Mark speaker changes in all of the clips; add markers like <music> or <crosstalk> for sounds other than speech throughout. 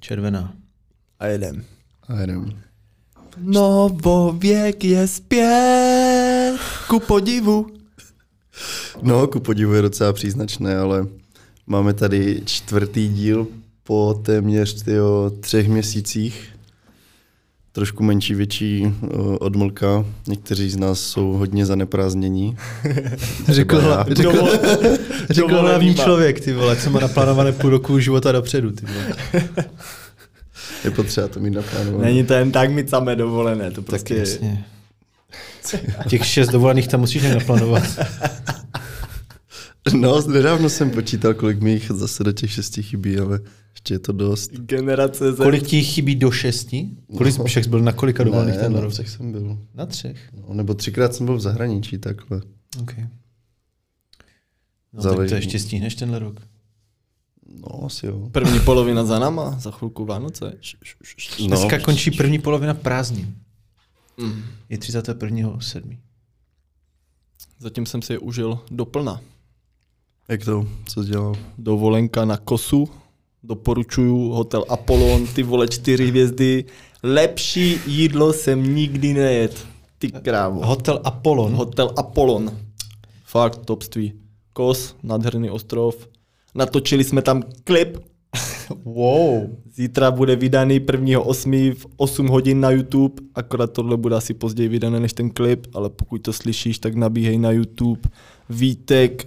Speaker 1: Červená.
Speaker 2: A jedem.
Speaker 3: A jenom.
Speaker 2: Novověk je zpět, ku podivu.
Speaker 3: No, ku podivu je docela příznačné, ale máme tady čtvrtý díl po téměř tyjo, třech měsících. Trošku menší, větší o, odmlka. Někteří z nás jsou hodně
Speaker 2: <laughs>
Speaker 3: zaneprázdnění.
Speaker 1: Řekl,
Speaker 3: Třeba já.
Speaker 1: hla- řekl, řekl
Speaker 2: dovolený
Speaker 1: hlavní
Speaker 2: má.
Speaker 1: člověk, ty vole, co má naplánované půl roku života dopředu, ty vole.
Speaker 3: Je potřeba to mít naplánované.
Speaker 2: Není to jen tak, my samé dovolené, to prostě...
Speaker 1: Jasně. Těch šest dovolených tam musíš nějak naplánovat.
Speaker 3: <laughs> No, nedávno jsem počítal, kolik mi jich zase do těch šesti chybí, ale ještě je to dost.
Speaker 2: Generace Z.
Speaker 1: Kolik ti chybí do šesti? Kolik no. však byl na kolika dovolených
Speaker 3: Ne,
Speaker 1: ten
Speaker 3: na
Speaker 1: rok?
Speaker 3: třech jsem byl.
Speaker 1: Na třech.
Speaker 3: No, nebo třikrát jsem byl v zahraničí takhle.
Speaker 1: Okay. No tak
Speaker 3: Záleží.
Speaker 1: to ještě stihneš tenhle rok.
Speaker 3: No, asi jo.
Speaker 2: První polovina za náma, za chvilku Vánoce. Š, š, š, š.
Speaker 1: No. Dneska končí první polovina prázdnin.
Speaker 2: Mm.
Speaker 1: Je 31. 7.
Speaker 2: Zatím jsem si je užil doplna.
Speaker 3: Jak to? Co jsi dělal?
Speaker 2: Dovolenka na Kosu, doporučuju hotel Apollon, ty vole čtyři hvězdy. Lepší jídlo jsem nikdy nejet. Ty krávo.
Speaker 1: Hotel Apollon.
Speaker 2: Hotel Apollon. Fakt topství. Kos, nádherný ostrov. Natočili jsme tam <laughs> klip.
Speaker 1: Wow.
Speaker 2: Zítra bude vydaný 1.8. v 8 hodin na YouTube. Akorát tohle bude asi později vydané než ten klip, ale pokud to slyšíš, tak nabíhej na YouTube. Vítek,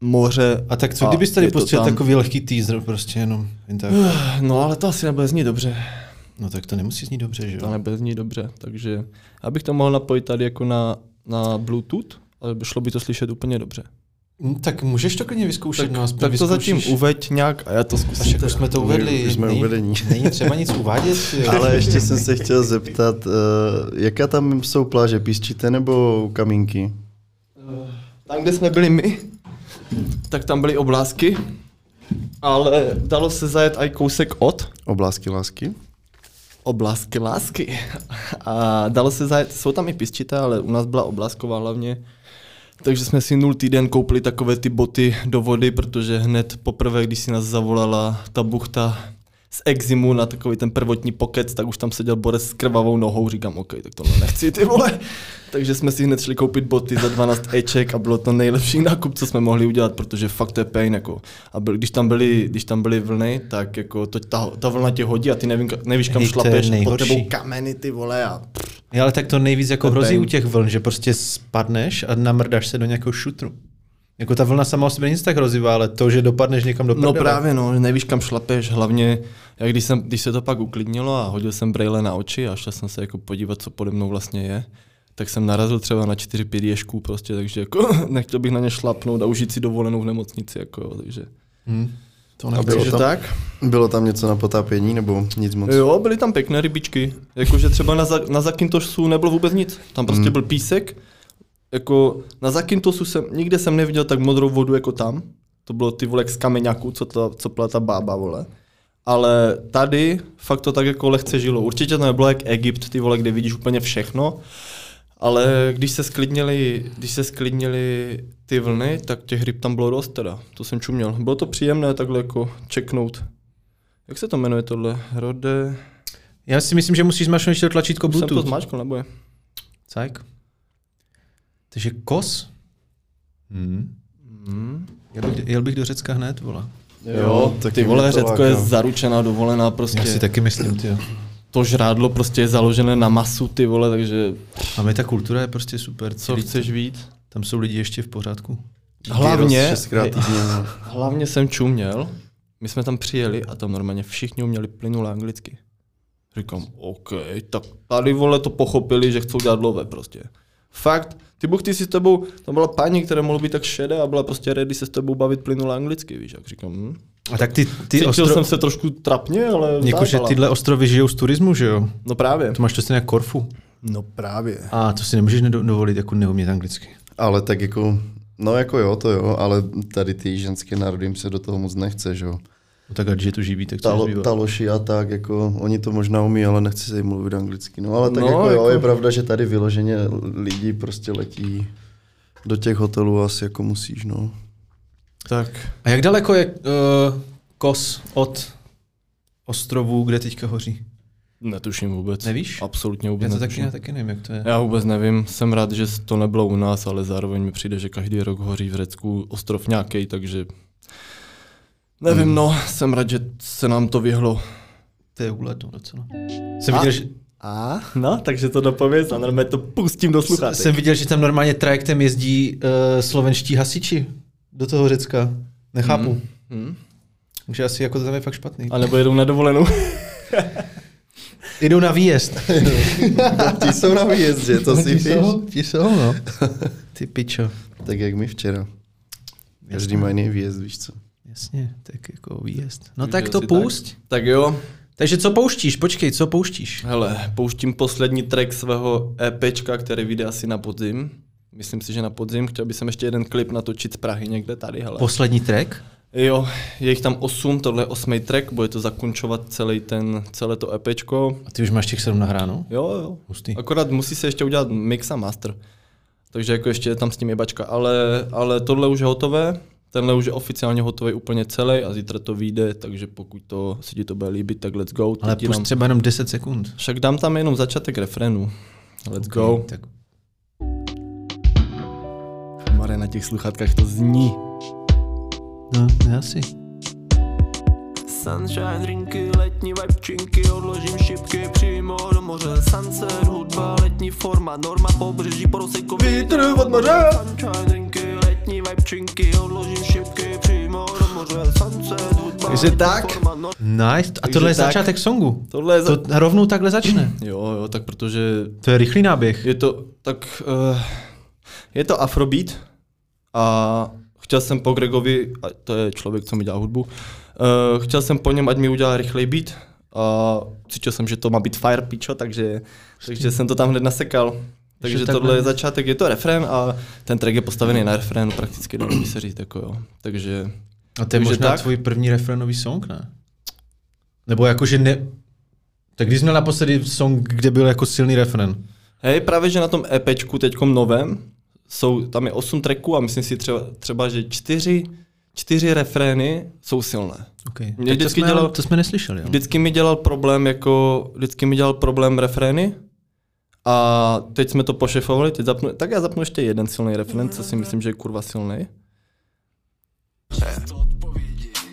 Speaker 2: moře.
Speaker 1: A tak co, kdybys tady
Speaker 2: je to
Speaker 1: pustil
Speaker 2: tam.
Speaker 1: takový lehký teaser, prostě jenom jen tak.
Speaker 2: No ale to asi nebude znít dobře.
Speaker 1: No tak to nemusí znít dobře, že
Speaker 2: To
Speaker 1: jo?
Speaker 2: nebude znít dobře, takže abych to mohl napojit tady jako na, na Bluetooth, ale by šlo by to slyšet úplně dobře.
Speaker 1: Hm, Tak můžeš to klidně vyzkoušet,
Speaker 2: Tak,
Speaker 1: no aspoň
Speaker 2: tak to
Speaker 1: vyzkoušíš.
Speaker 2: zatím uveď nějak a já to zkusím.
Speaker 1: Však už jsme to
Speaker 3: My
Speaker 1: uvedli.
Speaker 3: už jsme
Speaker 1: není,
Speaker 3: uvedení.
Speaker 1: Není třeba nic uvádět. jo.
Speaker 3: Ale ještě jsem se chtěl zeptat, eh, jaká tam jsou pláže, písčité nebo kamínky?
Speaker 2: Tam, kde jsme byli my, tak tam byly oblásky, ale dalo se zajet i kousek od
Speaker 3: Oblásky lásky?
Speaker 2: oblásky lásky. A dalo se zajet, jsou tam i pisčité, ale u nás byla oblásková hlavně. Takže jsme si nul týden koupili takové ty boty do vody, protože hned poprvé, když si nás zavolala ta buchta z Eximu na takový ten prvotní pokec, tak už tam seděl Borec s krvavou nohou, říkám, OK, tak tohle nechci, ty vole. <laughs> Takže jsme si hned šli koupit boty za 12 Eček a bylo to nejlepší nákup, co jsme mohli udělat, protože fakt to je pain, jako. A byl, když, tam byly, když tam byly vlny, tak jako to, ta, ta vlna tě hodí a ty nevím, ka- nevíš, kam
Speaker 1: Hej, to je
Speaker 2: šlapeš, a pod
Speaker 1: nejhorší.
Speaker 2: tebou kameny, ty vole, a
Speaker 1: Jo, ale tak to nejvíc jako
Speaker 2: To
Speaker 1: hrozí
Speaker 2: bang.
Speaker 1: u těch vln, že prostě spadneš a namrdáš se do nějakého šutru. Jako ta vlna sama o sobě nic tak hrozivá, ale to, že dopadneš někam do
Speaker 2: No
Speaker 1: prdele.
Speaker 2: právě, no, nevíš kam šlapeš, hlavně, jak když, jsem, když se to pak uklidnilo a hodil jsem brejle na oči a šel jsem se jako podívat, co pode mnou vlastně je, tak jsem narazil třeba na čtyři pět ježků prostě, takže jako <laughs> nechtěl bych na ně šlapnout a užít si dovolenou v nemocnici, jako jo, takže.
Speaker 1: Hm. To
Speaker 3: A bylo
Speaker 2: takže
Speaker 3: tam,
Speaker 2: tak?
Speaker 3: bylo tam něco na potápění nebo nic moc?
Speaker 2: Jo, byly tam pěkné rybičky, jakože třeba na, za, na Zakintošu nebylo vůbec nic, tam prostě byl písek, jako na Zakintosu jsem, nikde jsem neviděl tak modrou vodu jako tam. To bylo ty vole jak z kameňáku, co, ta, co pla ta bába, vole. Ale tady fakt to tak jako lehce žilo. Určitě to nebylo jak Egypt, ty vole, kde vidíš úplně všechno. Ale když se sklidnili, když se sklidnili ty vlny, tak těch ryb tam bylo dost teda. To jsem čuměl. Bylo to příjemné takhle jako čeknout. Jak se to jmenuje tohle? Rode...
Speaker 1: Já si myslím, že musíš zmačknout ještě to tlačítko
Speaker 2: Už jsem to
Speaker 1: Bluetooth.
Speaker 2: zmáčkl, nebo je?
Speaker 1: Cajk. Takže kos? Hmm. Jel, bych, jel bych do Řecka hned, vole.
Speaker 3: tak
Speaker 2: ty
Speaker 3: je
Speaker 2: vole,
Speaker 3: mi to
Speaker 2: Řecko
Speaker 3: láká.
Speaker 2: je zaručená dovolená prostě.
Speaker 1: Já si taky myslím, ty.
Speaker 2: to žrádlo prostě je založené na masu, ty vole, takže
Speaker 1: A my ta kultura je prostě super.
Speaker 2: co
Speaker 1: Celý,
Speaker 2: chceš víc?
Speaker 1: tam jsou lidi ještě v pořádku.
Speaker 3: Gyros
Speaker 2: Hlavně-
Speaker 3: šestkrát týdně, no.
Speaker 2: Hlavně jsem čuměl, my jsme tam přijeli a tam normálně všichni uměli plynule anglicky. Říkám, OK, tak tady vole to pochopili, že chcou dělat love prostě. Fakt, ty buchty si s tebou, tam byla paní, která mohla být tak šedá a byla prostě ready se s tebou bavit plynule anglicky, víš, jak říkám, hm.
Speaker 1: A tak ty, ty
Speaker 2: Cítil
Speaker 1: ostro...
Speaker 2: jsem se trošku trapně, ale...
Speaker 1: Jakože
Speaker 2: dávala.
Speaker 1: tyhle ostrovy žijou z turismu, že jo?
Speaker 2: No právě.
Speaker 1: To máš to stejně jako Korfu.
Speaker 2: No právě.
Speaker 1: A to si nemůžeš nedo- dovolit, jako neumět anglicky.
Speaker 3: Ale tak jako, no jako jo, to jo, ale tady ty ženské národy jim se do toho moc nechce, že jo.
Speaker 1: No tak ať je tu živí, tak
Speaker 3: Ta,
Speaker 1: to
Speaker 3: lo,
Speaker 1: zbývá.
Speaker 3: ta loši a tak, jako oni to možná umí, ale nechci se jim mluvit anglicky. No ale tak no,
Speaker 2: No,
Speaker 3: jako,
Speaker 2: jako-
Speaker 3: jo, je pravda, že tady vyloženě lidi prostě letí do těch hotelů asi jako musíš, no.
Speaker 2: Tak.
Speaker 1: A jak daleko je uh, kos eh, od ostrovů, kde teďka hoří.
Speaker 2: Netuším vůbec.
Speaker 1: Nevíš?
Speaker 2: Absolutně vůbec
Speaker 1: Já to taky,
Speaker 2: netuším.
Speaker 1: já taky nevím, jak to je.
Speaker 2: Já vůbec nevím, jsem rád, že to nebylo u nás, ale zároveň mi přijde, že každý rok hoří v Řecku ostrov nějaký, takže nevím, hmm. no, jsem rád, že se nám to vyhlo.
Speaker 1: To je úhledno docela. Jsem viděl, že,
Speaker 2: A? No, takže to dopověz a normálně to pustím do sluchátek.
Speaker 1: jsem viděl, že tam normálně trajektem jezdí uh, slovenští hasiči do toho Řecka. Nechápu. Hmm.
Speaker 2: Hmm.
Speaker 1: Takže asi jako to tam je fakt špatný.
Speaker 2: A nebo jedou na dovolenou.
Speaker 1: Jdou na
Speaker 2: <laughs>
Speaker 1: výjezd.
Speaker 3: Ti jsou na výjezdě, to si víš.
Speaker 1: Ti jsou, no. <laughs> Ty pičo.
Speaker 3: Tak jak my včera. Každý má jiný výjezd, víš co.
Speaker 1: Jasně, tak jako výjezd. No
Speaker 2: Takže
Speaker 1: tak to
Speaker 2: asi
Speaker 1: pusť.
Speaker 2: Tak. <laughs> tak jo,
Speaker 1: Takže co pouštíš? Počkej, co pouštíš?
Speaker 2: hele, pouštím poslední track svého EPčka, který vyjde asi na podzim. Myslím si, že na podzim. Chtěl bych ještě jeden klip natočit z Prahy někde tady, hele.
Speaker 1: Poslední track?
Speaker 2: Jo, je jich tam osm, tohle je osmý track, bude to zakončovat celý ten, celé to EPčko.
Speaker 1: A ty už máš těch sedm nahráno?
Speaker 2: Jo, jo.
Speaker 1: Hustý.
Speaker 2: Akorát musí se ještě udělat mix a master. Takže jako ještě je tam s tím jebačka, ale, ale tohle už je hotové, tenhle už je oficiálně hotový úplně celý a zítra to vyjde, takže pokud to se ti to bude líbit, tak let's go.
Speaker 1: Ale
Speaker 2: Teď
Speaker 1: pusť
Speaker 2: dám-
Speaker 1: třeba jenom 10 sekund.
Speaker 2: Však dám tam jenom začátek refrénu. Let's go.
Speaker 1: Tak
Speaker 2: Mare, na těch sluchátkách to zní.
Speaker 1: No, ne asi.
Speaker 4: Sunshine, drinky, letní vibečinky, odložím šipky, přímo do moře. Sunset, hudba, letní forma, norma, pobřeží, porosejko, vítr od moře. Sunshine, drinky, letní vibečinky, odložím šipky, přímo do moře. Sunset, hudba,
Speaker 2: Takže
Speaker 4: letní
Speaker 2: tak.
Speaker 4: forma, norma,
Speaker 1: Nice. A tohle je
Speaker 2: tak.
Speaker 1: začátek songu.
Speaker 2: Tohle je za...
Speaker 1: To rovnou takhle začne.
Speaker 2: Jo, jo, tak protože
Speaker 1: <clears throat> To je rychlý náběh.
Speaker 2: Je to tak... Uh, je to afrobeat a chtěl jsem po Gregovi, a to je člověk, co mi dělá hudbu, uh, chtěl jsem po něm, ať mi udělá rychlej beat a cítil jsem, že to má být fire pičo, takže, takže jsem to tam hned nasekal. Takže
Speaker 1: takhle.
Speaker 2: tohle je začátek, je to refrén a ten track je postavený na refrénu prakticky, dalo by se říct, jako jo. Takže
Speaker 1: A to je
Speaker 2: Takže
Speaker 1: možná
Speaker 2: tak.
Speaker 1: tvůj první refrénový song, ne? Nebo jakože ne... Tak když jsi měl naposledy song, kde byl jako silný refren?
Speaker 2: Hej, právě že na tom EPčku teďkom novém, jsou, tam je 8 tracků a myslím si třeba, třeba že čtyři, čtyři refrény jsou silné.
Speaker 1: Okay.
Speaker 2: Mě
Speaker 1: to,
Speaker 2: vždycky
Speaker 1: jsme,
Speaker 2: dělal-
Speaker 1: to jsme neslyšeli, jo?
Speaker 2: Vždycky mi dělal problém jako, vždycky mi dělal problém refrény a teď jsme to pošefovali, teď zapnu, tak já zapnu ještě jeden silný refrén, co si myslím, že je kurva silný.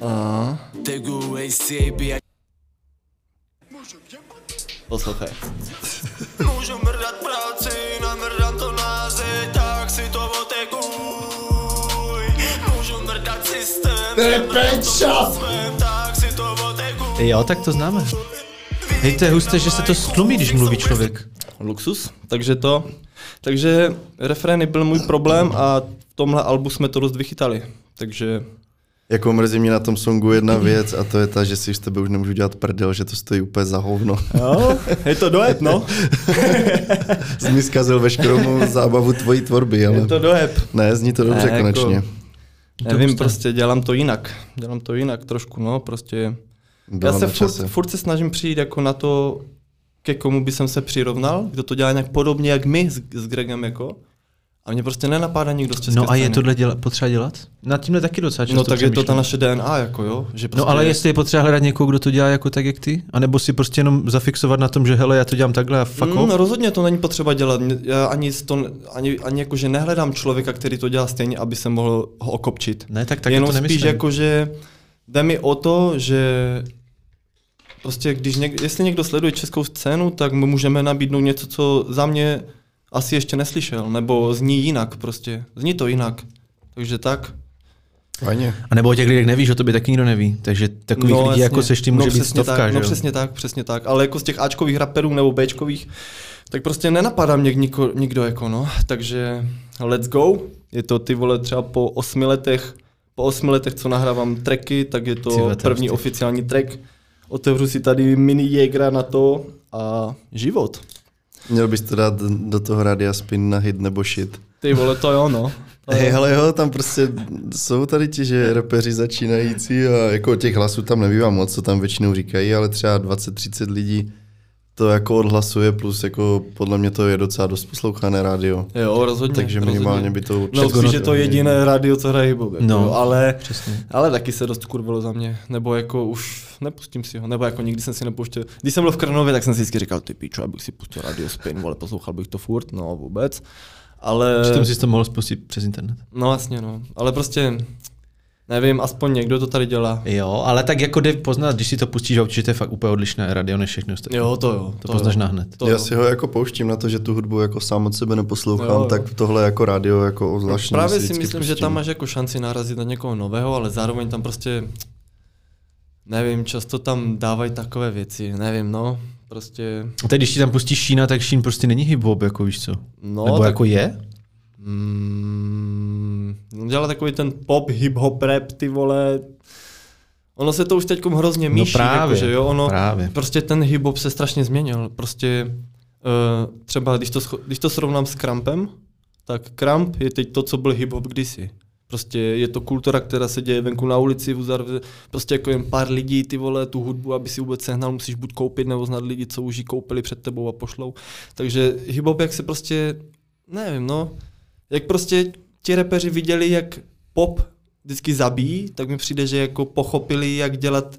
Speaker 2: A... Poslouchej.
Speaker 4: Můžu mrdat práci, namrdám to názy, tak si to oteguj. Můžu mrdat systém, namrdám to systém, tak si to oteguj.
Speaker 1: Jo, tak to známe. Hej, to je husté, že se to stlumí, když mluví člověk.
Speaker 2: Luxus, takže to. Takže refrény byl můj problém a v tomhle albu jsme to dost vychytali. Takže
Speaker 3: Jako mrzí mě na tom songu jedna věc a to je ta, že si z tebe už nemůžu dělat prdel, že to stojí úplně za hovno. <laughs>
Speaker 2: jo, <laughs> je to doheb, no.
Speaker 3: Jsi mi zkazil veškerou mou zábavu tvojí tvorby, ale...
Speaker 2: Je to doheb.
Speaker 3: Ne, zní to dobře
Speaker 2: Ne, jako-
Speaker 3: konečně.
Speaker 2: Nevím,
Speaker 1: husté.
Speaker 2: prostě dělám to jinak. Dělám to jinak trošku, no, prostě.
Speaker 3: Bylo
Speaker 2: Já se
Speaker 3: na čase.
Speaker 2: furt, furt se snažím přijít jako na to, ke komu by jsem se přirovnal, kdo to dělá nějak podobně jak my s, s Gregem, jako. A mě prostě nenapadá nikdo z české
Speaker 1: No a je
Speaker 2: scény.
Speaker 1: tohle děla, potřeba dělat? Nad tímhle taky docela často
Speaker 2: No tak je to ta
Speaker 1: přemýšlím.
Speaker 2: naše DNA, jako jo. Že prostě
Speaker 1: No ale jestli je potřeba hledat někoho, kdo to dělá jako tak, jak ty? A nebo si prostě jenom zafixovat na tom, že hele, já to dělám takhle a fuck
Speaker 2: Mm,
Speaker 1: off?
Speaker 2: rozhodně to není potřeba dělat. Mě- Já ani, s to, ani, ani jako, že nehledám člověka, který to dělá stejně, aby se mohl ho okopčit.
Speaker 1: Ne, tak taky
Speaker 2: Jenom
Speaker 1: to nemyslím.
Speaker 2: spíš jako, že jde mi o to, že prostě když něk, jestli někdo sleduje českou scénu, tak mu můžeme nabídnout něco, co za mě asi ještě neslyšel, nebo zní jinak prostě. Zní to jinak. Takže tak.
Speaker 3: Fajně.
Speaker 1: A nebo o těch lidech nevíš, o tobě taky nikdo neví. Takže takových lidí jako seš ty může být
Speaker 2: přesně
Speaker 1: stovka,
Speaker 2: tak,
Speaker 1: že
Speaker 2: No
Speaker 1: jo?
Speaker 2: přesně tak, přesně tak. Ale jako z těch Ačkových raperů nebo Bčkových, tak prostě nenapadá mě niko, nikdo jako no. Takže let's go. Je to ty vole třeba po osmi letech, po osmi letech, co nahrávám tracky, tak je to
Speaker 1: Ty vole, to je
Speaker 2: první
Speaker 1: hustý.
Speaker 2: oficiální track. Otevřu si tady mini Jägra na to a život.
Speaker 3: Měl bys to dát do toho radia spin na hit nebo shit.
Speaker 2: Ty vole, to
Speaker 1: <laughs>
Speaker 2: jo, no. To
Speaker 3: Hej,
Speaker 2: jo.
Speaker 3: hele jo, tam prostě jsou tady ti, že repeři začínající a jako těch hlasů tam nebývá moc, co tam většinou říkají, ale třeba 20-30 lidí to jako odhlasuje, plus jako podle mě to je docela dost poslouchané rádio.
Speaker 2: Jo, rozhodně.
Speaker 3: Takže
Speaker 2: rozhodně.
Speaker 3: minimálně by to určitě...
Speaker 2: No, spíš, že to je jediné rádio, co hraje hip
Speaker 1: No.
Speaker 2: no. ale,
Speaker 1: Přesně.
Speaker 2: ale taky se dost kurvilo za mě. Nebo jako už nepustím si ho, nebo jako nikdy jsem si nepouštěl. Když jsem byl v Krnově, tak jsem si vždycky říkal, ty pičo, abych si pustil rádio Spin, ale poslouchal bych to furt, no vůbec. Ale...
Speaker 1: Přitom jsi to mohl spustit přes internet.
Speaker 2: No jasně, no. Ale prostě, nevím, aspoň někdo to tady dělá.
Speaker 1: Jo, ale tak jako jde poznat, když si to pustíš, a určitě to je fakt úplně odlišné radio než všechny ostatní.
Speaker 2: Jo, to jo.
Speaker 1: To poznáš
Speaker 2: jo.
Speaker 1: nahned.
Speaker 2: To
Speaker 3: Já
Speaker 2: jo.
Speaker 3: si ho jako pouštím na to, že tu hudbu jako sám od sebe neposlouchám,
Speaker 2: Jo, jo.
Speaker 3: tak tohle jako rádio jako ozvláštní.
Speaker 2: Právě si
Speaker 3: vždycky
Speaker 2: myslím, že
Speaker 3: pustím.
Speaker 2: tam máš jako šanci narazit na někoho nového, ale zároveň tam prostě, nevím, často tam dávají takové věci, nevím, no, prostě,
Speaker 1: A teď, když ti tam pustíš Šína, tak Šín prostě není hip-hop, jako víš co.
Speaker 2: no,
Speaker 1: Nebo
Speaker 2: tak,
Speaker 1: jako je?
Speaker 2: mm, on dělá takový ten pop, hip-hop, rap, ty vole, ono se to už teď hrozně
Speaker 1: No
Speaker 2: míší,
Speaker 1: právě,
Speaker 2: jako, že jo, ono,
Speaker 1: právě.
Speaker 2: prostě ten hip-hop se strašně změnil, prostě, uh, třeba když to, scho- když to srovnám s Krampem, tak Kramp je teď to, co byl hip-hop kdysi. Prostě je to kultura, která se děje venku na ulici, v uzarvě, prostě jako jen pár lidí, ty vole, tu hudbu, aby si vůbec sehnal, musíš buď koupit, nebo znát lidi, co už ji koupili před tebou a pošlou. Takže hip-hop, jak se prostě, nevím, no, jak prostě ti repeři viděli, jak pop vždycky zabíjí, tak mi přijde, že jako pochopili, jak dělat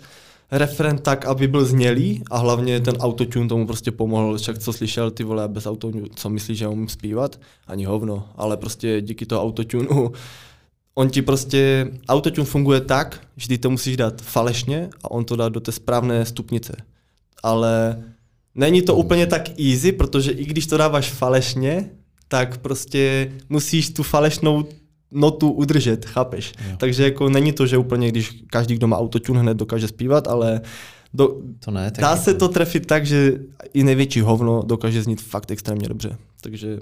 Speaker 2: refren tak, aby byl znělý a hlavně ten autotune tomu prostě pomohl, však co slyšel ty vole bez autotune, co myslíš, že umím zpívat? Ani hovno, ale prostě díky toho autotuneu <laughs> on ti prostě, autotune funguje tak, že ty to musíš dát falešně a on to dá do té správné stupnice. Ale není to úplně tak easy, protože i když to dáváš falešně, tak prostě musíš tu falešnou notu udržet, chápeš?
Speaker 1: Jo.
Speaker 2: Jo. Takže jako není to, že úplně, když každý, kdo má autotune, hned dokáže zpívat, ale do,
Speaker 1: To ne. Tak jako-
Speaker 2: dá se to trefit tak, že i největší hovno dokáže znít fakt extrémně dobře. Takže,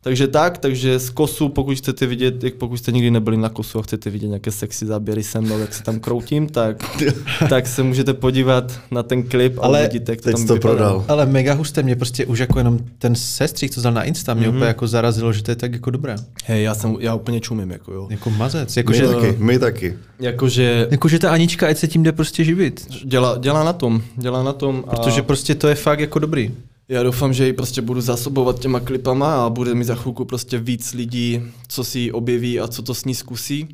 Speaker 2: takže tak, takže z kosu, pokud chcete vidět, jak pokud jste nikdy nebyli na kosu a chcete vidět nějaké sexy záběry se mnou, jak se tam
Speaker 3: <laughs>
Speaker 2: kroutím, tak, tak se můžete podívat na ten klip a
Speaker 1: Ale
Speaker 2: Ale uvidíte, jak to
Speaker 3: teď
Speaker 2: tam
Speaker 3: to
Speaker 2: vypadá.
Speaker 3: prodal.
Speaker 1: Ale mega husté mě prostě už jako jenom ten sestřík, co dal na Insta,
Speaker 2: Mhm.
Speaker 1: mě mm-hmm. úplně jako zarazilo, že to je tak jako dobré.
Speaker 2: Hej, já, jsem, já úplně čumím, jako jo.
Speaker 1: Jako mazec. Jako,
Speaker 3: My
Speaker 1: že,
Speaker 3: taky, my taky.
Speaker 2: Jakože
Speaker 1: jako, že ta Anička, ať se tím jde prostě živit.
Speaker 2: dělá, dělá na tom, dělá na tom. A...
Speaker 1: Protože prostě to je fakt jako dobrý.
Speaker 2: Já doufám, že ji prostě budu zásobovat těma klipama a bude mi za chvilku prostě víc lidí, co si ji objeví a co to s ní zkusí.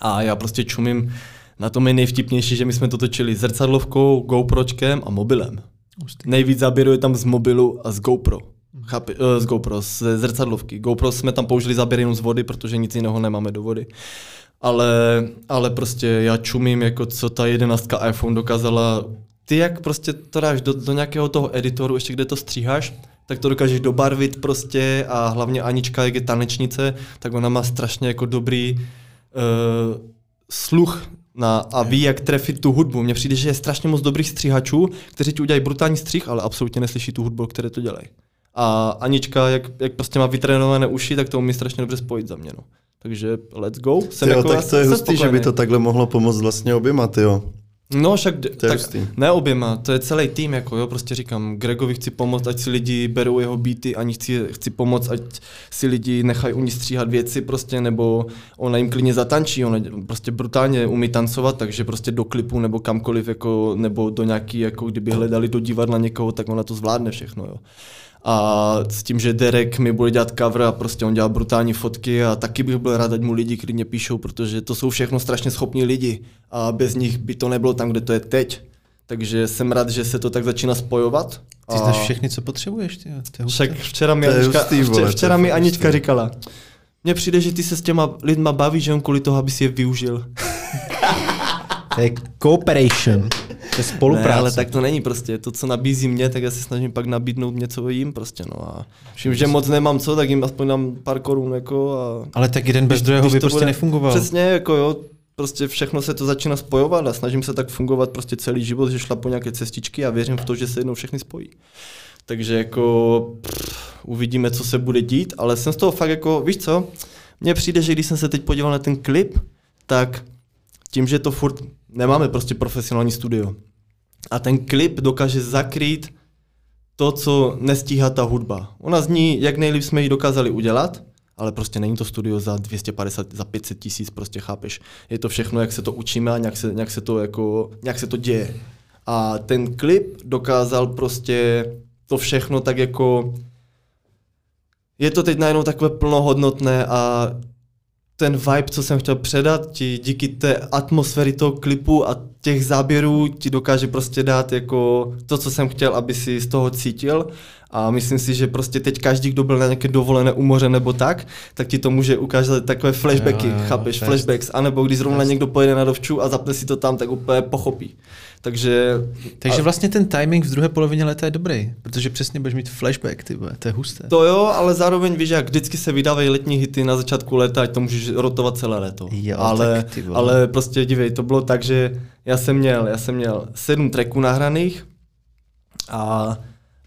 Speaker 2: A já prostě čumím, na tom je nejvtipnější, že my jsme to točili zrcadlovkou, GoPročkem a mobilem.
Speaker 1: Hustý.
Speaker 2: Nejvíc záběru je tam z mobilu a z GoPro. Chápi, eh, z GoPro, z zrcadlovky. GoPro jsme tam použili záběr jenom z vody, protože nic jiného nemáme do vody. Ale, ale prostě já čumím, jako co ta jedenáctka iPhone dokázala. Ty jak prostě to dáš do, do nějakého toho editoru, ještě kde to stříháš, tak to dokážeš dobarvit prostě a hlavně Anička, jak je tanečnice, tak ona má strašně jako dobrý uh, sluch na, a ví, jak trefit tu hudbu. Mně přijde, že je strašně moc dobrých stříhačů, kteří ti udělají brutální střih, ale absolutně neslyší tu hudbu, které to dělají. A Anička, jak, jak prostě má vytrénované uši, tak to umí strašně dobře spojit za mě. No. Takže let's go. Jsem
Speaker 3: Tyjo,
Speaker 2: jako
Speaker 3: tak
Speaker 2: já
Speaker 3: to je
Speaker 2: jsem
Speaker 3: hustý, že by
Speaker 2: spokojený.
Speaker 3: to takhle mohlo pomoct vlastně oběma, tyjo.
Speaker 2: No, však d-
Speaker 3: To je
Speaker 2: tak
Speaker 3: hustý.
Speaker 2: ne oběma, to je celý tým, jako jo, prostě říkám, Gregovi chci pomoct, ať si lidi berou jeho beaty, ani chci, chci pomoct, ať si lidi nechají u ní stříhat věci prostě, nebo ona jim klidně zatančí, ona dě- prostě brutálně umí tancovat, takže prostě do klipu nebo kamkoliv, jako, nebo do nějaký, jako kdyby hledali do divadla někoho, tak ona to zvládne všechno, jo. A s tím, že Derek mi bude dělat cover a prostě on dělá brutální fotky a taky bych byl rád, ať mu lidi klidně píšou, protože to jsou všechno strašně schopní lidi a bez nich by to nebylo tam, kde to je teď. Takže jsem rád, že se to tak začíná spojovat.
Speaker 1: Ty
Speaker 2: a-
Speaker 1: znáš všechny, co potřebuješ. Ty, jo, to je husté.
Speaker 2: však včera mi
Speaker 3: To je
Speaker 2: Anička,
Speaker 3: hustý, vole, to
Speaker 2: včera,
Speaker 3: je
Speaker 2: včera mi
Speaker 3: fakt
Speaker 2: Anička
Speaker 3: hustý.
Speaker 2: říkala, mně přijde, že ty se s těma lidma bavíš jen kvůli toho, aby si je využil.
Speaker 1: To je cooperation. To je spolupráce.
Speaker 2: Ne, ale tak to není prostě. To, co nabízí mě, tak já se snažím pak nabídnout něco jim prostě. No a všim, že moc nemám co, tak jim aspoň dám pár korun jako a...
Speaker 1: ale tak jeden bez druhého
Speaker 2: Když
Speaker 1: by
Speaker 2: to
Speaker 1: prostě
Speaker 2: bude-
Speaker 1: nefungoval.
Speaker 2: Přesně, jako jo, prostě všechno se to začíná spojovat a snažím se tak fungovat prostě celý život, že šla po nějaké cestičky a věřím v to, že se jednou všechny spojí. Takže jako pff, uvidíme, co se bude dít, ale jsem z toho fakt jako, víš co, mně přijde, že když jsem se teď podíval na ten klip, tak tím, že to furt nemáme prostě profesionální studio a ten klip dokáže zakrýt to, co nestíhá ta hudba. Ona zní, jak nejlíp jsme ji dokázali udělat, ale prostě není to studio za 250, za 500 tisíc, prostě chápeš. Je to všechno, jak se to učíme a nějak se, nějak se to jako, nějak se to děje. A ten klip dokázal prostě to všechno tak jako... Je to teď najednou takové plnohodnotné a ten vibe, co jsem chtěl předat, ti díky té atmosféry toho klipu a těch záběrů ti dokáže prostě dát jako to, co jsem chtěl, aby si z toho cítil. A myslím si, že prostě teď každý, kdo byl na nějaké dovolené u moře nebo tak, tak ti to může ukázat takové flashbacky,
Speaker 1: Jo,
Speaker 2: jo,
Speaker 1: jo,
Speaker 2: jo, chápeš,
Speaker 1: fest.
Speaker 2: flashbacks. A nebo když zrovna někdo pojede na dovču a zapne si to tam, tak úplně pochopí. Takže
Speaker 1: Takže vlastně ten timing v druhé polovině léta je dobrý, protože přesně budeš mít flashback, ty vole, to je husté.
Speaker 2: to jo, ale zároveň víš, jak vždycky se vydávají letní hity na začátku léta, ať to můžeš rotovat celé léto.
Speaker 1: Jo,
Speaker 2: ale,
Speaker 1: tak ty vole.
Speaker 2: ale prostě dívej, to bylo tak, že já jsem měl, já jsem měl sedm tracků nahraných a,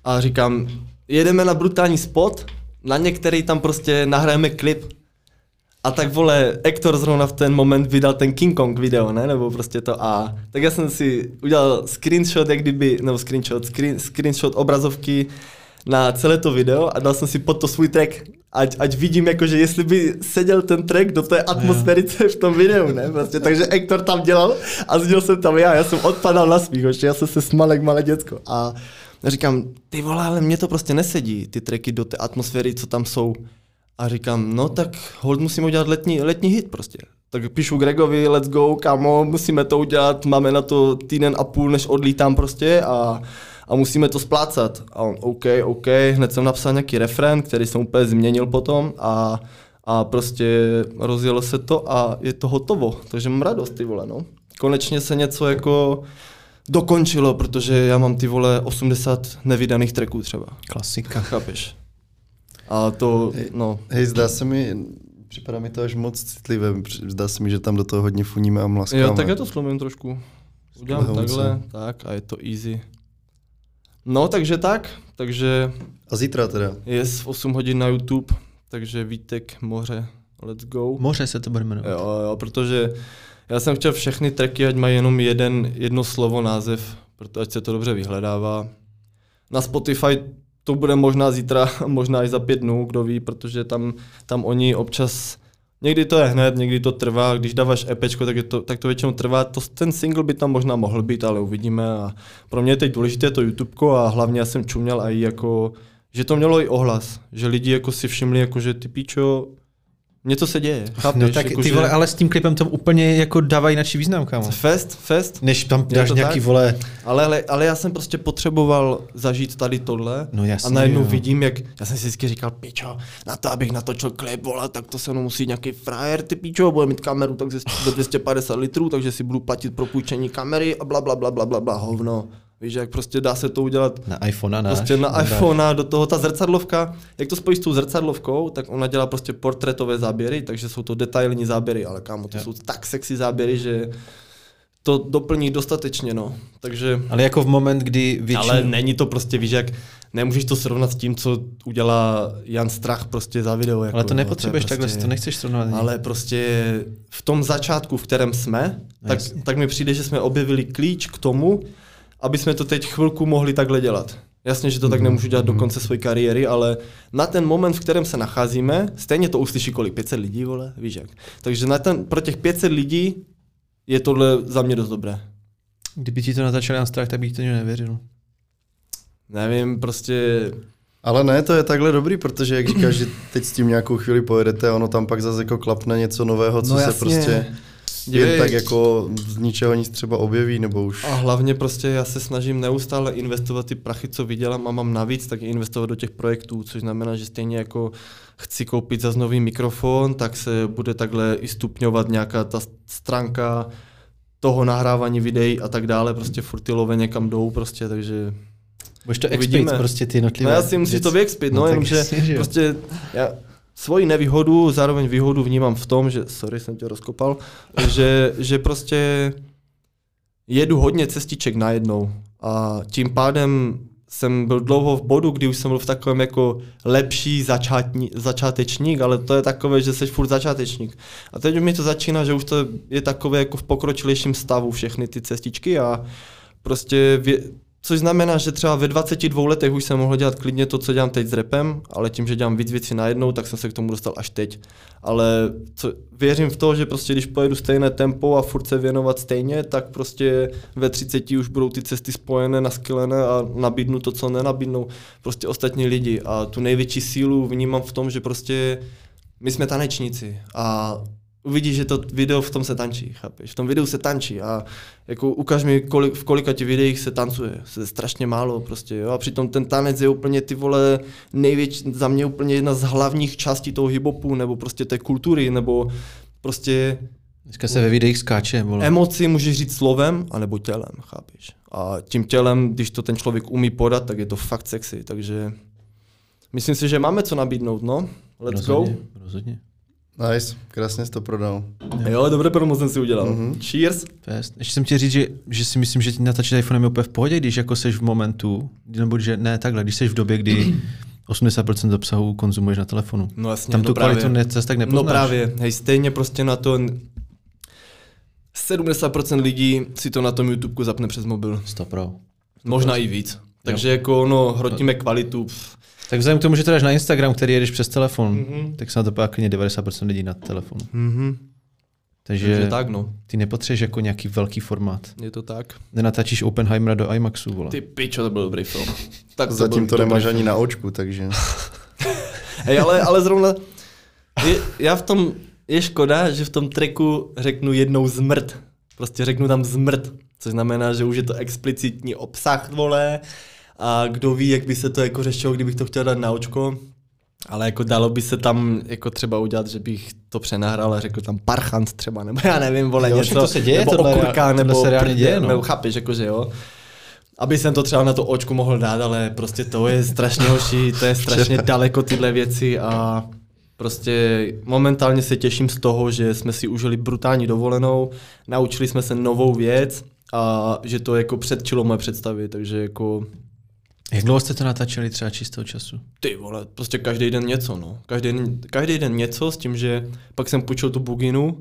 Speaker 2: a říkám, jedeme na brutální spot, na některý tam prostě nahrajeme klip. A tak vole, Ektor zrovna v ten moment vydal ten King Kong video, ne? Nebo prostě to a... Tak já jsem si udělal screenshot, jak kdyby, nebo screenshot, screen, screenshot obrazovky na celé to video a dal jsem si pod to svůj track. Ať, ať vidím, jakože jestli by seděl ten track do té atmosféry, co je v tom videu, ne? Prostě, takže Ektor tam dělal a zděl jsem tam já, já jsem odpadal na smích, ještě já jsem se smal jak malé děcko. A říkám, ty vole, ale mě to prostě nesedí, ty tracky do té atmosféry, co tam jsou. A říkám, no tak hold musím udělat letní, letní hit prostě. Tak píšu Gregovi, let's go, kamo, musíme to udělat, máme na to týden a půl, než odlítám prostě a, a musíme to splácat. A on, OK, OK, hned jsem napsal nějaký refrén, který jsem úplně změnil potom a, a prostě rozjelo se to a je to hotovo, takže mám radost, ty vole, no. Konečně se něco jako dokončilo, protože já mám ty vole 80 nevydaných tracků třeba.
Speaker 1: Klasika.
Speaker 2: Chápeš? A to, no,
Speaker 3: Hej, zdá se mi, připadá mi to až moc citlivé, při- zdá se mi, že tam do toho hodně funíme a mlaskáme.
Speaker 2: Jo, tak já to slomím trošku. Udělám
Speaker 3: Sklehonce.
Speaker 2: takhle, tak a je to easy. No, takže tak, takže
Speaker 3: A zítra teda.
Speaker 2: je z 8 hodin na YouTube, takže Vítek, moře, let's go.
Speaker 1: Moře se to bude jmenovat.
Speaker 2: Jo, jo, protože já jsem chtěl všechny tracky, ať mají jenom jeden, jedno slovo název, protože ať se to dobře vyhledává. Na Spotify to bude možná zítra, <laughs> možná i za pět dnů, kdo ví, protože tam, tam oni občas, někdy to je hned, někdy to trvá, když dáváš epečko, tak, je to, tak to většinou trvá, to, ten single by tam možná mohl být, ale uvidíme a pro mě je teď důležité to YouTubeko a hlavně já jsem čuměl i jako, že to mělo i ohlas, že lidi jako si všimli, jako že ty píčo, něco se děje, chápeš?
Speaker 1: No tak
Speaker 2: jako,
Speaker 1: ty
Speaker 2: že-
Speaker 1: vole, ale s tím klipem to úplně jako dávají jináčí význam, kámo.
Speaker 2: Fest, fest.
Speaker 1: Než tam
Speaker 2: Je
Speaker 1: dáš
Speaker 2: to
Speaker 1: nějaký
Speaker 2: tak?
Speaker 1: vole,
Speaker 2: Ale, ale, ale já jsem prostě potřeboval zažít tady tohle.
Speaker 1: No jasně,
Speaker 2: a najednou
Speaker 1: jo.
Speaker 2: vidím, jak. Já jsem si vždycky říkal, pičo, na to, abych natočil klip, vole, tak to se mnou musí nějaký frajer, ty pičo, bude mít kameru tak ze do 250 litrů, takže si budu platit pro půjčení kamery a bla, bla, bla, bla, bla, bla, hovno. Víš, jak prostě dá se to udělat
Speaker 1: na iPhone a náš.
Speaker 2: Prostě na
Speaker 1: Dobrá.
Speaker 2: iPhone a do toho ta zrcadlovka, jak to spojíš s tou zrcadlovkou, tak ona dělá prostě portrétové záběry, takže jsou to detailní záběry, ale kámo, to jsou tak sexy záběry, že to doplní dostatečně, no. Takže,
Speaker 1: Ale jako v moment, kdy většinou...
Speaker 2: ale není to prostě, víš jak, nemůžeš to srovnat s tím, co udělá Jan Strach prostě za video. Jako,
Speaker 1: ale to
Speaker 2: jo, je prostě-
Speaker 1: nepotřebuješ takhle, to nechceš srovnat.
Speaker 2: ale prostě v tom začátku, v kterém jsme, tak,
Speaker 1: jasně.
Speaker 2: tak mi přijde, že jsme objevili klíč k tomu, aby jsme to teď chvilku mohli takhle dělat. Jasně, že to
Speaker 1: Mhm.
Speaker 2: tak nemůžu dělat do konce své kariéry, ale na ten moment, v kterém se nacházíme, stejně to uslyší kolik? 500 lidí, vole? Víš jak. Takže na ten, pro těch 500 lidí je tohle za mě dost dobré.
Speaker 1: Kdyby ti to natáčel Jan Strach, tak bych to nevěřil.
Speaker 2: Nevím, prostě...
Speaker 3: Ale ne, to je takhle dobrý, protože jak říkáš, že teď s tím nějakou chvíli pojedete a ono tam pak zase jako klapne něco nového, co
Speaker 2: No
Speaker 3: se
Speaker 2: jasně.
Speaker 3: prostě jen
Speaker 2: Dívej.
Speaker 3: tak jako z ničeho nic třeba objeví, nebo už...
Speaker 2: A hlavně prostě já se snažím neustále investovat ty prachy, co vydělám a mám navíc, tak je investovat do těch projektů, což znamená, že stejně jako chci koupit zase nový mikrofon, tak se bude takhle i stupňovat nějaká ta s- stránka toho nahrávání videí a tak dále, prostě furt ty love někam jdou prostě, takže...
Speaker 1: Budeš to
Speaker 2: Uvidíme.
Speaker 1: expit, prostě ty jednotlivé
Speaker 2: No já si musím
Speaker 1: věci.
Speaker 2: to vyexpit, no,
Speaker 1: No
Speaker 2: no
Speaker 1: tak
Speaker 2: jenomže
Speaker 1: jasně, že jo.
Speaker 2: prostě já svoji nevýhodu, zároveň výhodu vnímám v tom, že, sorry, jsem tě rozkopal, <laughs> že, že prostě jedu hodně cestiček najednou a tím pádem jsem byl dlouho v bodu, kdy už jsem byl v takovém jako lepší začátní, začátečník, ale to je takové, že jsi furt začátečník. A teď už mi to začíná, že už to je takové jako v pokročilejším stavu všechny ty cestičky a prostě vě- Což znamená, že třeba ve 22 letech už jsem mohl dělat klidně to, co dělám teď s repem, ale tím, že dělám víc věcí najednou, tak jsem se k tomu dostal až teď. Ale co, věřím v to, že prostě když pojedu stejné tempo a furt se věnovat stejně, tak prostě ve 30 už budou ty cesty spojené, naskylené a nabídnu to, co nenabídnou prostě ostatní lidi. A tu největší sílu vnímám v tom, že prostě my jsme tanečníci a uvidíš, že to video v tom se tančí, chápeš? V tom videu se tančí a jako ukaž mi, kolik, v kolika ti videích se tancuje. Se strašně málo prostě, jo? A přitom ten tanec je úplně ty vole největší, za mě úplně jedna z hlavních částí toho hiphopu, nebo prostě té kultury, nebo prostě
Speaker 1: Dneska se ve videích skáče, vole.
Speaker 2: Emoci můžeš říct slovem, anebo tělem, chápeš? A tím tělem, když to ten člověk umí podat, tak je to fakt sexy, takže myslím si, že máme co nabídnout, no. Let's
Speaker 1: rozhodně,
Speaker 2: go.
Speaker 1: Rozhodně.
Speaker 3: Nice, krásně jsi to prodal.
Speaker 2: Jo, dobré promo jsem si udělal. Mm-hmm. Cheers.
Speaker 1: To je jasný. Ještě jsem ti říct, že, že si myslím, že ti natáčet iPhone je úplně v pohodě, když jako seš v momentu, nebo že ne takhle, když seš v době,
Speaker 2: <clears throat>
Speaker 1: kdy 80% obsahu konzumuješ na telefonu.
Speaker 2: No jasně,
Speaker 1: Tam tu
Speaker 2: no právě.
Speaker 1: kvalitu ne, zase tak nepoznáš.
Speaker 2: No právě, hej, stejně prostě na to... 70% lidí si to na tom YouTubeku zapne přes mobil.
Speaker 1: 100 pro.
Speaker 2: Možná i víc. Takže jako ono, hrotíme kvalitu. Pff.
Speaker 1: Tak vzhledem k tomu, že to dáš na Instagram, který jedeš přes telefon,
Speaker 2: Mhm.
Speaker 1: mm-hmm. tak se na to pak 90% lidí na telefonu.
Speaker 2: Mm-hmm.
Speaker 1: Takže,
Speaker 2: Takže tak no,
Speaker 1: ty nepotřebuješ jako nějaký velký formát.
Speaker 2: je to tak.
Speaker 1: Nenatáčíš Oppenheimera do IMAXu, vole.
Speaker 2: Ty pičo, to byl dobrý film. tak
Speaker 3: Zatím
Speaker 2: byl
Speaker 3: to
Speaker 2: dobrý
Speaker 3: nemáš
Speaker 2: film.
Speaker 3: ani na očku, <laughs> takže...
Speaker 2: Hej, ale, ale zrovna, je, já v tom, je škoda, že v tom treku řeknu jednou zmrt. Prostě řeknu tam zmrt, což znamená, že už je to explicitní obsah, vole. A kdo ví, jak by se to jako řešilo, kdybych to chtěl dát na očko. Ale jako dalo by se tam jako třeba udělat, že bych to přenahrál a řekl tam parchant třeba, nebo já nevím, vole,
Speaker 1: Jo, však
Speaker 2: něco,
Speaker 1: to se děje,
Speaker 2: nebo
Speaker 1: tohle rea-
Speaker 2: okurka,
Speaker 1: tohle
Speaker 2: nebo
Speaker 1: se reálně
Speaker 2: prdě,
Speaker 1: děje, no.
Speaker 2: nebo chápeš, jako že jo. Aby jsem to třeba na to očku mohl dát, ale prostě to je strašně hoší, to je strašně daleko tyhle věci a prostě momentálně se těším z toho, že jsme si užili brutální dovolenou, naučili jsme se novou věc a že to jako předčilo moje představy, takže jako
Speaker 1: Jak dlouho jste to natáčeli třeba čistého času?
Speaker 2: ty vole, prostě každý den něco, no. Každý den, každý den něco s tím, že pak jsem půjčil tu buginu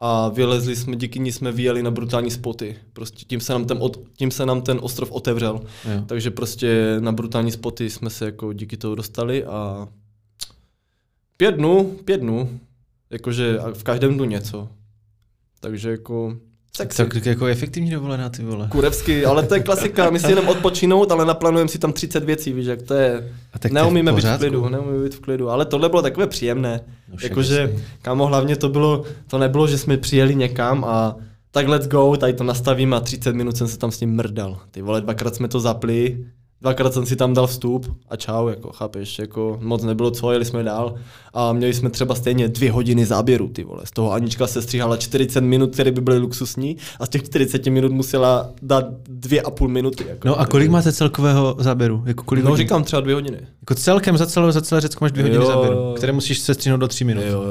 Speaker 2: a vylezli jsme, díky ní jsme vyjeli na brutální spoty. Prostě tím se nám ten, od, tím se nám ten ostrov otevřel.
Speaker 1: Jo.
Speaker 2: Takže prostě na brutální spoty jsme se jako díky toho dostali a pět dnů, pět dnů, jakože a v každém dnu něco. Takže jako sexy.
Speaker 1: Tak, tak jako efektivní dovolená, ty vole.
Speaker 2: Kurevsky, ale to je klasika, my si jenom odpočinout, ale naplánujeme si tam 30 věcí, víš, jak to je.
Speaker 1: A tak to je v
Speaker 2: neumíme být v
Speaker 1: pořádku.
Speaker 2: klidu, neumíme být v klidu, ale tohle bylo takové příjemné.
Speaker 1: No však
Speaker 2: Jakože,
Speaker 1: jasně.
Speaker 2: kámo, hlavně to bylo, to nebylo, že jsme přijeli někam a tak let's go, tady to nastavím a 30 minut jsem se tam s ním mrdal. Ty vole, dvakrát jsme to zapli, dvakrát jsem si tam dal vstup a čau, jako, chápeš, jako moc nebylo co, jeli jsme dál a měli jsme třeba stejně dvě hodiny záběru, ty vole. Z toho Anička se stříhala 40 minut, které by byly luxusní a z těch 40 minut musela dát dvě a půl minuty, jako.
Speaker 1: No a kolik máte celkového záběru? Jako kolik
Speaker 2: No
Speaker 1: hodin?
Speaker 2: říkám třeba dvě hodiny.
Speaker 1: Jako celkem za celé, za celé Řecko máš dvě hodiny
Speaker 2: Jo.
Speaker 1: záběru, které musíš sestřihnout do tří minut.
Speaker 2: jo.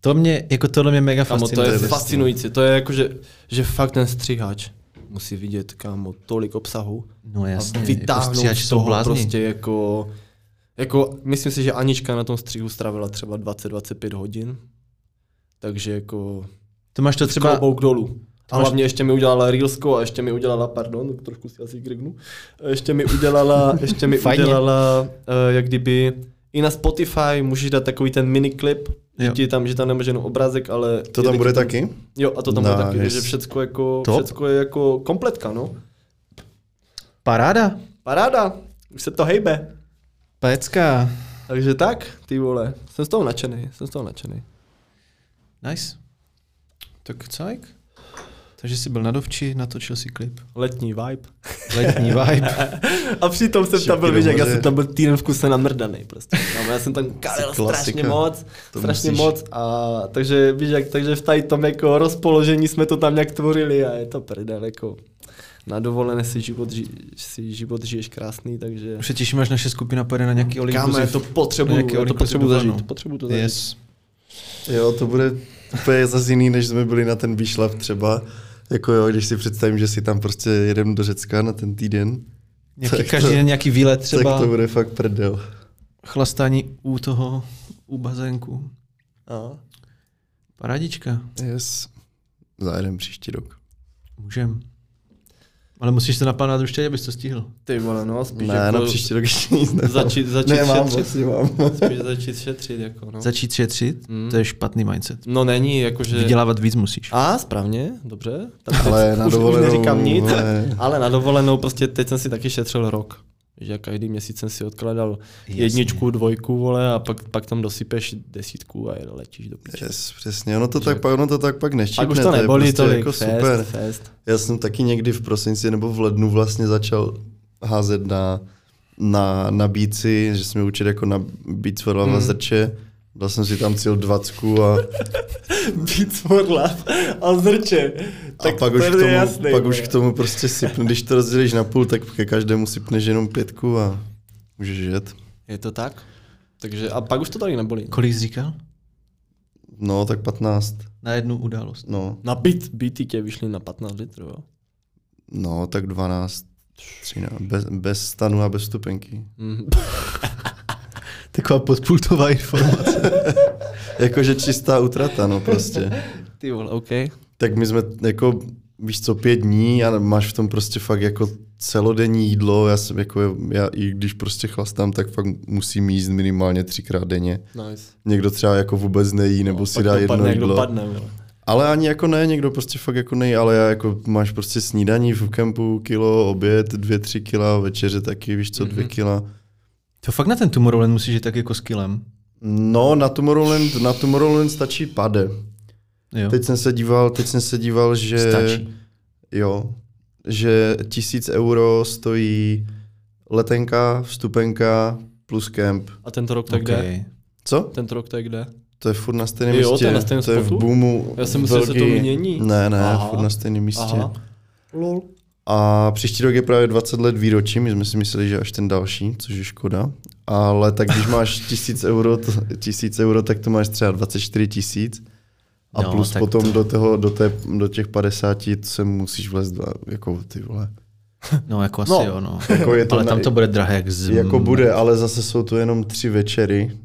Speaker 1: To mě, jako tohle mě mega
Speaker 2: Kámo,
Speaker 1: fascinuje.
Speaker 2: to je
Speaker 1: Prostě.
Speaker 2: fascinující, to je jako, že, že fakt ten střihač musí vidět, kámo, tolik obsahu
Speaker 1: No jasně,
Speaker 2: a
Speaker 1: jako
Speaker 2: vytáhnout
Speaker 1: stříhači
Speaker 2: z
Speaker 1: jsou
Speaker 2: toho
Speaker 1: blázni.
Speaker 2: prostě jako, jako, myslím si, že Anička na tom střihu strávila třeba 20-25 hodin, takže jako
Speaker 1: To máš to
Speaker 2: třeba
Speaker 1: třeba,
Speaker 2: klobouk dolů. A
Speaker 1: máš-
Speaker 2: hlavně ještě mi udělala Reelsko a ještě mi udělala, pardon, trošku si asi grignu, ještě mi udělala,
Speaker 1: <laughs>
Speaker 2: ještě mi
Speaker 1: Fajně.
Speaker 2: udělala, eh, jak kdyby, i na Spotify můžeš dát takový ten miniklip, že,
Speaker 1: Jo.
Speaker 2: ti tam, že tam nemáš jenom obrázek, ale...
Speaker 3: To
Speaker 2: je
Speaker 3: tam bude
Speaker 2: ten-
Speaker 3: taky?
Speaker 2: Jo, a to tam bude
Speaker 3: Nice.
Speaker 2: taky, že všecko, jako,
Speaker 1: Top.
Speaker 2: všecko je jako kompletka, no.
Speaker 1: paráda,
Speaker 2: Paráda, už se to hejbe.
Speaker 1: pecka,
Speaker 2: Takže tak, ty vole, jsem z toho nadšený, jsem z toho nadšený.
Speaker 1: nice. Tak cajk. Takže jsi byl na dovči, natočil si klip.
Speaker 2: Letní vibe.
Speaker 3: <laughs>
Speaker 1: Letní vibe.
Speaker 2: A přitom jsem tam byl,
Speaker 3: Šipky
Speaker 2: víš,
Speaker 3: do
Speaker 2: jak já
Speaker 3: moře.
Speaker 2: jsem tam byl týden v kuse namrdaný prostě. Kámo, já jsem tam kalil
Speaker 3: Klasika.
Speaker 2: strašně moc,
Speaker 3: To
Speaker 2: strašně
Speaker 3: musíš.
Speaker 2: moc a takže víš, jak, takže v tady tom jako rozpoložení jsme to tam nějak tvorili a je to prdel, jako na dovolené si život, ži, si život žiješ krásný, takže...
Speaker 1: Už se těším, až naše skupina pojede na nějaký all
Speaker 2: Kámo, já to
Speaker 1: inclusive.
Speaker 2: potřebuju,
Speaker 1: Nějaký
Speaker 2: já to
Speaker 1: all-inclusive
Speaker 2: potřebuju
Speaker 1: dovolenou.
Speaker 2: zažít, potřebuju to zažít.
Speaker 1: Yes.
Speaker 3: Jo, to bude úplně zase jiný, než jsme byli na ten výšlap třeba. Jako jo, když si představím, že si tam prostě jedem do Řecka na ten týden,
Speaker 1: Nějaký,
Speaker 3: Tak to-
Speaker 1: každý den nějaký výlet
Speaker 3: Třeba...
Speaker 1: třeba.
Speaker 3: tak to bude fakt prdel.
Speaker 1: Chlastání u toho, u bazénku.
Speaker 2: A.
Speaker 1: Parádička.
Speaker 3: Yes. Zajedem příští rok.
Speaker 1: Můžem. Ale musíš se naplánovat určitě, abys to stihl.
Speaker 2: Ty vole, no, spíš
Speaker 3: ne,
Speaker 2: jako
Speaker 3: na příští rok ještě nic nemám. <laughs>
Speaker 2: začít- začít
Speaker 3: nemám,
Speaker 2: šetřit.
Speaker 3: vlastně mám.
Speaker 2: spíš začít šetřit, jako no.
Speaker 1: Začít šetřit,
Speaker 2: Mm.
Speaker 3: Hmm.
Speaker 1: to je špatný mindset.
Speaker 2: No není, jakože...
Speaker 1: Vydělávat víc musíš.
Speaker 2: A, správně, dobře. Tak
Speaker 3: Ale
Speaker 2: teď
Speaker 3: na
Speaker 2: <laughs> už,
Speaker 3: dovolenou,
Speaker 2: už neříkám nic,
Speaker 3: vole.
Speaker 2: ale na dovolenou prostě teď jsem si taky šetřil rok. Že každý měsíc jsem si odkladal
Speaker 1: Jasně.
Speaker 2: Jasně. jedničku, dvojku, vole, a pak, pak tam dosypeš desítku a jede- letíš do píče.
Speaker 3: Yes, přesně, ono to, tak, pak- ono to tak pak neštípne.
Speaker 2: Pak už to nebolí
Speaker 3: je prostě
Speaker 2: tolik,
Speaker 3: jako
Speaker 2: fest,
Speaker 3: super.
Speaker 2: fest.
Speaker 3: Já jsem taky někdy v prosinci nebo v lednu vlastně začal házet na, na, na bíci, že jsme učili jako na bíc vedla hmm. zrče. Dal jsem Vlastně si tam cíl dvacku a,
Speaker 2: Víc morla a zrče.
Speaker 3: a pak, už k tomu, pak už k tomu prostě sypne. Když to rozdělíš na půl, tak ke každému sypneš jenom pětku a můžeš jet.
Speaker 2: Je to tak? Takže a pak už to tady nebolí.
Speaker 1: Kolik jsi říkal?
Speaker 3: No, tak 15.
Speaker 1: Na jednu událost.
Speaker 3: No,
Speaker 2: Na bit, bity tě vyšly na 15 litrů, jo.
Speaker 3: no tak 12. 13. Bez, bez stanu a bez stupenky. <laughs>
Speaker 2: Mm.
Speaker 1: Taková podpultová informace.
Speaker 3: Jakože čistá utrata, no prostě.
Speaker 2: Ty vole, OK.
Speaker 3: Tak my jsme jako, víš co, pět dní a máš v tom prostě fakt jako celodenní jídlo. Já jsem jako, já i když prostě chlastám, tak fakt musím jíst minimálně třikrát denně.
Speaker 2: Nice.
Speaker 3: Někdo třeba jako vůbec
Speaker 2: No,
Speaker 3: nejí, nebo si dá jedno
Speaker 2: dopadne,
Speaker 3: jídlo.
Speaker 2: Dopadne, vole.
Speaker 3: Ale ani jako ne, někdo prostě fakt jako nej, ale já jako máš prostě snídaní v kempu, kilo, oběd, dvě, tři kila, večeře taky, víš co,
Speaker 2: Mhm.
Speaker 3: dvě kila.
Speaker 1: To fakt na ten Tomorrowland musíš jít tak jako s kilem.
Speaker 3: No, na Tomorrowland, na Tomorrowland stačí pade.
Speaker 1: Jo.
Speaker 3: Teď jsem se díval, teď jsem se díval, že...
Speaker 1: Stačí.
Speaker 3: Jo, že tisíc euro stojí letenka, vstupenka plus kemp.
Speaker 2: A tento rok tak jde?
Speaker 1: Okej.
Speaker 3: Co?
Speaker 2: Tento rok tak jde?
Speaker 3: To je furt na stejném
Speaker 2: Jo, to je
Speaker 3: místě.
Speaker 2: na stejném
Speaker 3: to je v
Speaker 2: spotu?
Speaker 3: boomu.
Speaker 2: Já jsem
Speaker 3: v
Speaker 2: myslel, že to
Speaker 3: Belgii.
Speaker 2: mění.
Speaker 3: Ne, ne,
Speaker 2: Aha.
Speaker 3: Aha. furt na stejném místě.
Speaker 2: Aha. Lol.
Speaker 3: A příští rok je právě 20 let výročí, my jsme si mysleli, že až ten další, což je škoda. Ale tak když
Speaker 1: <laughs>
Speaker 3: máš 1000 euro, to, 1000 euro, tak to máš třeba 24 tisíc. A
Speaker 1: No,
Speaker 3: no, plus
Speaker 1: tak
Speaker 3: potom
Speaker 1: to-
Speaker 3: to... do, toho, do, té, do těch 50 se musíš vlez, jako ty vole.
Speaker 1: No jako asi
Speaker 2: No.
Speaker 1: jo, no.
Speaker 3: Jako je to
Speaker 1: Ale
Speaker 3: na-
Speaker 1: tam to bude drahé jak z...
Speaker 3: Jako
Speaker 1: no.
Speaker 3: bude, ale zase jsou to jenom tři večery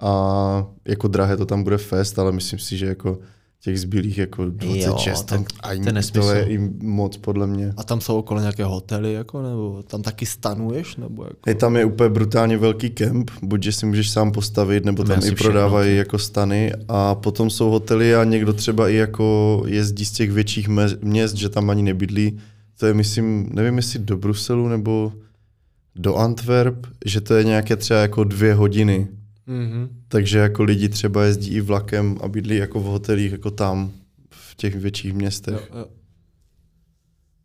Speaker 3: a jako drahé to tam bude fest, ale myslím si, že jako těch zbylých jako 26
Speaker 1: tak
Speaker 3: tam
Speaker 1: to je
Speaker 3: ani to
Speaker 1: nesmysl.
Speaker 3: je i moc podle mě.
Speaker 2: A tam jsou okolo nějaké hotely, jako, nebo tam taky stanuješ, nebo jako?
Speaker 3: Je tam je úplně brutálně velký kemp, buď že si můžeš sám postavit, nebo
Speaker 1: Tam je
Speaker 3: tam
Speaker 1: asi
Speaker 3: i
Speaker 1: všechno,
Speaker 3: prodávají jako stany a potom jsou hotely a někdo třeba i jako jezdí z těch větších me- měst, že tam ani nebydlí. To je myslím, nevím jestli do Bruselu nebo do Antwerp, že to je nějaké třeba jako dvě hodiny.
Speaker 2: Mhm.
Speaker 3: Takže jako lidi třeba jezdí i vlakem a bydlí jako v hotelích, jako tam, v těch větších
Speaker 2: Jo,
Speaker 3: městech.
Speaker 2: jo.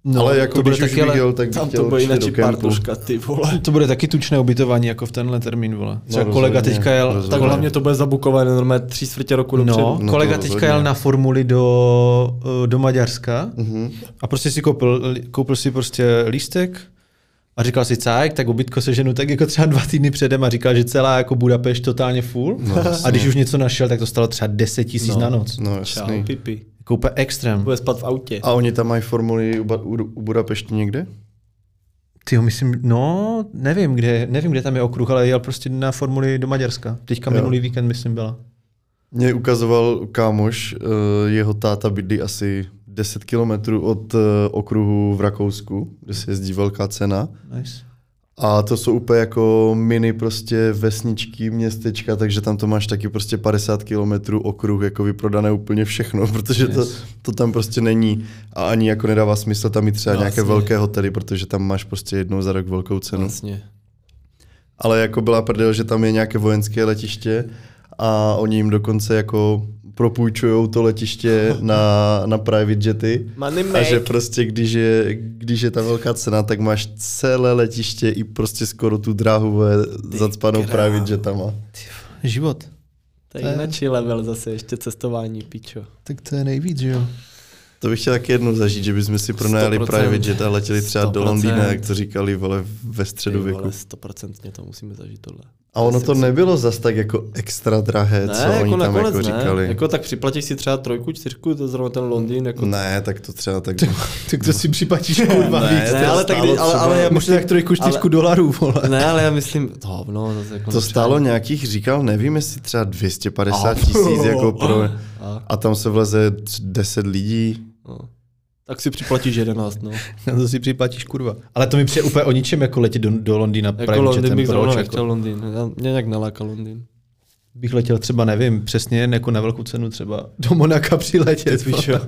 Speaker 1: No,
Speaker 3: ale jako
Speaker 1: to bude
Speaker 3: když už
Speaker 1: taky, ale-
Speaker 3: viděl, tak bych
Speaker 2: Tam
Speaker 3: chtěl
Speaker 2: to bude
Speaker 3: určitě
Speaker 2: jinak
Speaker 3: do kempu.
Speaker 2: partuška, ty vole.
Speaker 1: To bude taky tučné ubytování jako v tenhle termín, vole. Třeba no, kolega
Speaker 3: rozhodně,
Speaker 1: teďka jel...
Speaker 3: rozhodně.
Speaker 2: Tak hlavně to bude zabukované normálně tři čtvrtě roku dopředu.
Speaker 1: No,
Speaker 3: to
Speaker 1: kolega
Speaker 3: rozhodně.
Speaker 1: teďka jel na formuli do, eh, do Maďarska
Speaker 3: Mhm.
Speaker 1: a prostě si koupil, koupil si prostě lístek a říkal si cajk, tak ubytko seženu tak jako třeba dva týdny předem a říkal, že celá jako Budapešť totálně full a když už něco našel, tak to stalo třeba 10 tisíc no. na noc.
Speaker 3: No
Speaker 2: Čau,
Speaker 3: jasný.
Speaker 2: pipi.
Speaker 1: Jako úplně extrém.
Speaker 2: Bude spát v autě.
Speaker 3: A oni tam mají formuli u, Ba- u, u Budapešti někde?
Speaker 1: Ty jo, myslím, no, nevím kde, nevím, kde tam je okruh, ale jel prostě na formuli do Maďarska. Teďka
Speaker 3: Jo.
Speaker 1: minulý víkend, myslím, byla.
Speaker 3: Mě ukazoval kámoš, eh, jeho táta bydlí asi 10 kilometrů od eh, okruhu v Rakousku, kde se jezdí velká cena.
Speaker 1: Nice.
Speaker 3: A to jsou úplně jako mini prostě vesničky, městečka, takže tam to máš taky prostě 50 kilometrů okruh, jako vyprodané úplně všechno, <laughs> protože to, to tam prostě není a ani jako nedává smysl tam mít třeba
Speaker 2: No,
Speaker 3: nějaké
Speaker 2: jasně.
Speaker 3: velké hotely, protože tam máš prostě jednou za rok velkou cenu.
Speaker 2: Vlastně.
Speaker 3: Ale jako byla prdel, že tam je nějaké vojenské letiště a oni jim dokonce jako propůjčují to
Speaker 2: <laughs>
Speaker 3: letiště na, na private jety.
Speaker 2: Money
Speaker 3: A že
Speaker 2: make.
Speaker 3: prostě, když je, když je ta velká cena, tak máš celé letiště i prostě skoro tu dráhu ve zacpanou private jetama.
Speaker 1: Život.
Speaker 2: To je jinak level zase, ještě cestování, pičo.
Speaker 1: Tak to je nejvíc, že jo?
Speaker 3: To bych chtěl taky jednou zažít, že bychom si pronajali
Speaker 2: 100%.
Speaker 3: private jet a letěli třeba do
Speaker 2: 100%.
Speaker 3: Londýna, jak to říkali, vole, ve
Speaker 2: Ty
Speaker 3: středověku.
Speaker 2: vole, stoprocentně to musíme zažít tohle.
Speaker 3: A ono to nebylo zas tak jako extra drahé,
Speaker 2: Ne,
Speaker 3: co oni tam
Speaker 2: nakonec
Speaker 3: jako říkali.
Speaker 2: ne. Jako tak připlatíš si třeba trojku, čtyřku, to je zrovna ten Londýn, jako
Speaker 3: Ne, tak to třeba tak...
Speaker 2: <laughs>
Speaker 1: Tak to si připatíš kurva
Speaker 3: Ne,
Speaker 1: víc.
Speaker 3: to
Speaker 2: ne, ale tak,
Speaker 3: stálo
Speaker 2: kdy- ale,
Speaker 3: třeba-
Speaker 2: ale já
Speaker 1: Možná
Speaker 2: myslím,
Speaker 1: tak trojku, čtyřku
Speaker 2: ale-
Speaker 1: dolarů, vole.
Speaker 2: Ne, ale já myslím, to hovno, zase jako
Speaker 3: To
Speaker 2: nepřijde.
Speaker 3: stálo nějakých, říkal, nevím, jestli třeba 250
Speaker 2: A-
Speaker 3: tisíc jako pro...
Speaker 2: A,
Speaker 3: A tam se vleze tř- 10 lidí.
Speaker 2: no. Tak si připlatíš 11, no.
Speaker 1: <laughs> Na to si připlatíš, kurva. Ale to mi přijde úplně o ničem, jako letět do, do Londýna
Speaker 2: Jako
Speaker 1: private
Speaker 2: Londýn
Speaker 1: jetem,
Speaker 2: bych
Speaker 1: proč,
Speaker 2: zrovna
Speaker 1: jako.
Speaker 2: nechtěl Londýn. Já- Mě nějak nalákal Londýn.
Speaker 1: bych letěl třeba, nevím, přesně jako na velkou cenu třeba do Monaka přiletět, víš jo.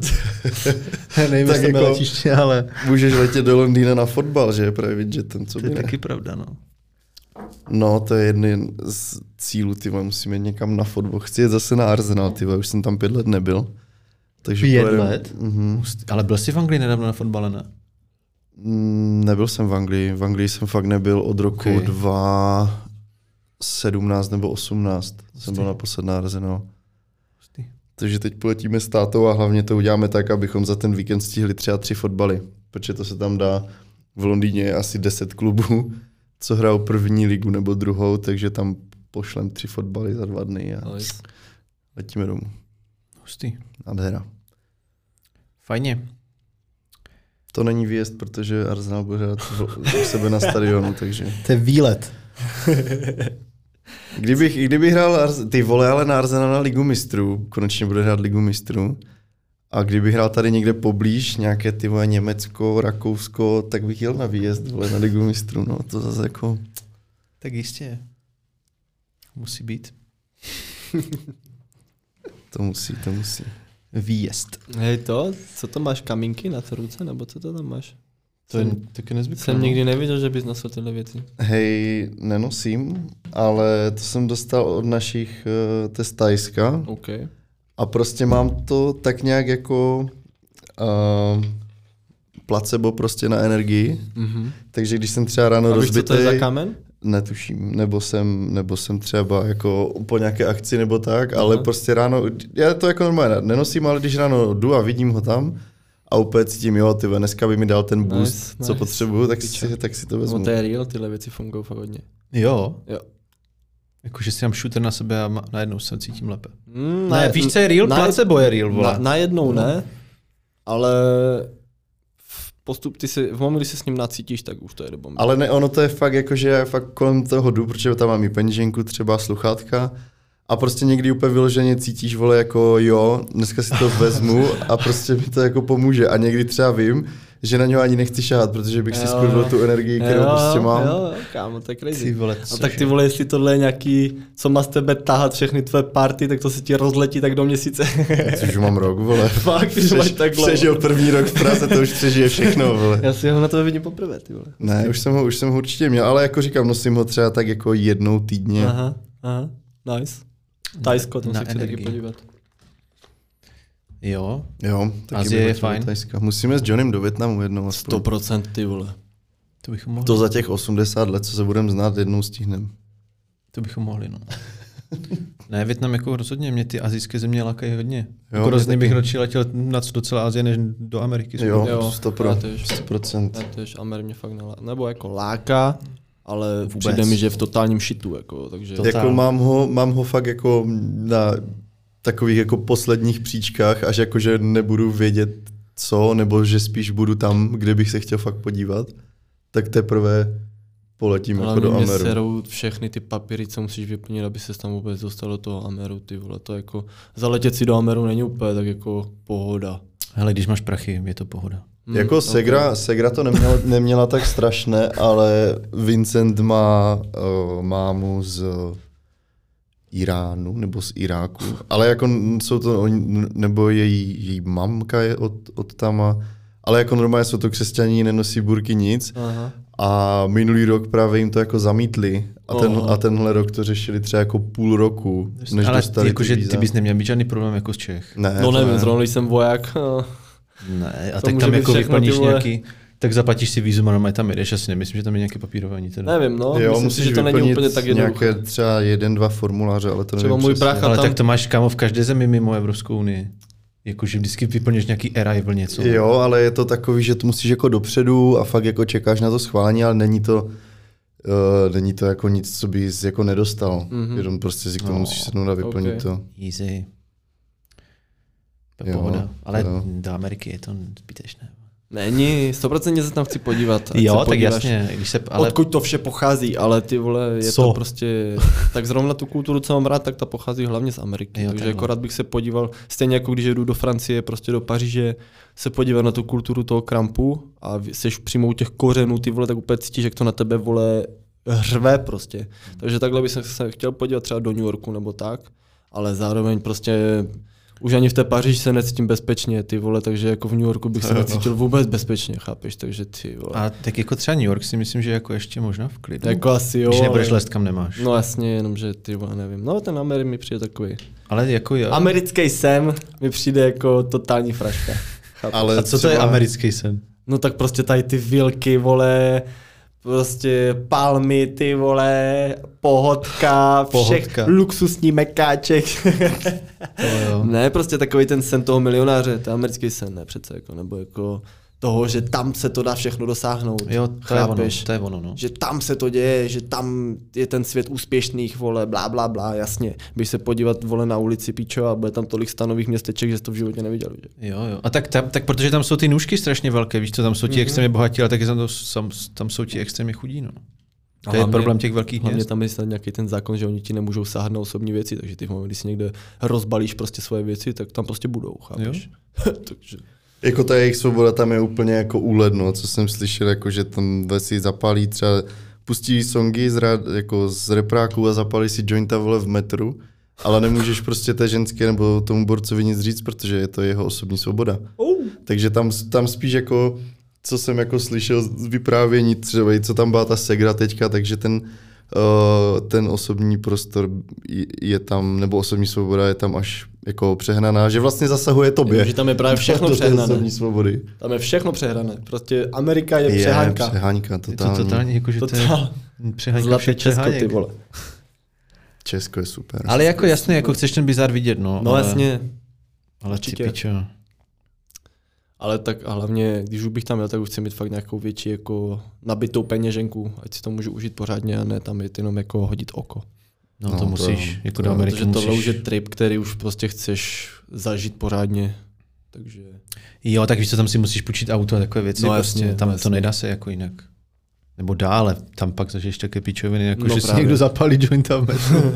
Speaker 1: <laughs> nevím,
Speaker 3: Tak
Speaker 1: jestli jako...
Speaker 3: jako-
Speaker 1: letíš, ale
Speaker 3: Můžeš letět do Londýna na fotbal, že? Private jetem, co by ne.
Speaker 1: pravda, no.
Speaker 3: No, to je jeden z cílů, ty vole, musím jít někam na fotbal. Chci jít zase na Arsenal, ty vole, už jsem tam pět let nebyl. Takže
Speaker 1: Pět
Speaker 3: pojedem-
Speaker 1: let?
Speaker 3: Mhm.
Speaker 1: Ale byl jsi v Anglii nedávno na fotbale, ne?
Speaker 3: Mm, Nebyl jsem v Anglii, v Anglii jsem fakt nebyl od roku
Speaker 1: Ok.
Speaker 3: okay. 2017 nebo 18, jsem byl naposled na Arsenal.
Speaker 1: Hustý.
Speaker 3: Takže teď poletíme s tátou a hlavně to uděláme tak, abychom za ten víkend stihli třeba tři fotbaly, protože to se tam dá v Londýně je asi 10 klubů, co hrajou první ligu nebo druhou, takže tam pošlem tři fotbaly za dva dny a
Speaker 2: Nice.
Speaker 3: letíme domů.
Speaker 1: Hustý.
Speaker 3: Nádhera.
Speaker 1: Fajně.
Speaker 3: To není výjezd, protože Arsenal bude hrát v- u sebe na stadionu, takže...
Speaker 1: To je výlet.
Speaker 3: Kdybych, i kdybych hrál Arz- ty vole, ale na Arsenal na Ligu mistrů, konečně bude hrát Ligu mistrů, a kdybych hrál tady někde poblíž, nějaké ty vole Německo, Rakousko, tak bych jel na výjezd vole, na Ligu mistrů, no to zase jako...
Speaker 1: Tak jistě. Musí být
Speaker 3: To musí, to musí.
Speaker 1: výjezd.
Speaker 2: Hej to, co to máš, kamínky na té ruce, nebo co to tam máš?
Speaker 1: To je taky nezvyklé.
Speaker 2: Jsem
Speaker 1: no.
Speaker 2: nikdy neviděl, že bys nosil tyhle věci.
Speaker 3: Hej, nenosím, ale to jsem dostal od našich eh, to je z Tajska
Speaker 2: OK.
Speaker 3: a prostě mám to tak nějak jako uh, placebo prostě na energii,
Speaker 2: Mhm.
Speaker 3: takže když jsem třeba ráno
Speaker 2: A víš, co to je za
Speaker 3: No, rozbitej-
Speaker 2: kamen?
Speaker 3: Netuším, nebo jsem, nebo jsem třeba jako po nějaké akci nebo tak, ale
Speaker 2: Aha.
Speaker 3: prostě ráno, já to jako normálně nenosím, ale když ráno jdu a vidím ho tam a úplně cítím, jo, ty vole, dneska by mi dal ten
Speaker 2: Nice,
Speaker 3: boost, co
Speaker 2: nice.
Speaker 3: potřebuju, tak si, tak si to vezmu.
Speaker 2: No to je real, tyhle věci fungují fakt hodně.
Speaker 1: Jo.
Speaker 2: Jo.
Speaker 1: Jakože si dám shooter na sebe a ma- najednou se cítím lépe.
Speaker 2: Mm,
Speaker 1: Hmm, Ne, víš, co je real?
Speaker 2: na-
Speaker 1: Placebo je real, vole.
Speaker 2: Na, najednou ne, ale v postup, ty si, v moment, kdy se s ním nacítíš, tak už to je do bomby.
Speaker 3: Ale ne, ono to je fakt jako, že já fakt kolem toho jdu, protože tam mám i peněženku, třeba sluchátka a prostě někdy úplně vyloženě cítíš, vole, jako jo, dneska si to vezmu a prostě mi to jako pomůže. A někdy třeba vím, že na něho ani nechci šáhat, protože bych si
Speaker 2: Jo.
Speaker 3: skurvil tu energii, kterou prostě mám.
Speaker 2: Jo, jo, kámo, to je crazy.
Speaker 1: Ty vole,
Speaker 2: A
Speaker 1: cože?
Speaker 2: No tak ty vole, jestli tohle je nějaký, co má z tebe tahat všechny tvé party, tak to se ti rozletí tak do měsíce. <laughs>
Speaker 3: Což mám rok, vole.
Speaker 2: Fakt, ty vole,
Speaker 3: Přež-
Speaker 2: takhle.
Speaker 3: Přežil první rok v Praze, to už přežije všechno, vole.
Speaker 2: Já si ho na tebe vidím poprvé, ty vole.
Speaker 3: Ne, už jsem ho, už jsem ho určitě měl, ale jako říkám, nosím ho třeba tak jako jednou týdně. Aha.
Speaker 2: Aha, aha, nice. Tajsko, tam
Speaker 1: na
Speaker 2: se chci taky
Speaker 1: energii.
Speaker 2: podívat.
Speaker 1: Jo.
Speaker 3: Jo, taky
Speaker 1: Azie
Speaker 3: bych
Speaker 1: je
Speaker 3: letěl do
Speaker 1: fajn.
Speaker 3: Tajska. Musíme s Johnem do Větnamu jednou aspoň.
Speaker 2: 100% ty vole.
Speaker 1: To bychom mohli.
Speaker 3: To za těch 80 let, co se budeme znát, jednou stihnem.
Speaker 1: To bychom mohli, no. ne, Větnam jako rozhodně, mě ty azijské země lákají hodně. Jo,
Speaker 3: mě
Speaker 1: jako rozhodně
Speaker 3: taky.
Speaker 1: bych radši letěl na co do celé Azie, než do Ameriky.
Speaker 3: Jo,
Speaker 2: Jo,
Speaker 3: 100
Speaker 2: já
Speaker 3: pro,
Speaker 2: tež.
Speaker 3: 100%.
Speaker 2: Já tež Amer mě fakt nelá... Nebo jako láká, ale Vůbec.
Speaker 1: Vůbec.
Speaker 2: přijde mi, že v totálním šitu, jako, takže...
Speaker 1: To-
Speaker 3: Jako
Speaker 1: Totál.
Speaker 3: mám ho, mám ho fakt jako na takových jako posledních příčkách, až jako, že nebudu vědět co, nebo že spíš budu tam, kde bych se chtěl fakt podívat, tak teprve poletím
Speaker 2: Ale
Speaker 3: jako do
Speaker 2: mě
Speaker 3: Ameru.
Speaker 2: serou všechny ty papíry, co musíš vyplnit, aby se tam vůbec dostal do toho Ameru, ty vole, to jako, zaletět si do Ameru není úplně tak jako pohoda.
Speaker 1: Hele, když máš prachy, je to pohoda.
Speaker 2: Hm,
Speaker 3: jako
Speaker 2: ok.
Speaker 3: Segra, Segra to neměla, neměla tak strašné, ale Vincent má uh, mámu z Iránu nebo z Iráku, ale jako n- jsou to oni, nebo její, její mamka je od, od tama, ale jako normálně jsou to křesťaní, nenosí burky nic
Speaker 2: Aha.
Speaker 3: a minulý rok právě jim to jako zamítli a, ten,
Speaker 2: Oh.
Speaker 3: a tenhle rok to řešili třeba jako půl roku, než
Speaker 1: Ale ty,
Speaker 3: dostali
Speaker 1: jako, že
Speaker 3: ty,
Speaker 1: ty
Speaker 3: víza.
Speaker 1: bys neměl být žádný problém jako z Čech.
Speaker 3: Ne,
Speaker 2: No
Speaker 3: to
Speaker 2: nevím, zrovna když jsem voják, <laughs> no,
Speaker 1: Ne, a
Speaker 2: To
Speaker 1: tak
Speaker 2: může
Speaker 1: tam
Speaker 2: být
Speaker 1: jako
Speaker 2: všechno, ty
Speaker 1: vyplníš
Speaker 2: vole.
Speaker 1: nějaký, tak zaplatíš si vízum a normálně tam jedeš, asi nemyslím, že tam je nějaké papírování. Teda.
Speaker 2: nevím, no,
Speaker 3: jo,
Speaker 2: myslím
Speaker 3: musíš
Speaker 2: si, že to není
Speaker 3: vyplnit
Speaker 2: úplně tak jednoduché.
Speaker 3: nějaké třeba jeden, dva formuláře, ale to
Speaker 2: Třeba
Speaker 3: nevím
Speaker 2: můj
Speaker 3: přesně.
Speaker 2: brácha
Speaker 1: Ale
Speaker 2: tam-
Speaker 1: tak to máš kámo v každé zemi mimo Evropskou unii. Jakože vždycky vyplněš nějaký arrival něco.
Speaker 3: Jo, ale je to takový, že to musíš jako dopředu a fakt jako čekáš na to schválení, ale není to, uh, není to jako nic, co bys jako nedostal. Mm-hmm. Jenom prostě si k tomu no, musíš sednout a vyplnit
Speaker 2: Mhm. ok.
Speaker 3: okay. to.
Speaker 1: Easy. To je
Speaker 3: Jo,
Speaker 1: pohoda. Ale
Speaker 3: jo.
Speaker 1: do Ameriky je to zbytečné.
Speaker 2: Není, 100% se tam chci podívat. ať
Speaker 1: jo,
Speaker 2: se
Speaker 1: tak
Speaker 2: podíváš,
Speaker 1: jasně. Když se,
Speaker 2: Ale...
Speaker 1: ale
Speaker 2: Odkud to vše pochází, ale ty vole, je
Speaker 1: Co?
Speaker 2: to prostě... Tak zrovna tu kulturu, co mám rád, tak ta pochází hlavně z Ameriky.
Speaker 1: Jo,
Speaker 2: Jo, takže
Speaker 1: takhle.
Speaker 2: jako rád bych se podíval, stejně jako když jedu do Francie, prostě do Paříže, se podívat na tu kulturu toho krampu a v- seš přímo u těch kořenů, ty vole, tak úplně cítíš, jak to na tebe vole hřve prostě. Takže takhle bych se chtěl podívat třeba do New Yorku nebo tak, ale zároveň prostě už ani v té Paříž se necítím bezpečně, ty vole, takže jako v New Yorku
Speaker 1: <laughs>
Speaker 2: bych se necítil vůbec bezpečně, chápeš, takže ty vole.
Speaker 1: a tak jako třeba New York si myslím, že jako ještě možná v klidu.
Speaker 2: Jako asi jo.
Speaker 1: Když nebudeš
Speaker 2: ale-
Speaker 1: lézt, kam nemáš.
Speaker 2: No jasně, jenomže ty vole, nevím. No ten Ameri mi přijde takový.
Speaker 1: Ale jako jo.
Speaker 2: Americký sen mi přijde jako totální fraška. Chápu.
Speaker 3: Ale
Speaker 1: a co to je americký sen?
Speaker 2: No tak prostě tady ty vilky, vole, prostě palmy, ty vole, pohodka,
Speaker 1: Pohodka.
Speaker 2: všech luxusní mekáček. <laughs> ne, prostě takový ten sen toho milionáře, to je americký sen, ne přece, jako, nebo jako toho, že tam se to dá všechno dosáhnout.
Speaker 1: Jo, to je ono, to je ono, no.
Speaker 2: že tam se to děje, že tam je ten svět úspěšných, vole, blá, blá, blá, jasně. Běž se podívat, vole, na ulici Píčo a bude tam tolik stanových městeček, že jsi to v životě neviděl. Že?
Speaker 1: Jo, jo. A tak, tam, tak protože tam jsou ty nůžky strašně velké, víš co, tam jsou ti
Speaker 2: Mhm.
Speaker 1: mm-hmm. extrémně bohatí, ale taky tam, to, tam, tam jsou ti extrémně chudí, no. To je
Speaker 2: hlavně-
Speaker 1: problém těch velkých
Speaker 2: Hlavně
Speaker 1: měst.
Speaker 2: tam je snad nějaký ten zákon, že oni ti nemůžou sáhnout na osobní věci, takže ty v momentě, když si někde rozbalíš prostě svoje věci, tak tam prostě budou, chápeš? takže...
Speaker 3: Jako ta jejich svoboda tam je úplně jako úledno, co jsem slyšel, jako že tam si zapálí třeba, pustí songy z, ra- jako z repráků a zapálí si jointa vole v metru, ale nemůžeš prostě té ženské nebo tomu borcovi nic říct, protože je to jeho osobní svoboda. Oh. Takže tam, tam spíš jako, co jsem jako slyšel z vyprávění třeba, i co tam byla ta segra teďka, takže ten, eh, ten osobní prostor je- je tam, nebo osobní svoboda je tam až jako přehnaná, že vlastně zasahuje tobě.
Speaker 2: Že tam je právě
Speaker 3: <laughs>
Speaker 2: všechno
Speaker 3: Do té
Speaker 2: přehnané.
Speaker 3: osobní svobody.
Speaker 2: Tam je všechno přehrané. Prostě Amerika je, je přehánka.
Speaker 3: přeháňka,
Speaker 1: Je to
Speaker 3: totální.
Speaker 1: totálně jako, že to je
Speaker 2: Totál.
Speaker 1: přeháňka
Speaker 2: Zlaté
Speaker 1: všech
Speaker 2: Česko, ty
Speaker 1: přeháněk.
Speaker 2: vole.
Speaker 3: Česko je super.
Speaker 1: Ale jako jasně, jako chceš ten bizar vidět, no.
Speaker 2: No
Speaker 1: ale,
Speaker 2: jasně,
Speaker 1: Ale ty
Speaker 2: určitě.
Speaker 1: pičo.
Speaker 2: Ale tak a hlavně, když už bych tam jel, tak už chci mít fakt nějakou větší jako nabitou peněženku, ať si to můžu užít pořádně a ne tam jít jenom jako hodit oko.
Speaker 1: No,
Speaker 3: No,
Speaker 1: to
Speaker 3: to
Speaker 1: musíš,
Speaker 3: jo,
Speaker 1: jako
Speaker 3: to
Speaker 1: do
Speaker 3: jo,
Speaker 1: Ameriky
Speaker 2: Protože tohle už
Speaker 1: musíš.
Speaker 2: je trip, který už prostě chceš zažít pořádně. Takže
Speaker 1: Jo, tak víš co, tam si musíš půjčit auto a takové věci,
Speaker 2: No
Speaker 1: no,
Speaker 2: jasně,
Speaker 1: prostě, tam
Speaker 2: no
Speaker 1: to
Speaker 2: jasně.
Speaker 1: nedá se jako jinak. Nebo dále, tam pak zažiješ také pičoviny, jako
Speaker 2: No
Speaker 1: no že si
Speaker 2: právě.
Speaker 1: někdo zapálí jointa
Speaker 2: <laughs>
Speaker 1: v metru.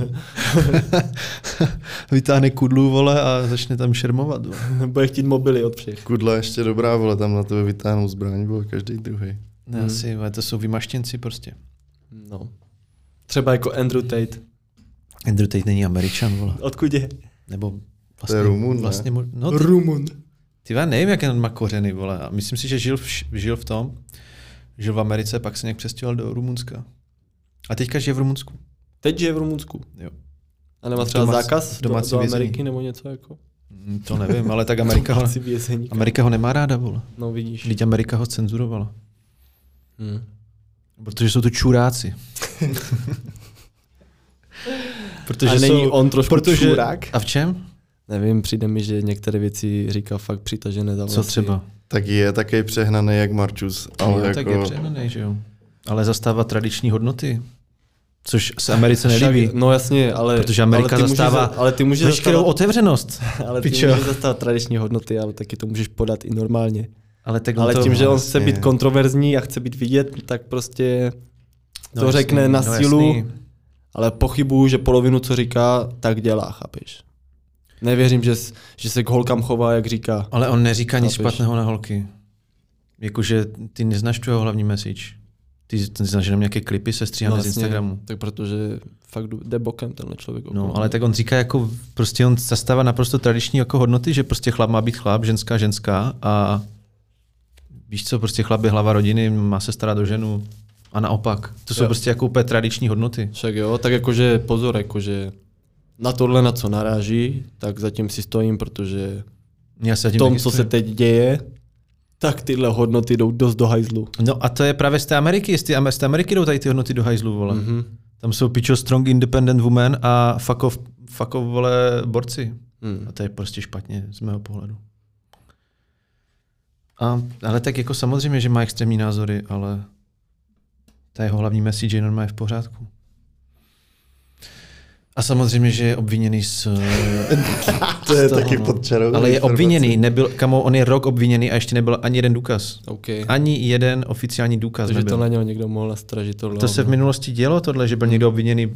Speaker 1: Vytáhne kudlu, vole, a začne tam šermovat. Vole.
Speaker 2: <laughs> bude chtít mobily od všech.
Speaker 3: Kudla ještě dobrá, vole, tam na tebe vytáhnou zbraň, byl každý druhý.
Speaker 1: Ne,
Speaker 2: Hmm.
Speaker 1: asi, vole, to jsou vymaštěnci prostě.
Speaker 2: No. Třeba jako Andrew Tate.
Speaker 1: Andrew Tate není američan, vole.
Speaker 2: Odkud je?
Speaker 1: Nebo vlastně,
Speaker 3: To je Rumun, ne?
Speaker 1: vlastně, mu- no, ty-
Speaker 2: Rumun.
Speaker 1: Ty já nevím, jaké on má kořeny, vole. A myslím si, že žil v, š- žil v tom, žil v Americe, pak se nějak přestěhoval do Rumunska. A teďka žije v Rumunsku.
Speaker 2: Teď žije v Rumunsku.
Speaker 1: Jo.
Speaker 2: A nemá
Speaker 1: V
Speaker 2: třeba
Speaker 1: domácí-
Speaker 2: zákaz
Speaker 1: v
Speaker 2: do,
Speaker 1: domácí
Speaker 2: do
Speaker 1: vězení.
Speaker 2: Ameriky nebo něco jako?
Speaker 1: Mm, To nevím, ale tak
Speaker 2: <laughs>
Speaker 1: Amerika ho,
Speaker 2: Domácí vězení.
Speaker 1: Amerika ho nemá ráda, vole.
Speaker 2: No vidíš.
Speaker 1: Vždyť Amerika ho cenzurovala.
Speaker 2: Hmm.
Speaker 1: Protože jsou to
Speaker 2: <laughs>
Speaker 1: čuráci. protože
Speaker 2: A není
Speaker 1: jsou,
Speaker 2: on trošku
Speaker 1: protože,
Speaker 2: čurák?
Speaker 1: A v čem?
Speaker 2: Nevím, přijde mi, že některé věci říká fakt přitažené za
Speaker 1: Co
Speaker 2: vlasy.
Speaker 1: třeba?
Speaker 3: Tak je takový přehnaný jak Marčus, ale
Speaker 1: jo,
Speaker 3: jako...
Speaker 1: Tak je přehnaný, že jo. Ale zastává tradiční hodnoty. Což se Americe
Speaker 2: Však-
Speaker 1: nelíbí.
Speaker 2: No jasně, ale...
Speaker 1: Protože Amerika
Speaker 2: ale ty
Speaker 1: zastává
Speaker 2: Můžeš, za- ale ty můžeš
Speaker 1: Veškerou
Speaker 2: zastávat,
Speaker 1: otevřenost.
Speaker 2: ale ty
Speaker 1: Pičo.
Speaker 2: můžeš zastávat tradiční hodnoty, ale taky to můžeš podat i normálně.
Speaker 1: Ale, tak
Speaker 2: ale
Speaker 1: No to,
Speaker 2: tím, že on
Speaker 3: jasně.
Speaker 2: chce být kontroverzní a chce být vidět, tak prostě
Speaker 1: No
Speaker 2: to
Speaker 1: jasný,
Speaker 2: řekne na
Speaker 1: no
Speaker 2: sílu,
Speaker 1: jasný.
Speaker 2: ale pochybuju, že polovinu, co říká, tak dělá, chápeš? Nevěřím, že, s- že se k holkám chová, jak říká.
Speaker 1: Ale on neříká nic
Speaker 2: Chápeš?
Speaker 1: špatného na holky. Jakože ty neznáš tu jeho hlavní message. Ty ty znáš jenom nějaké klipy se stříhané z
Speaker 2: No, jasně,
Speaker 1: Instagramu.
Speaker 2: Vlastně, Tak protože fakt jde bokem tenhle člověk.
Speaker 1: No,
Speaker 2: okolo.
Speaker 1: ale tak on říká jako, prostě on zastává naprosto tradiční jako hodnoty, že prostě chlap má být chlap, ženská ženská a víš co, prostě chlap je hlava rodiny, má se starat o ženu a naopak. To jsou
Speaker 2: Jo.
Speaker 1: prostě jako úplně tradiční hodnoty.
Speaker 2: Však jo, tak jakože pozor, jakože na tohle, na co naráží, tak zatím si stojím, protože
Speaker 1: Já se
Speaker 2: v
Speaker 1: tím
Speaker 2: tom,
Speaker 1: taky
Speaker 2: co se
Speaker 1: stojím.
Speaker 2: teď děje, tak tyhle hodnoty jdou dost do hajzlu.
Speaker 1: No a to je právě z té Ameriky, z té, Amer- z té Ameriky jdou tady ty hodnoty do hajzlu, vole. Mm-hmm.
Speaker 2: Mhm.
Speaker 1: Tam jsou pičo strong independent woman a fuck off, fuck off vole, borci.
Speaker 2: Hmm.
Speaker 1: Mm. A to je prostě špatně z mého pohledu. A, ale tak jako samozřejmě, že má extrémní názory, ale ta jeho hlavní message je normálně v pořádku. A samozřejmě, že je obviněný z...
Speaker 3: To je
Speaker 1: z toho,
Speaker 3: taky
Speaker 1: no.
Speaker 3: pod čarou.
Speaker 1: Ale je
Speaker 3: informace.
Speaker 1: obviněný, nebyl, kamo, on je rok obviněný a ještě nebyl ani jeden důkaz.
Speaker 2: OK.
Speaker 1: Ani jeden oficiální důkaz
Speaker 2: Takže to
Speaker 1: nebyl.
Speaker 2: na něho někdo mohl nastražit tohle.
Speaker 1: To se v minulosti dělo tohle, že byl někdo obviněný, uh,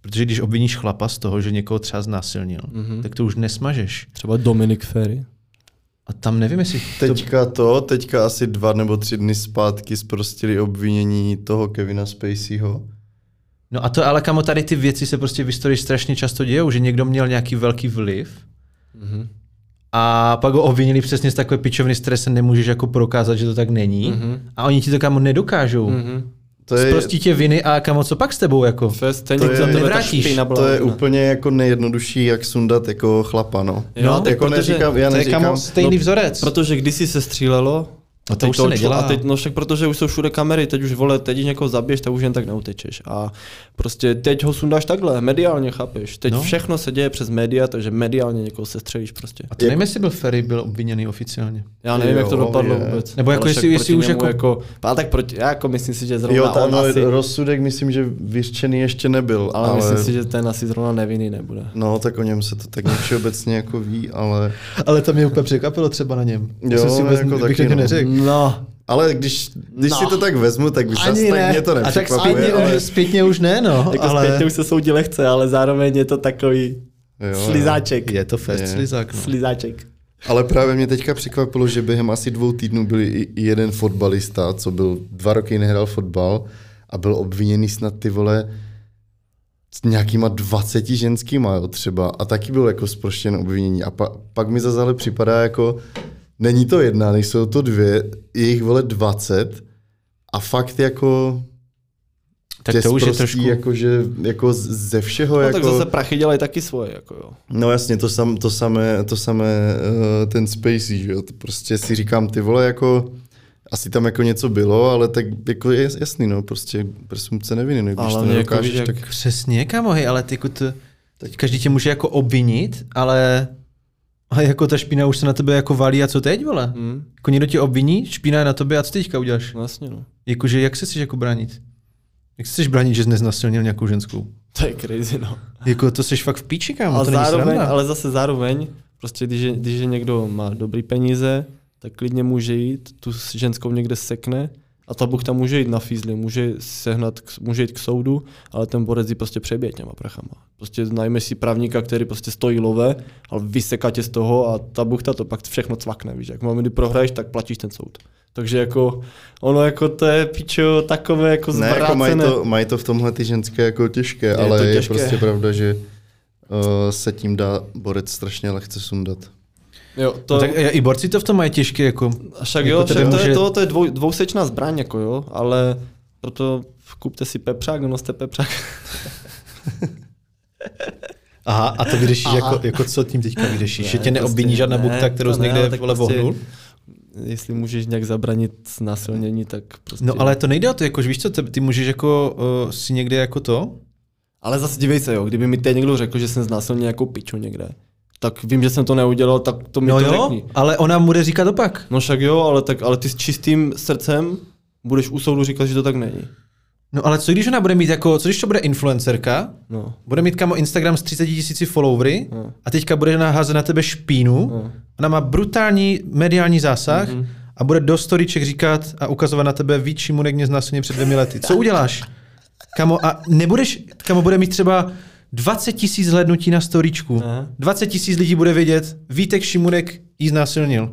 Speaker 1: protože když obviníš chlapa z toho, že někoho třeba znásilnil, mm-hmm. tak to už nesmažeš.
Speaker 2: Třeba Dominik Ferry.
Speaker 1: A tam nevím, jestli to...
Speaker 3: Teďka to, teďka asi dva nebo tři dny zpátky zprostili obvinění toho Kevina Spaceyho.
Speaker 1: No a to ale kamo tady ty věci se prostě v historii strašně často dějou, že někdo měl nějaký velký vliv mm-hmm. a pak ho obvinili přesně z takové pičoviny, z které se nemůžeš jako prokázat, že to tak není. Mm-hmm. A oni ti to kamo nedokážou. Mm-hmm.
Speaker 3: To je,
Speaker 1: Zprostí tě viny a kamo, co pak s tebou jako?
Speaker 2: Fest, ten
Speaker 3: To
Speaker 2: za
Speaker 3: je-
Speaker 2: tebe ta
Speaker 1: nevrátíš,
Speaker 2: špína byla.
Speaker 3: to je
Speaker 2: hodná.
Speaker 3: úplně jako nejjednodušší, jak sundat jako chlapa, no.
Speaker 2: Jo, tak
Speaker 3: jako
Speaker 2: protože-
Speaker 3: neříkám, já no,
Speaker 1: to je kamo
Speaker 3: neříkám,
Speaker 1: stejný vzorec.
Speaker 2: Protože kdysi se střílelo,
Speaker 1: A to
Speaker 2: teď
Speaker 1: už se
Speaker 2: šlo-
Speaker 1: nedělá.
Speaker 2: A teď, no však protože už jsou všude kamery, teď už vole, teď když někoho zabiješ, tak už jen tak neutečeš. A prostě teď ho sundáš takhle, mediálně, chápeš. Teď
Speaker 1: No.
Speaker 2: no. všechno se děje přes média, takže mediálně někoho sestřelíš prostě.
Speaker 1: A to nevím, jestli byl Ferry byl obviněný oficiálně.
Speaker 2: Já nevím, jo, jak to
Speaker 3: Jo,
Speaker 2: dopadlo
Speaker 3: je.
Speaker 2: vůbec.
Speaker 1: Nebo jako
Speaker 2: Ale
Speaker 1: jestli-
Speaker 2: však
Speaker 1: jestli
Speaker 2: proti
Speaker 1: už
Speaker 2: němu
Speaker 1: jako-
Speaker 2: A tak proti, já jako myslím si, že zrovna
Speaker 3: jo, tam
Speaker 2: on asi,
Speaker 3: rozsudek myslím, že vyřčený ještě nebyl,
Speaker 2: ale,
Speaker 3: ale,
Speaker 2: myslím si, že ten asi zrovna nevinný nebude.
Speaker 3: No, tak o něm se to tak všeobecně jako ví, ale...
Speaker 1: Ale to mě úplně překvapilo třeba na něm.
Speaker 3: Jo, jako taky, no.
Speaker 2: No,
Speaker 3: Ale když, když
Speaker 2: No.
Speaker 3: si to tak vezmu, tak by se stejně to
Speaker 1: A tak
Speaker 3: nepřekvapuje,
Speaker 1: zpětně,
Speaker 3: ale...
Speaker 1: už, zpětně už ne, no.
Speaker 2: jako ale...
Speaker 1: ale
Speaker 2: zpětně už se soudí lehce, ale zároveň je to takový
Speaker 3: Jo, jo.
Speaker 2: slizáček.
Speaker 1: je to fest
Speaker 3: Je.
Speaker 1: slizák. No.
Speaker 2: Slizáček.
Speaker 3: Ale právě mě teďka překvapilo, že během asi dvou týdnů byl i i jeden fotbalista, co byl dva roky nehrál fotbal a byl obviněný snad ty vole s nějakýma 20 ženskýma jo, třeba a taky byl jako zproštěn obvinění a pa, pak mi zase ale připadá jako není to jedna, nejsou to dvě, je jich vole 20 a fakt jako
Speaker 1: Tak
Speaker 3: tě
Speaker 1: to už je
Speaker 3: zprostí
Speaker 1: trošku...
Speaker 3: jako, že, jako z- ze všeho
Speaker 2: No,
Speaker 3: jako...
Speaker 2: tak zase prachy dělají taky svoje, jako jo.
Speaker 3: No jasně, to, sam, to samé, to samé eh, ten Spacey, že jo? To prostě si říkám, ty vole, jako asi tam jako něco bylo, ale tak jako je jasný, no, prostě presumpce neviny, no, když
Speaker 2: Ale
Speaker 3: to
Speaker 2: mě jako
Speaker 3: nedokážeš,
Speaker 2: víš, jak-
Speaker 3: tak...
Speaker 1: Přesně, kamohy, ale ty kut... Teď každý tě může jako obvinit, ale... A jako ta špína už se na tebe jako valí a co teď, vole?
Speaker 2: Hmm.
Speaker 1: Jako někdo tě obviní, špína je na tobě a co teďka uděláš?
Speaker 2: No, jasně, no.
Speaker 1: Jakože jak se chceš jako bránit? Jak se chceš bránit, že jsi neznasilnil nějakou ženskou?
Speaker 2: To je crazy, no.
Speaker 1: Jako to jsi fakt v píči, kámo,
Speaker 2: A
Speaker 1: No to není
Speaker 2: zároveň,
Speaker 1: sranda.
Speaker 2: ale zase zároveň, prostě když je, když je někdo má dobrý peníze, tak klidně může jít, tu s ženskou někde sekne a ta Bůh tam může jít na fízli, může, sehnat, k- může jít k soudu, ale ten borec ji prostě přebije těma prachama. Prostě najme si právníka, který prostě stojí love, ale vyseká tě z toho a ta Bůh to pak všechno cvakne, víš, jak moment, kdy prohraješ, tak platíš ten soud. Takže jako, ono jako to je pičo takové jako
Speaker 3: Ne,
Speaker 2: zvrácené.
Speaker 3: jako mají to, mají to v tomhle ty ženské jako těžké, je ale
Speaker 2: to
Speaker 3: je
Speaker 2: těžké.
Speaker 3: prostě pravda, že eh, se tím dá borec strašně lehce sundat.
Speaker 2: jo, to...
Speaker 1: No, tak i borci to v tom mají těžké, jako...
Speaker 2: A však
Speaker 1: Jako
Speaker 2: jo,
Speaker 1: tebe
Speaker 2: však to,
Speaker 1: může-
Speaker 2: je to, to je dvou, dvousečná zbraň, jako jo, ale proto kupte si pepřák, noste pepřák.
Speaker 1: Aha, a to vyřešíš jako, jako, co tím teďka vyřešíš? že tě neobviní
Speaker 2: prostě
Speaker 1: žádná
Speaker 2: ne,
Speaker 1: bukta, kterou
Speaker 2: to
Speaker 1: jsi
Speaker 2: ne,
Speaker 1: někde
Speaker 2: ale tak
Speaker 1: vole
Speaker 2: prostě-
Speaker 1: vohnul?
Speaker 2: Jestli můžeš nějak zabranit násilnění, tak prostě.
Speaker 1: No ale to nejde o to, jakož víš co, ty, ty můžeš jako uh, si někde jako to,
Speaker 2: ale zase dívej se, jo, kdyby mi teď někdo řekl, že jsem znásilnil nějakou piču někde, tak vím, že jsem to neudělal, tak to mi
Speaker 1: no
Speaker 2: to
Speaker 1: jo,
Speaker 2: řekni.
Speaker 1: ale ona mu bude říkat opak.
Speaker 2: No však jo, ale, tak, ale ty s čistým srdcem budeš u soudu říkat, že to tak není.
Speaker 1: No ale co když ona bude mít jako, co když to bude influencerka,
Speaker 2: No.
Speaker 1: bude mít kamo Instagram s 30 tisíci followery
Speaker 2: No.
Speaker 1: a teďka bude naházet na tebe špínu,
Speaker 2: No.
Speaker 1: ona má brutální mediální zásah
Speaker 2: Hmm.
Speaker 1: a bude do storyček říkat a ukazovat na tebe víc šimunek mě znásilně před dvěmi lety. Co uděláš? Kamo, a nebudeš, kamo, bude mít třeba 20 tisíc hlednutí na storyčku.
Speaker 2: Aha.
Speaker 1: 20 tisíc lidí bude vědět, Vítek Šimunek jí znásilnil.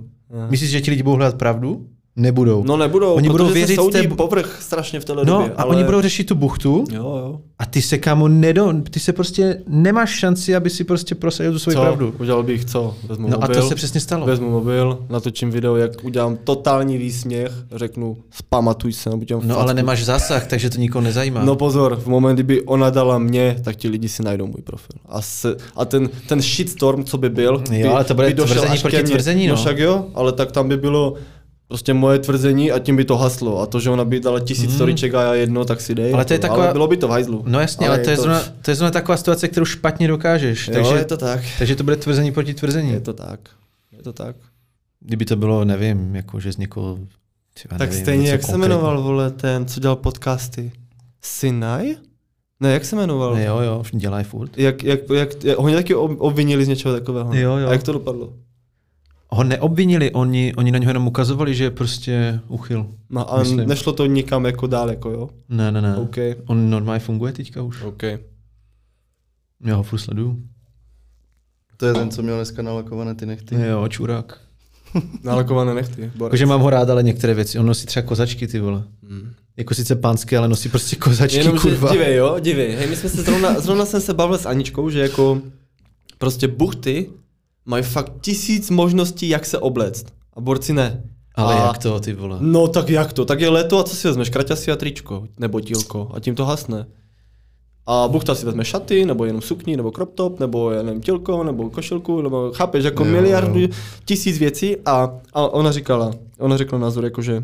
Speaker 1: Myslíš, že ti lidi budou hledat pravdu? Nebudou.
Speaker 2: No nebudou,
Speaker 1: Oni budou
Speaker 2: protože
Speaker 1: věřit
Speaker 2: se soudí
Speaker 1: té-
Speaker 2: povrch strašně v téhle
Speaker 1: No
Speaker 2: době.
Speaker 1: a oni budou řešit tu buchtu
Speaker 2: Jo, jo.
Speaker 1: a ty se kamo nedo, ty se prostě nemáš šanci, aby si prostě prosadil tu svoji
Speaker 2: Co?
Speaker 1: pravdu.
Speaker 2: Udělal bych co? Vezmu
Speaker 1: No a
Speaker 2: mobil.
Speaker 1: to se přesně stalo.
Speaker 2: Vezmu mobil, natočím video, jak udělám totální výsměch, řeknu, zpamatuj se, nebo dělám
Speaker 1: No
Speaker 2: facku.
Speaker 1: ale nemáš zásah, takže to nikoho nezajímá.
Speaker 2: No pozor, v moment, kdyby ona dala mě, tak ti lidi si najdou můj profil. A, se, a ten, ten shitstorm, co by byl, by,
Speaker 1: ale to bude
Speaker 2: by došel
Speaker 1: tvrzení
Speaker 2: až ke
Speaker 1: proti
Speaker 2: mně.
Speaker 1: tvrzení, no.
Speaker 2: no. však jo, ale tak tam by bylo prostě moje tvrzení a tím by to haslo. A to, že ona by dala tisíc hmm. storiček a já jedno, tak si dej.
Speaker 1: Ale to je
Speaker 2: jako,
Speaker 1: taková-
Speaker 2: ale bylo by to v hajzlu.
Speaker 1: No jasně, ale, ale to, je zrovna, to je zrovna taková situace, kterou špatně dokážeš.
Speaker 2: Jo,
Speaker 1: takže,
Speaker 2: je to tak.
Speaker 1: takže to bude tvrzení proti tvrzení.
Speaker 2: Je to tak. Je to tak.
Speaker 1: Kdyby to bylo, nevím, jako že z někoho... Třeba,
Speaker 2: Tak
Speaker 1: nevím,
Speaker 2: stejně,
Speaker 1: něco
Speaker 2: jak se
Speaker 1: konkrétního.
Speaker 2: jmenoval, vole, ten, co dělal podcasty? Sinaj? Ne, jak se jmenoval?
Speaker 1: Ne, jo, jo, dělaj furt.
Speaker 2: Jak, jak, jak, jak, oni taky ob- obvinili z něčeho takového. ne?
Speaker 1: Jo, jo.
Speaker 2: A jak to dopadlo?
Speaker 1: Ho neobvinili, oni, oni na něho jenom ukazovali, že je prostě uchyl.
Speaker 2: No a
Speaker 1: Myslím.
Speaker 2: nešlo to nikam jako daleko, jo?
Speaker 1: Ne, ne, ne.
Speaker 2: OK.
Speaker 1: On normálně funguje teďka už.
Speaker 2: OK.
Speaker 1: Já ho furt sleduju.
Speaker 3: To je ten, co měl dneska nalakované ty nechty.
Speaker 1: Jo, čurák.
Speaker 2: Nalakované nechty. Borec.
Speaker 1: Jakože mám ho rád, ale některé věci. On nosí třeba kozačky, ty vole. Jako sice pánské, ale nosí prostě kozačky,
Speaker 2: Hmm. Jenom,
Speaker 1: kurva.
Speaker 2: Že, dívej, jo, dívej. Hej, my jsme se zrovna, zrovna jsem se bavil s Aničkou, že jako prostě buchty mají fakt tisíc možností, jak se obléct. A borci ne.
Speaker 1: Ale
Speaker 2: a,
Speaker 1: jak to, ty vole.
Speaker 2: No tak jak to? Tak je léto a co si vezmeš? Kraťasy a tričko, nebo tílko a tím to hasne. A buchta si vezme šaty, nebo jenom sukni, nebo crop top, nebo já nevím, tílko, nebo košilku, nebo chápeš, jako
Speaker 3: Jo,
Speaker 2: miliardu,
Speaker 3: jo.
Speaker 2: tisíc věcí a, a ona říkala, ona řekla názor jako, že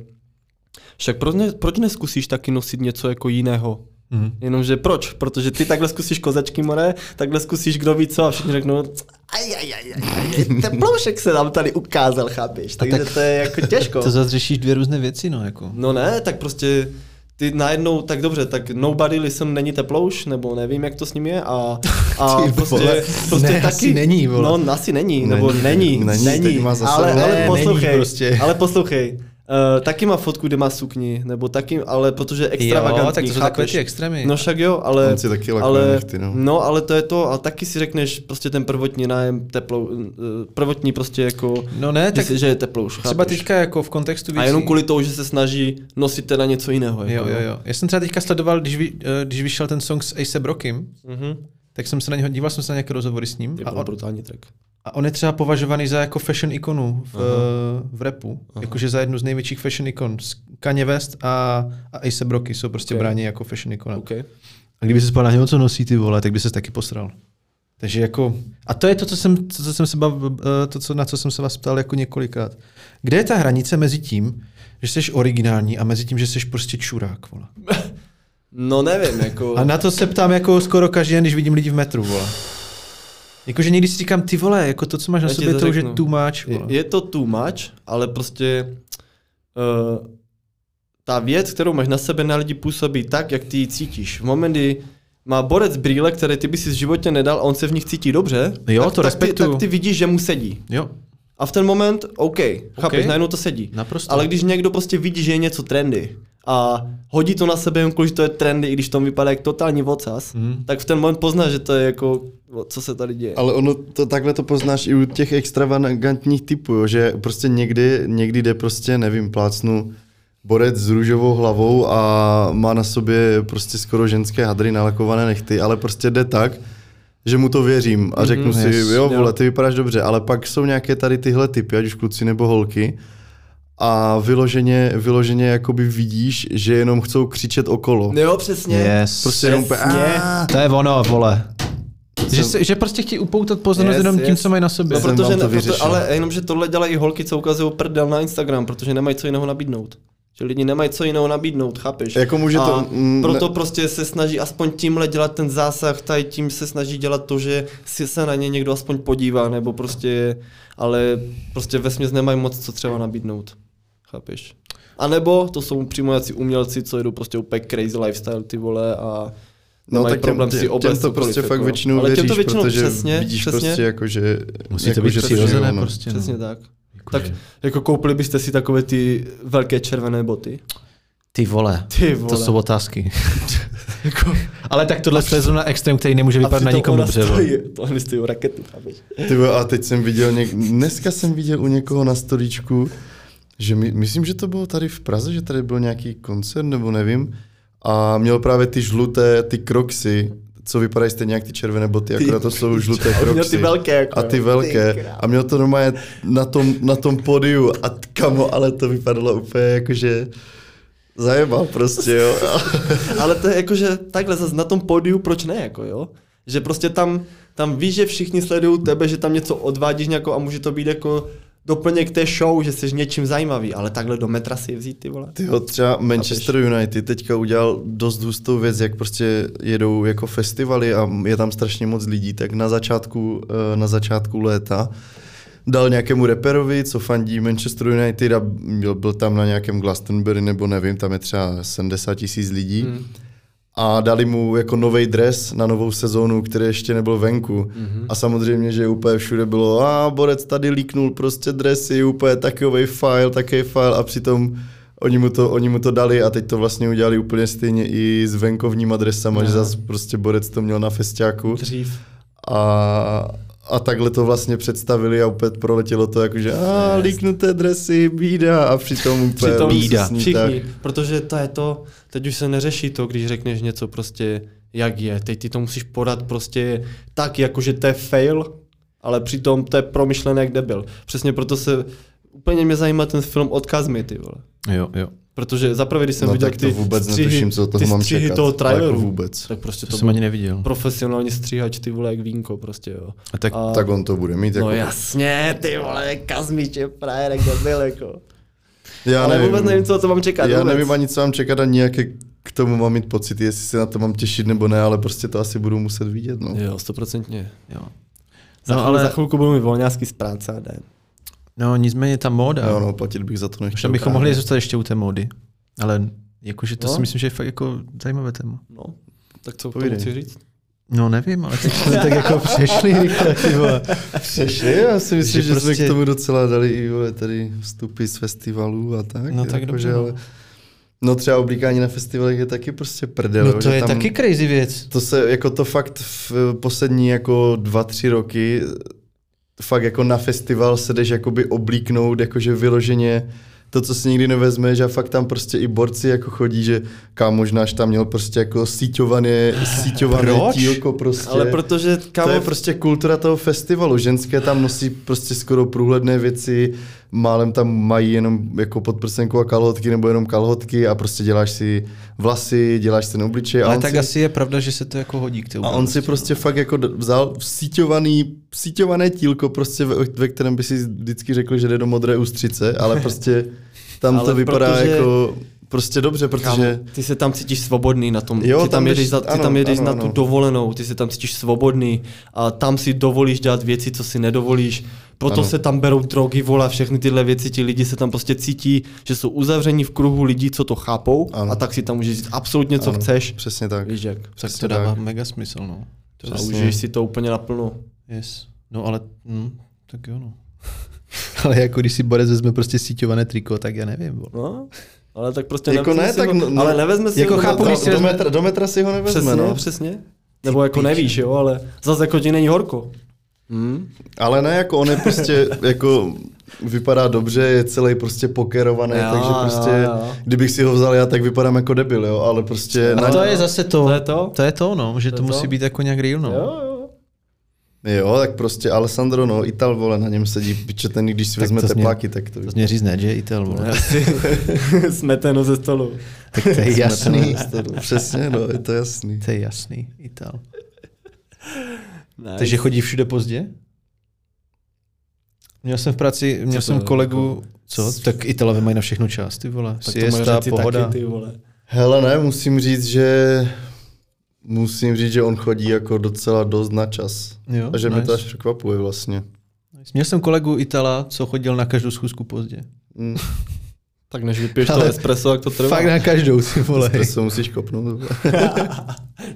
Speaker 2: však proč, ne, proč neskusíš taky nosit něco jako jiného?
Speaker 1: Mhm.
Speaker 2: Jenomže proč? Protože ty takhle zkusíš kozačky more, takhle zkusíš kdo ví co a všichni řeknou aj, aj, aj, aj, aj, ten ploušek se nám tady ukázal, chápeš? Takže
Speaker 1: tak-
Speaker 2: tak to je jako
Speaker 1: <laughs>
Speaker 2: těžko.
Speaker 1: To zase řešíš dvě různé věci, no, jako.
Speaker 2: No ne, tak prostě ty najednou, tak dobře, tak nobody listen není teplouš, nebo nevím, jak to s ním je a, a
Speaker 1: Ty
Speaker 2: prostě,
Speaker 1: vole.
Speaker 2: prostě
Speaker 1: Ne,
Speaker 2: taky,
Speaker 1: asi není, vole.
Speaker 2: No, asi není, nebo
Speaker 3: Není,
Speaker 2: není,
Speaker 3: není,
Speaker 2: není,
Speaker 3: tak má za
Speaker 2: ale,
Speaker 3: sebou.
Speaker 2: ale
Speaker 1: Ne, není
Speaker 2: poslouchej,
Speaker 1: prostě.
Speaker 2: ale poslouchej, Uh, taky má fotku, kde má sukni, nebo taky, ale protože je extravagantní,
Speaker 1: Jo, tak to jsou
Speaker 2: chápeš?
Speaker 1: takové ty extrémy.
Speaker 2: No však jo, ale...
Speaker 3: On si taky lakuje
Speaker 2: ale,
Speaker 3: nechty, no.
Speaker 2: No, ale to je to, a taky si řekneš prostě ten prvotní nájem teplou, eh, prvotní prostě jako,
Speaker 1: No ne,
Speaker 2: že
Speaker 1: tak
Speaker 2: si- že je teplouš,
Speaker 1: Třeba
Speaker 2: chápeš?
Speaker 1: teďka jako v kontextu věcí.
Speaker 2: A jenom kvůli tomu, že se snaží nosit teda něco jiného.
Speaker 1: Jo,
Speaker 2: jako.
Speaker 1: jo, jo. Já jsem třeba teďka sledoval, když, vy, eh, když vyšel ten song s Ace Brockem,
Speaker 2: Mhm.
Speaker 1: tak jsem se na něho díval, jsem se na nějaké rozhovory s ním.
Speaker 2: Je
Speaker 1: A
Speaker 2: to
Speaker 1: on,
Speaker 2: Jako brutální track.
Speaker 1: a on je třeba považovaný za jako fashion ikonu v, eh, v repu. Jakože za jednu z největších fashion ikon. S- Kanye West a, a Ace Brocky jsou prostě
Speaker 2: Ok.
Speaker 1: okay. bráni jako fashion ikona.
Speaker 2: OK.
Speaker 1: Okay. A kdyby se spal na něho, co nosí ty vole, tak by se taky posral. Takže jako, a to je to, co jsem, to, co jsem se bav, eh, to, co, na co jsem se vás ptal jako několikrát. Kde je ta hranice mezi tím, že jsi originální a mezi tím, že jsi prostě čurák, vole?
Speaker 2: No nevím, jako...
Speaker 1: A na to se ptám jako skoro každý den, když vidím lidi v metru, vole. Jakože někdy si říkám, ty vole, jako to, co máš na
Speaker 2: Já ti
Speaker 1: sobě,
Speaker 2: to
Speaker 1: to už je
Speaker 2: řeknu.
Speaker 1: too much,
Speaker 2: je,
Speaker 1: vole.
Speaker 2: je to too much, ale prostě... Uh, ta věc, kterou máš na sebe, na lidi působí tak, jak ty ji cítíš. V moment, kdy má borec brýle, které ty by si v životě nedal a on se v nich cítí dobře,
Speaker 1: Jo,
Speaker 2: tak,
Speaker 1: to
Speaker 2: tak, ty,
Speaker 1: respektuju.
Speaker 2: tak ty vidíš, že mu sedí.
Speaker 1: Jo,
Speaker 2: A v ten moment, OK, chápeš, najednou to sedí.
Speaker 1: Naprosto.
Speaker 2: Ale když někdo prostě vidí, že je něco trendy a hodí to na sebe jen kvůli, že to je trendy, i když to vypadá jak totální vocas,
Speaker 3: Mhm.
Speaker 2: mm. tak v ten moment pozná, že to je jako, o, co se tady děje.
Speaker 3: Ale ono, to, takhle to poznáš i u těch extravagantních typů, jo, že prostě někdy, někdy jde prostě, nevím, plácnu borec s růžovou hlavou a má na sobě prostě skoro ženské hadry nalakované nechty, ale prostě jde tak, že mu to věřím a řeknu mm, si,
Speaker 1: jasně,
Speaker 3: jo,
Speaker 2: jo.
Speaker 3: vole, ty vypadáš dobře, ale pak jsou nějaké tady tyhle typy, ať už kluci nebo holky, a vyloženě, vyloženě jakoby vidíš, že jenom chcou křičet okolo.
Speaker 2: Jo, přesně.
Speaker 1: Yes.
Speaker 3: Oh. Prostě jenom úplně,
Speaker 2: Přesně.
Speaker 3: "Aaa,
Speaker 1: To je ono, vole. Že, se, že prostě chtějí upoutat pozornost
Speaker 2: Yes,
Speaker 1: yes, jenom tím,
Speaker 2: yes.
Speaker 1: co mají na sobě.
Speaker 2: No,
Speaker 3: jsem
Speaker 2: protože,
Speaker 3: vám to
Speaker 2: ne, proto,
Speaker 3: vyřešil.
Speaker 2: ale jenom, že tohle dělají holky, co ukazují prdel na Instagram, protože nemají co jiného nabídnout. Že lidi nemají co jiného nabídnout, chápeš?
Speaker 3: Jako může
Speaker 2: a
Speaker 3: to- mm,
Speaker 2: proto
Speaker 3: ne-
Speaker 2: prostě se snaží aspoň tímhle dělat ten zásah, tady tím se snaží dělat to, že si se na ně někdo aspoň podívá, nebo prostě, ale prostě ve směs nemají moc co třeba nabídnout. Chápeš? A nebo to jsou přímo jací umělci, co jedou prostě úplně crazy lifestyle, ty vole, a
Speaker 3: No
Speaker 2: nemají
Speaker 3: tak těm,
Speaker 2: problém
Speaker 3: těm,
Speaker 2: si
Speaker 3: těm
Speaker 2: oblést
Speaker 3: to
Speaker 2: cokoliv,
Speaker 3: prostě fakt
Speaker 2: jako.
Speaker 3: většinou
Speaker 2: Ale těm to
Speaker 3: věříš,
Speaker 2: většinou
Speaker 3: protože
Speaker 2: přesně,
Speaker 3: vidíš
Speaker 2: přesně.
Speaker 3: prostě jako, že...
Speaker 1: Musíte
Speaker 3: jako
Speaker 1: být
Speaker 3: že to
Speaker 1: přirozené
Speaker 3: žijou, no.
Speaker 1: prostě.
Speaker 2: přesně
Speaker 1: No.
Speaker 2: tak. Tak jako koupili byste si takové ty velké červené boty?
Speaker 1: Ty vole.
Speaker 2: Ty vole.
Speaker 1: To jsou
Speaker 3: <laughs>
Speaker 1: otázky.
Speaker 3: Jako-
Speaker 1: Ale tak tohle je zrovna extrém, který nemůže vypadat na
Speaker 2: přitom
Speaker 1: nikom
Speaker 2: ona
Speaker 1: dobře. vole.
Speaker 2: stojí, to oni stojí raketu, chápeš?
Speaker 3: Ty vole, a teď jsem viděl, něk... dneska jsem viděl u někoho na stolíčku, že my, myslím, že to bylo tady v Praze, že tady byl nějaký koncert, nebo nevím, a měl právě ty žluté, ty kroksy, co vypadají stejně jak ty červené boty, akorát to jsou žluté
Speaker 2: A už měl
Speaker 3: kroksy.
Speaker 2: ty velké jako,
Speaker 3: A ty
Speaker 2: jo.
Speaker 3: velké.
Speaker 2: Ty
Speaker 3: a měl to normálně na tom, na tom podiu a t- kamo, ale to vypadalo úplně jako, že zajebal prostě, jo.
Speaker 2: Ale to je jako, že takhle zas na tom pódiu, proč ne, jako jo? Že prostě tam, tam víš, že všichni sledují tebe, že tam něco odvádíš nějakou a může to být jako doplněk té show, že jsi něčím zajímavý, ale takhle do metra si je vzít, ty vole.
Speaker 3: Tyho, třeba Manchester United teďka udělal dost hustou věc, jak prostě jedou jako festivaly a je tam strašně moc lidí, tak na začátku, eh, na začátku léta dal nějakému reperovi, co fandí Manchester United a byl, byl tam na nějakém Glastonbury nebo nevím, tam je třeba 70 tisíc lidí. Mm. a dali mu jako nový dres na novou sezónu, který ještě nebyl venku.
Speaker 2: Mhm.
Speaker 3: Mm-hmm. A samozřejmě, že úplně všude bylo, a Borec tady líknul prostě dresy, úplně takový file, takový file a přitom oni mu, to, oni mu to dali a teď to vlastně udělali úplně stejně i s venkovníma dresama, že zase prostě Borec to měl na festiáku.
Speaker 2: Dřív.
Speaker 3: A, a takhle to vlastně představili a opět proletělo to jako, že a líknuté dresy, bída a přitom úplně
Speaker 2: Přitom
Speaker 1: bída.
Speaker 3: luxusní, tak.
Speaker 2: Všichni, protože to je to, teď už se neřeší to, když řekneš něco prostě, jak je, teď ty to musíš podat prostě tak, jakože to je fail, ale přitom to je promyšlené jak debil. Přesně proto se, úplně mě zajímá ten film Odkaz mi, ty vole.
Speaker 1: Jo, jo.
Speaker 2: Protože zaprvé, když jsem
Speaker 3: No
Speaker 2: viděl
Speaker 3: tak to
Speaker 2: ty
Speaker 3: vůbec
Speaker 2: střihy,
Speaker 3: netuším, co od toho
Speaker 2: ty
Speaker 3: mám
Speaker 2: střihy
Speaker 3: čekat.
Speaker 2: toho
Speaker 3: Jako
Speaker 2: traileru,
Speaker 3: vůbec.
Speaker 2: tak prostě
Speaker 1: To,
Speaker 2: to, to
Speaker 1: jsem
Speaker 2: byl
Speaker 1: ani neviděl.
Speaker 2: profesionální stříhač, ty vole, jak vínko prostě, jo.
Speaker 1: A tak, a...
Speaker 3: Tak on to bude mít. Jako,
Speaker 2: No jasně, ty vole, Kazmič je frajerek, debil, jako.
Speaker 3: já
Speaker 2: Ale vůbec nevím, co to mám čekat.
Speaker 3: Já
Speaker 2: vůbec.
Speaker 3: nevím ani, co mám čekat, ani jaké k tomu mám mít pocity, jestli se na to mám těšit nebo ne, ale prostě to asi budu muset vidět. No.
Speaker 2: Jo, stoprocentně.
Speaker 1: jo.
Speaker 2: Za, no, ale... za chvilku budu mít volňářský z práce a den.
Speaker 1: No nicméně ta móda.
Speaker 3: Jo, no, platit bych za to nechtěl.
Speaker 1: Možná bychom mohli zůstat ještě u té módy. Ale jakože to
Speaker 2: No.
Speaker 1: no. si myslím, že je fakt jako zajímavé téma.
Speaker 2: No, tak co
Speaker 3: Povídej.
Speaker 2: Povídej. chci říct?
Speaker 1: No nevím, ale teď
Speaker 3: <laughs>
Speaker 1: jsme tak jako přešli rychle, ty vole.
Speaker 3: Přešli, <laughs> já si myslím, že,
Speaker 1: Že
Speaker 3: že prostě... jsme
Speaker 1: prostě-
Speaker 3: k tomu docela dali i vole, tady vstupy z festivalů a tak. jako,
Speaker 1: No tak dobře, no.
Speaker 3: ale... no třeba oblíkání na festivalech je taky prostě prdel.
Speaker 2: No,
Speaker 1: No,
Speaker 3: jo, že tam...
Speaker 1: crazy věc.
Speaker 3: To se jako to fakt v poslední jako dva, tři roky fakt jako na festival se jdeš jakoby oblíknout, jakože vyloženě to, co si nikdy nevezmeš a fakt tam prostě i borci jako chodí, že kam možná tam měl prostě jako síťované, síťované
Speaker 1: Proč?
Speaker 3: tílko prostě.
Speaker 2: Ale protože, kámo,
Speaker 3: To je prostě kultura toho festivalu. Ženské tam nosí prostě skoro průhledné věci, málem tam mají jenom jako podprsenku a kalhotky nebo jenom kalhotky a prostě děláš si vlasy, děláš si ten obličej. a
Speaker 1: Ale
Speaker 3: on
Speaker 1: tak
Speaker 3: si...
Speaker 1: asi je pravda, že se to jako hodí k té
Speaker 3: A on si prostě fakt jako d- vzal síťovaný, síťované tílko, prostě ve, ve kterém by si vždycky řekl, že jde do modré ústřice, ale prostě tam
Speaker 2: Ale
Speaker 3: to vypadá
Speaker 2: protože-
Speaker 3: protože... jako prostě dobře, protože
Speaker 2: Kámo, ty se tam cítíš svobodný na tom,
Speaker 3: Jo,
Speaker 2: ty tam,
Speaker 3: tam
Speaker 2: jedeš,
Speaker 3: jdeš-
Speaker 2: za, ty
Speaker 3: ano,
Speaker 2: tam jedeš
Speaker 3: ano,
Speaker 2: na tu
Speaker 3: ano.
Speaker 2: dovolenou, ty se tam cítíš svobodný a tam si dovolíš dělat věci, co si nedovolíš, proto ano.
Speaker 3: Ano.
Speaker 2: se tam berou drogy, vola, všechny tyhle věci, ti lidi se tam prostě cítí, že jsou uzavření v kruhu lidí, co to chápou ano.
Speaker 3: Ano.
Speaker 2: a tak si tam můžeš říct absolutně, co ano.
Speaker 3: Ano,
Speaker 2: chceš.
Speaker 3: přesně tak.
Speaker 2: Víš jak?
Speaker 1: Tak to
Speaker 3: Přesně
Speaker 1: dává
Speaker 3: tak.
Speaker 1: mega smysl, no. To
Speaker 2: A
Speaker 1: zase,
Speaker 2: užiješ si to úplně naplno.
Speaker 1: yes. No ale, hm, tak jo, no. <laughs> ale jako když si Borec vezme prostě síťované triko, tak já nevím, vole.
Speaker 2: No, ale tak prostě
Speaker 3: Jako
Speaker 2: nevezme
Speaker 3: ne,
Speaker 2: si
Speaker 3: tak
Speaker 2: ho,
Speaker 3: no-
Speaker 2: ale nevezme si
Speaker 1: jako
Speaker 2: ho,
Speaker 1: chápu,
Speaker 2: do-
Speaker 1: když si
Speaker 3: do, do, metra, do metra si ho nevezme,
Speaker 2: Přesně,
Speaker 3: no.
Speaker 2: přesně. Nebo jako nevíš, jo, ale zase jako ti není horko. Hmm?
Speaker 3: Ale ne, jako on je prostě jako vypadá dobře, je celý prostě pokerovaný,
Speaker 2: Jo,
Speaker 3: takže
Speaker 2: jo,
Speaker 3: prostě,
Speaker 2: jo.
Speaker 3: kdybych si ho vzal já, tak vypadám jako debil, jo, ale prostě...
Speaker 1: A to je zase to.
Speaker 2: To je to?
Speaker 1: To je to, no, že to,
Speaker 2: je
Speaker 1: to musí
Speaker 2: to?
Speaker 1: být jako nějak real, no.
Speaker 2: Jo, jo.
Speaker 3: Jo, tak prostě Alessandro, no, Ital, vole, na něm sedí piče ten, když si
Speaker 1: Tak
Speaker 3: vezme
Speaker 1: to zní-
Speaker 3: tepláky, tak to...
Speaker 1: To zní říct ne, že Ital, vole.
Speaker 2: <laughs> Smeteno ze stolu.
Speaker 1: Tak to je jasný.
Speaker 3: Přesně, no, je to jasný.
Speaker 1: To je jasný, Ital.
Speaker 2: Ne,
Speaker 1: Takže chodí všude pozdě? Měl jsem v práci, měl
Speaker 2: to
Speaker 1: jsem
Speaker 2: je
Speaker 1: kolegu, co? Tak Italové mají na všechno čas, ty vole.
Speaker 2: tak to
Speaker 1: Siesta,
Speaker 2: mají říci
Speaker 1: pohoda.
Speaker 2: taky, ty vole.
Speaker 3: Hele, ne, musím říct, že... Musím říct, že on chodí jako docela dost na čas.
Speaker 1: Jo,
Speaker 3: a že mě to až
Speaker 1: nice.
Speaker 3: překvapuje vlastně.
Speaker 1: Měl jsem kolegu Itala, co chodil na každou schůzku pozdě.
Speaker 3: Mm,
Speaker 2: Tak než vypiješ to
Speaker 1: Ale-
Speaker 2: espresso, jak to trvá.
Speaker 1: Fakt na každou, ty vole.
Speaker 3: to prostě se
Speaker 1: <laughs>
Speaker 3: musíš kopnout.
Speaker 1: Ty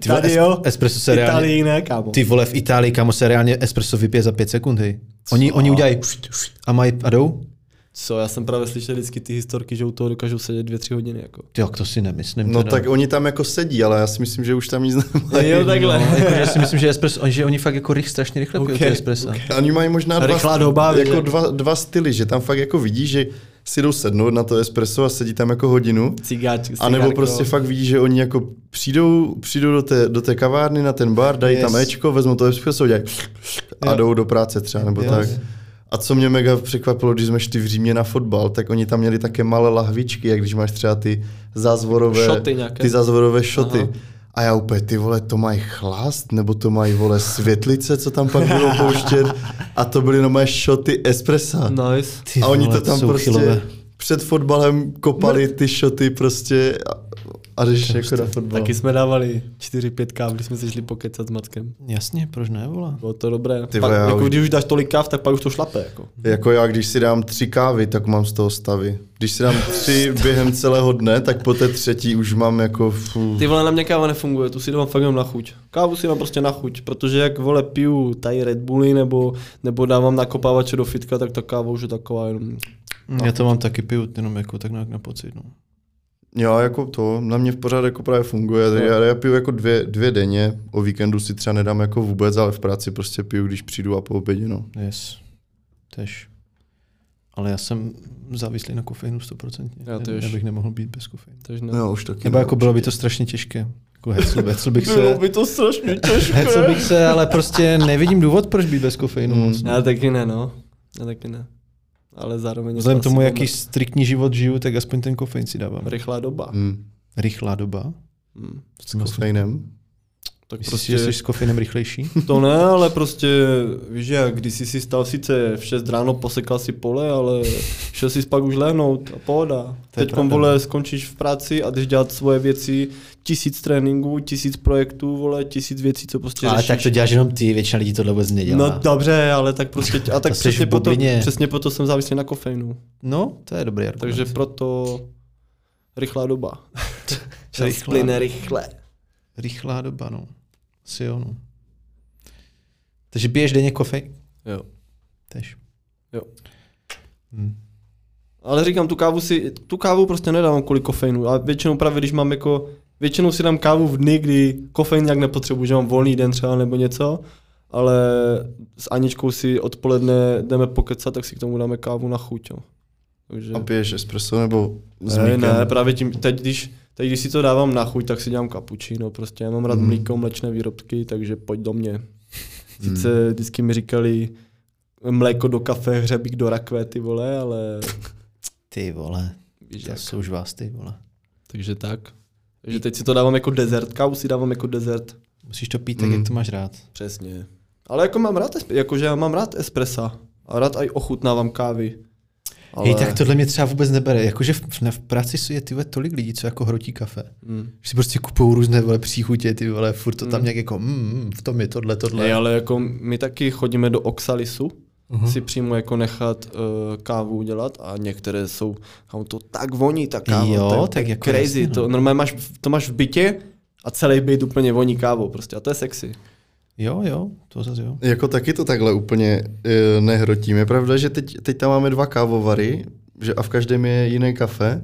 Speaker 1: vole,
Speaker 2: Tady
Speaker 1: es-
Speaker 2: jo.
Speaker 1: Espresso se reálně,
Speaker 2: Itálii ne, kámo.
Speaker 1: ty vole, v Itálii, kamo se reálně espresso vypije za pět sekund, hej. Oni, oni udělají a mají a jdou?
Speaker 2: Co, já jsem právě slyšel vždycky ty historky, že u toho dokážou sedět dvě, tři hodiny, jako.
Speaker 1: Ty, jak to si nemyslím.
Speaker 3: No
Speaker 1: teda.
Speaker 3: tak oni tam jako sedí, ale já si myslím, že už tam nic nemají.
Speaker 2: <laughs> Jo, takhle.
Speaker 1: No, jako, že si myslím, že, espresso, že oni fakt jako rych, strašně rychle pijou ty
Speaker 2: Ok,
Speaker 1: espressa.
Speaker 2: ok.
Speaker 3: Oni mají možná dva,
Speaker 2: Rychlá doba, víš,
Speaker 3: jako
Speaker 2: jak-
Speaker 3: dva, dva, styly, že tam fakt jako vidíš, že si jdou sednout na to espresso a sedí tam jako hodinu.
Speaker 2: Cigáč,
Speaker 3: A nebo prostě fakt vidí, že oni jako přijdou, přijdou do, té, do té kavárny na ten bar, dají yes. tam
Speaker 1: Yes.
Speaker 3: Ečko, vezmou to espresso, udělají a jdou do práce třeba, nebo yes. tak. A co mě mega překvapilo, když jsme šli v Římě na fotbal, tak oni tam měli také malé lahvičky, jak když máš třeba ty zázvorové
Speaker 2: Šoty nějaké.
Speaker 3: ty zázvorové šoty.
Speaker 2: Aha.
Speaker 3: Aha. A já úplně, ty vole, to mají chlást, nebo to mají, vole, světlice, co tam pak budou pouštět. A to byly normálně šoty espressa.
Speaker 2: Nice.
Speaker 1: Ty
Speaker 3: a oni
Speaker 1: vole,
Speaker 3: to tam
Speaker 1: jsou
Speaker 3: prostě
Speaker 1: chylové.
Speaker 3: před fotbalem kopali ty šoty prostě a, a řešili
Speaker 1: Prostě.
Speaker 3: jako na fotbal.
Speaker 2: Taky jsme dávali 4-5 káv, když jsme se šli pokecat s matkem.
Speaker 1: Jasně, proč ne, vole?
Speaker 2: Bylo to dobré.
Speaker 3: Ty
Speaker 2: pak,
Speaker 3: vole, já
Speaker 2: jako,
Speaker 3: už-
Speaker 2: když už dáš tolik káv, tak pak už to šlape. Jako.
Speaker 3: Jako já, když si dám tři kávy, tak mám z toho stavy. Když si dám
Speaker 1: <laughs>
Speaker 3: tři během celého dne, tak po té třetí už mám jako... Fů,
Speaker 2: Ty vole, na mě káva nefunguje, tu si dám fakt jenom na chuť. Kávu si dám prostě na chuť, protože jak vole piju tady Red Bulli nebo, nebo dávám nakopávače do fitka, tak ta káva už je taková jenom...
Speaker 1: Já to mám taky piju, jenom jako tak nějak na pocit. No.
Speaker 3: jo, jako to, na mě v pořád jako právě
Speaker 1: No.
Speaker 3: funguje. Já, já piju jako dvě, dvě denně, o víkendu si třeba nedám jako vůbec, ale v práci prostě piju, když přijdu a po obědě, no.
Speaker 1: Yes. Tež. Ale já jsem závislý na kofeinu 100%.
Speaker 2: Já tež.
Speaker 1: Já bych nemohl být bez kofeinu.
Speaker 2: Takže ne.
Speaker 3: Jo, už taky.
Speaker 1: Nebo
Speaker 3: no,
Speaker 1: jako bylo by to strašně těžké. Jako hecl, hecl bych se,
Speaker 2: No, by to strašně těžké.
Speaker 1: hecl bych se, ale prostě nevidím důvod, proč být bez kofeinu.
Speaker 2: Hmm.
Speaker 3: Mm.
Speaker 1: moc, no.
Speaker 2: <laughs> Já taky ne, no. Já taky ne. Ale zároveň...
Speaker 1: Vzhledem
Speaker 2: to
Speaker 1: tomu,
Speaker 2: asi
Speaker 1: jaký
Speaker 2: máme.
Speaker 1: striktní život žiju, tak aspoň ten kofein si dávám.
Speaker 2: Rychlá doba.
Speaker 3: Hm,
Speaker 1: Rychlá doba.
Speaker 2: Hmm.
Speaker 3: s
Speaker 1: Vlastně.
Speaker 3: kofeinem.
Speaker 2: Tak prostě-
Speaker 1: Myslíš, si, že jsi s kofeinem
Speaker 2: <laughs>
Speaker 1: rychlejší?
Speaker 2: To ne, ale prostě, víš jak, když jsi si stal sice v 6 ráno, posekal si pole, ale šel si pak už lehnout a pohoda.
Speaker 1: To je
Speaker 2: Teď
Speaker 1: pravda. no.
Speaker 2: vole, skončíš v práci a jdeš dělat svoje věci, tisíc tréninků, tisíc projektů, vole, tisíc věcí, co prostě řešíš.
Speaker 1: děláš jenom ty, většina lidí to vůbec
Speaker 2: No dobře, ale tak prostě, a
Speaker 1: <laughs>
Speaker 2: tak
Speaker 1: To jsi
Speaker 2: přesně
Speaker 1: v
Speaker 2: proto,
Speaker 1: bublině.
Speaker 2: přesně proto jsem závislý na kofeinu.
Speaker 1: No, to je dobrý argument.
Speaker 2: Takže proto rychlá doba. Čas
Speaker 1: Rychlá.
Speaker 2: prostě plyne rychle.
Speaker 1: Rychlá doba, no. Si jo, no. Takže piješ denně kofej?
Speaker 2: Jo.
Speaker 1: Tež.
Speaker 2: Jo.
Speaker 1: Hm.
Speaker 2: Ale říkám, tu kávu si, tu kávu prostě nedávám kvůli kofeinu, ale většinou právě když mám jako, většinou si dám kávu v dny, kdy kofein nějak nepotřebuji, že mám volný den třeba nebo něco, ale s Aničkou si odpoledne jdeme pokecat, tak si k tomu dáme kávu na chuť, jo. Takže,
Speaker 3: A piješ espresso nebo s
Speaker 2: ne,
Speaker 3: mlíkem?
Speaker 2: ne, právě tím, teď když, teď když si to dávám na chuť, tak si dělám kapučino, prostě já mám
Speaker 3: Hmm.
Speaker 2: rád mlíko, mlečné výrobky, takže pojď do mě.
Speaker 3: Hmm.
Speaker 2: Sice vždycky mi říkali mléko do kafe, hřebík do rakve, ty vole, ale
Speaker 1: Ty vole,
Speaker 2: víš,
Speaker 1: to
Speaker 2: jak.
Speaker 1: jsou už vás, ty vole.
Speaker 2: Takže tak. Takže teď si to dávám jako desert, kávu si dávám jako desert.
Speaker 1: Musíš to pít tak,
Speaker 2: Hmm.
Speaker 1: jak to máš rád.
Speaker 2: Přesně. Ale jako mám rád, esp- jakože já mám rád espressa. A rád aj ochutnávám kávy.
Speaker 1: Ale... Hej, tak tohle mě třeba vůbec nebere. Jakože v, v, v práci si je ty vole, tolik lidí, co jako hrotí kafe.
Speaker 2: Mm.
Speaker 1: Že si prostě kupují různé vole příchutě, ty vole, furt to tam nějak jako, mm, v tom je tohle, tohle.
Speaker 2: Hej, ale jako my taky chodíme do Oxalisu, uh-huh.
Speaker 1: Mhm.
Speaker 2: si přímo jako nechat uh, kávu udělat a některé jsou, kámo, to tak voní ta káva,
Speaker 1: Jo,
Speaker 2: to je
Speaker 1: tak
Speaker 2: úplně
Speaker 1: jako
Speaker 2: crazy,
Speaker 1: jasně, no.
Speaker 2: to normálně máš, v- to máš v bytě a celý byt úplně voní kávou prostě a to je sexy.
Speaker 1: Jo, jo, to zase jo.
Speaker 3: Jako taky to takhle úplně e, nehrotím. Je pravda, že teď, teď tam máme dva kávovary že a v každém je jiné kafe.